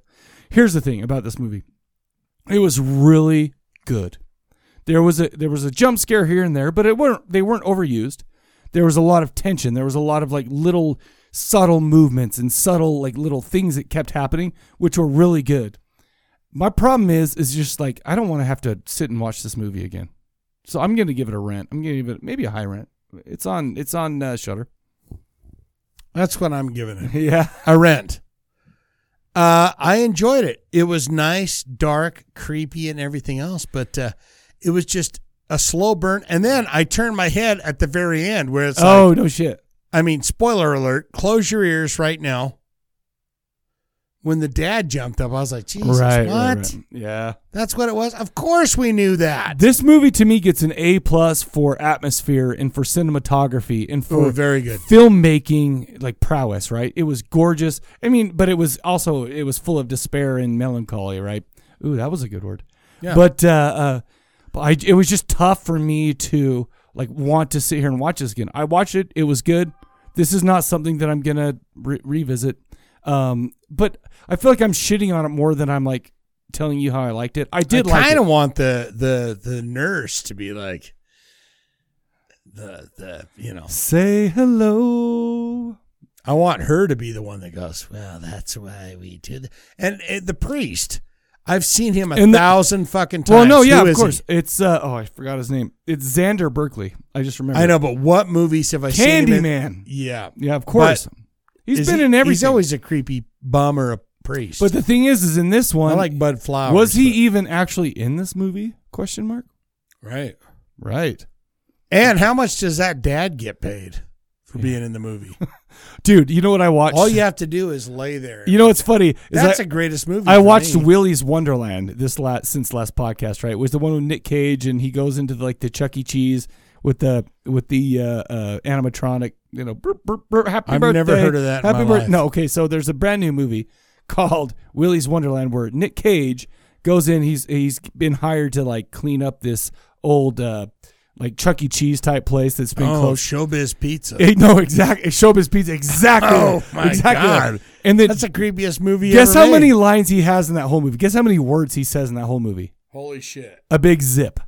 A: Here's the thing about this movie: it was really good. There was a there was a jump scare here and there, but it weren't they weren't overused. There was a lot of tension. There was a lot of like little subtle movements and subtle like little things that kept happening, which were really good. My problem is is just like I don't want to have to sit and watch this movie again. So I'm going to give it a rent. I'm going to give it maybe a high rent. It's on it's on uh, Shutter.
B: That's what I'm giving it.
A: *laughs* Yeah.
B: A rent. Uh, I enjoyed it. It was nice, dark, creepy, and everything else, but uh, it was just a slow burn. And then I turned my head at the very end where it's
A: Oh,
B: like,
A: no shit.
B: I mean, spoiler alert, close your ears right now. When the dad jumped up, I was like, Jesus,
A: Right, right,
B: what?
A: right. Yeah.
B: That's what it was? Of course we knew that.
A: This movie to me gets an A plus for atmosphere and for cinematography and for
B: Ooh, Oh, very good.
A: filmmaking like prowess, right? It was gorgeous. I mean, but it was also it was full of despair and melancholy, right? Ooh, that was a good word.
B: Yeah.
A: But uh, uh but I it was just tough for me to like want to sit here and watch this again. I watched it, it was good. This is not something that I'm going to re- revisit. Um but I feel like I'm shitting on it more than I'm like telling you how I liked it. I did like
B: kind
A: it.
B: of want the the the nurse to be like the the you know
A: Say hello.
B: I want her to be the one that goes. Well, that's why we do that. And, uh, the priest, I've seen him a
A: And the-
B: thousand fucking times.
A: Well, no, yeah,
B: Who
A: of
B: is he?
A: course. It's uh, oh, I forgot his name. It's Xander Berkeley. I just remember.
B: I know, but what movies have I seen? him in?
A: Candyman.
B: Yeah,
A: Yeah, of course.
B: He's
A: He's been in everything.
B: He's always a creepy bum or a priest.
A: But the
B: *laughs*
A: thing is, is in this one,
B: I like Bud Flowers.
A: Was he even actually in this movie? Question mark.
B: right?
A: Right.
B: And how much does that dad get paid for being in the movie?
A: Dude, you know what I watched?
B: All you have to do is lay there.
A: You know what's funny? Is
B: That's
A: I-
B: the greatest movie
A: I
B: for
A: watched
B: me.
A: Willy's Wonderland this last since last podcast. Right, it was the one with Nick Cage, and he goes into like the Chuck E. Cheese with the with the uh, uh, animatronic. You know, burp, burp, burp, happy
B: I've
A: birthday.
B: never heard of that in my
A: Happy birth-
B: life.
A: No, okay. So there's a brand new movie called Willy's Wonderland where Nick Cage goes in. He's he's been hired to like clean up this old uh, like Chuck E. Cheese type place that's been
B: Oh,
A: closed.
B: Showbiz Pizza.
A: Eh, no, exactly. Showbiz Pizza. Exactly.
B: Oh
A: that.
B: my
A: exactly that.
B: God!
A: And then
B: that's the creepiest movie.
A: Guess
B: ever
A: how
B: made.
A: many lines he has in that whole movie? Guess how many words he says in that whole movie?
B: Holy shit!
A: A big zip. Ev-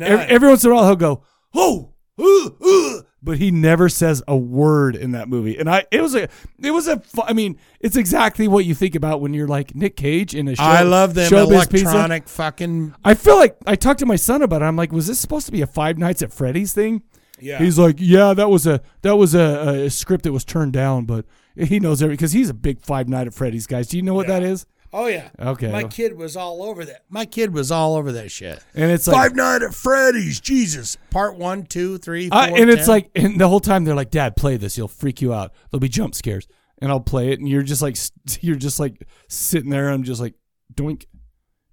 B: None.
A: every once in a while he'll go, oh, ooh, ooh, but he never says a word in that movie. And I, it was a, it was a, fu- I mean, it's exactly what you think about when you're like Nick Cage in a show.
B: I love them
A: Showbiz Pizza.
B: electronic fucking.
A: I feel like I talked to my son about it. I'm like, was this supposed to be a Five Nights at Freddy's thing?
B: Yeah.
A: He's like, yeah, that was a that was a, a script that was turned down, but he knows every because he's a big Five Night at Freddy's guys. Do you know what that is?
B: Oh yeah.
A: Okay.
B: My kid was all over that. My kid was all over that shit.
A: And it's like-
B: Five Night at Freddy's. Jesus. Part one, two, three, four.
A: I- Uh, and it's
B: 10.
A: like, and the whole time they're like, "Dad, play this. You'll freak you out. There'll be jump scares." And I'll play it, and you're just like, *laughs* st- you're just like sitting there. And I'm just like, doink,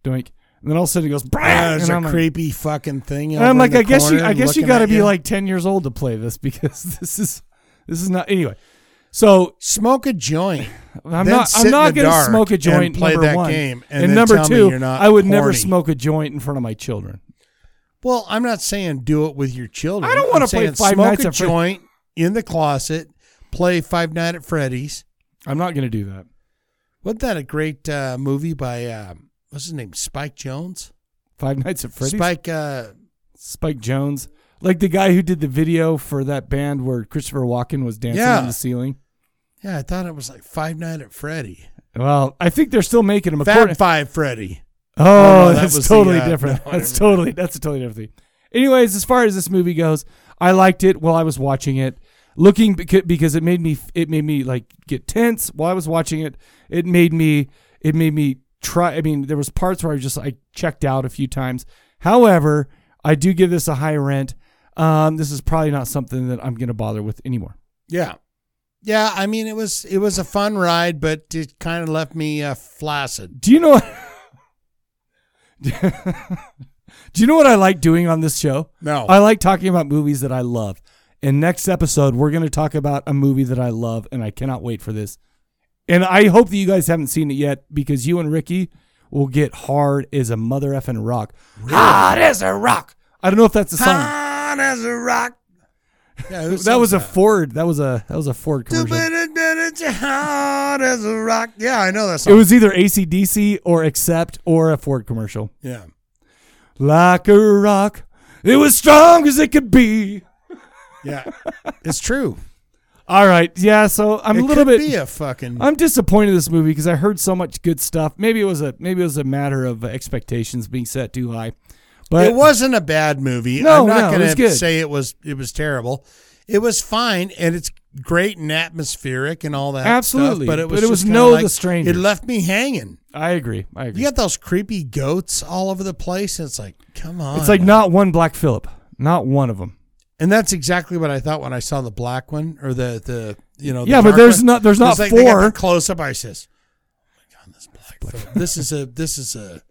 A: doink, and then all of a sudden it goes,
B: Yeah,
A: "Brah!"
B: it's
A: and
B: a
A: I'm like-
B: creepy fucking thing.
A: And I'm like, I guess you, I guess you got to be like ten years old to play this *laughs* because this is, this is not anyway. So
B: smoke a joint.
A: I'm
B: Then
A: not.
B: sit
A: I'm
B: in
A: not
B: the
A: going to
B: dark
A: smoke a
B: and
A: joint.
B: play
A: number
B: that
A: one.
B: game, and
A: and,
B: then
A: number
B: tell me
A: two,
B: you're not
A: I would never
B: horny.
A: smoke a joint in front of my children.
B: Well, I'm not saying do it with your children.
A: I don't wanna
B: I'm saying
A: play Five
B: smoke
A: Nights
B: a
A: at Fred-
B: joint in the closet. Play Five Night at Freddy's.
A: I'm not going to do that.
B: Wasn't that a great uh, movie by uh, what's his name? Spike Jones.
A: Five Nights at Freddy's.
B: Spike. Uh,
A: Spike Jones, like the guy who did the video for that band where Christopher Walken was dancing
B: Yeah.
A: on the ceiling.
B: yeah, I thought it was like Five Night at Freddy.
A: Well, I think they're still making them.
B: Fab
A: according-
B: Five Freddy.
A: Oh,
B: Oh, no, that
A: that's
B: was the,
A: totally
B: uh,
A: different.
B: no,
A: that's
B: never mind.
A: totally that's a totally different thing. Anyways, as far as this movie goes, I liked it while I was watching it, looking beca- because it made me it made me like get tense while I was watching it. It made me it made me try. I mean, there was parts where I was just I checked out a few times. However, I do give this a high rent. Um, this is probably not something that I'm going to bother with anymore.
B: Yeah. Yeah, I mean it was it was a fun ride, but it kind of left me uh, flaccid.
A: Do you know? *laughs* Do you know what I like doing on this show?
B: No.
A: I like talking about movies that I love. And next episode, we're going to talk about a movie that I love, and I cannot wait for this. And I hope that you guys haven't seen it yet because you and Ricky will get hard as a mother effing rock. Hard as a rock. I don't know if that's a song.
C: Hot as a rock.
B: Yeah,
A: that was a Ford. That was a that was a Ford commercial.
C: Hot as a rock.
B: Yeah, I know that
A: It
B: song.
A: was either ACDC or Accept or a Ford commercial.
B: Yeah.
A: Like a rock, it was strong as it could be.
B: Yeah. it's true.
A: All right. Yeah. So I'm
B: It
A: a little
B: could
A: bit.
B: be a fucking-
A: I'm disappointed in this movie because I heard so much good stuff. Maybe it was a maybe it was a matter of expectations being set too high. *laughs* But
B: it wasn't a bad movie.
A: No,
B: I'm
A: no, it
B: not
A: was
B: going to
A: good.
B: say it was it was terrible. It was fine and it's great and atmospheric and all that stuff,
A: Absolutely,
B: but it was,
A: but it was
B: just kinda
A: no
B: like-
A: the Strangers.
B: It left me hanging.
A: I agree. I agree.
B: You got those creepy goats all over the place and it's like, come on.
A: It's like not one Black Phillip, not one of them.
B: And that's exactly what I thought when I saw the black one or the the you know. The
A: Yeah, but
B: dark
A: there's
B: one.
A: not- there's not
B: It's like they got
A: four.
B: the close up. I says, "Oh my god, this black. Phillip. this is a this is a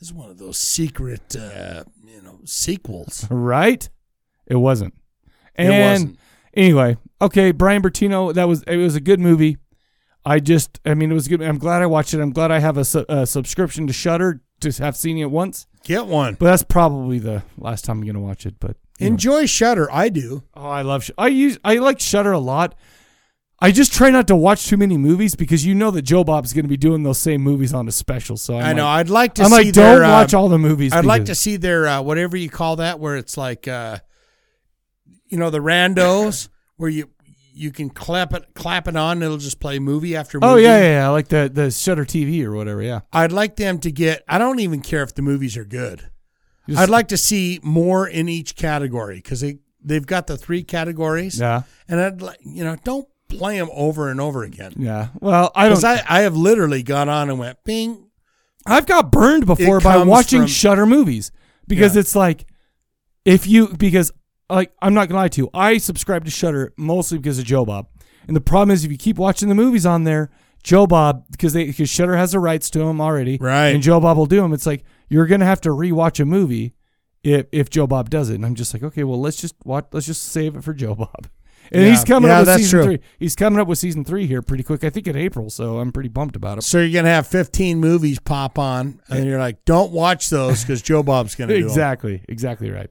B: this is one of those secret uh, you know sequels.
A: Right? It wasn't.
B: It
A: And
B: wasn't.
A: anyway, okay, Brian Bertino, that was it was a good movie. I just I mean it was good. I'm glad I watched it. I'm glad I have a, su- a subscription to Shutter to have seen it once.
B: Get one.
A: But that's probably the last time I'm going to watch it, but
B: Enjoy Shutter. I do.
A: Oh, I love. Sh- I use. I like Shutter a lot. I just try not to watch too many movies because you know that Joe Bob's going to be doing those same movies on a special. So I'm
B: i know.
A: Like,
B: I'd like to.
A: I'm
B: see
A: like,
B: their,
A: don't
B: uh,
A: watch all the movies.
B: I'd like to
A: because-
B: see their uh, whatever you call that, where it's like, uh, you know, the
A: *laughs*
B: randos where you you can clap it clap it on. And it'll just play movie after movie.
A: Oh yeah, yeah, yeah. Like the the Shutter TV or whatever. Yeah.
B: I'd like them to get. I don't even care if the movies are good.
A: Just-
B: I'd like to see more in each category because they they've got the three categories.
A: Yeah.
B: and I'd like you know don't play them over and over again.
A: Yeah. Well, I
B: 'Cause
A: don't.
B: I, I have literally gone on and went bing.
A: I've got burned before
B: It
A: by
B: comes
A: watching
B: from-
A: Shutter movies because it's like if you because like I'm not gonna lie to you, I subscribe to Shutter mostly because of Joe Bob, and the problem is if you keep watching the movies on there, Joe Bob because they because Shutter has the rights to them already, right? And Joe Bob will do them. It's like you're gonna have to rewatch a movie if if Joe Bob does it, and I'm just like, okay, well let's just watch, let's just save it for Joe Bob. And
B: Yeah.
A: he's coming
B: Yeah,
A: up with
B: that's
A: season
B: true.
A: three. He's coming up with season three here pretty quick. I think in April, so I'm pretty bumped about it.
B: So you're gonna have 15 movies
A: *laughs*
B: pop on, and you're like, don't watch those because Joe Bob's gonna do 'em.
A: exactly, exactly right.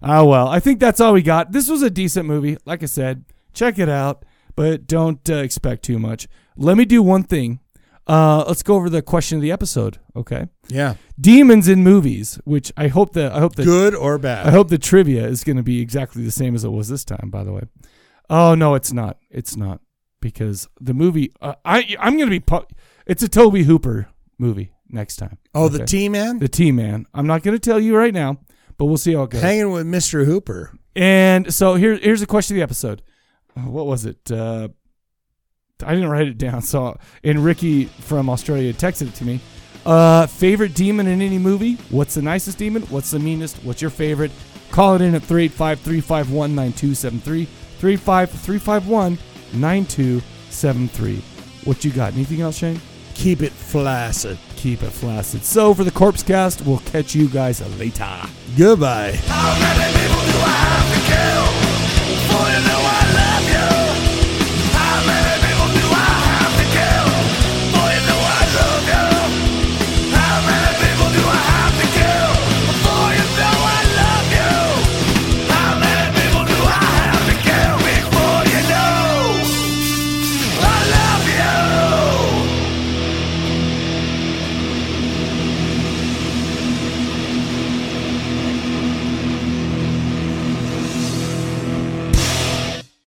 A: Ah, well, I think that's all we got. This was a decent movie. Like I said, check it out, but don't uh, expect too much. Let me do one thing. Uh, let's go over the question of the episode. Okay.
B: Yeah.
A: Demons in movies, which I hope that I hope that
B: Good or bad?
A: I hope the trivia is going to be exactly the same as it was this time. By the way. Oh no, it's not. It's not because the movie. Uh, I I'm going to be. Pu- it's a Toby Hooper movie next time.
B: Oh, the T-Man?
A: The T Man. I'm not going to tell you right now, but we'll see how it goes.
B: Hanging with Mr. Hooper.
A: And so here, here's the question of the episode. Uh, What was it? Uh, I didn't write it down. So, and Ricky from Australia texted it to me. Uh, favorite demon in any movie? What's the nicest demon? What's the meanest? What's your favorite? Call it in at 385 351 9273. 385 351 9273. What you got? Anything else, Shane?
B: Keep it flaccid.
A: Keep it flaccid. So, for the Corpse Cast, we'll catch you guys later.
B: Goodbye.
D: How many people do I have to kill?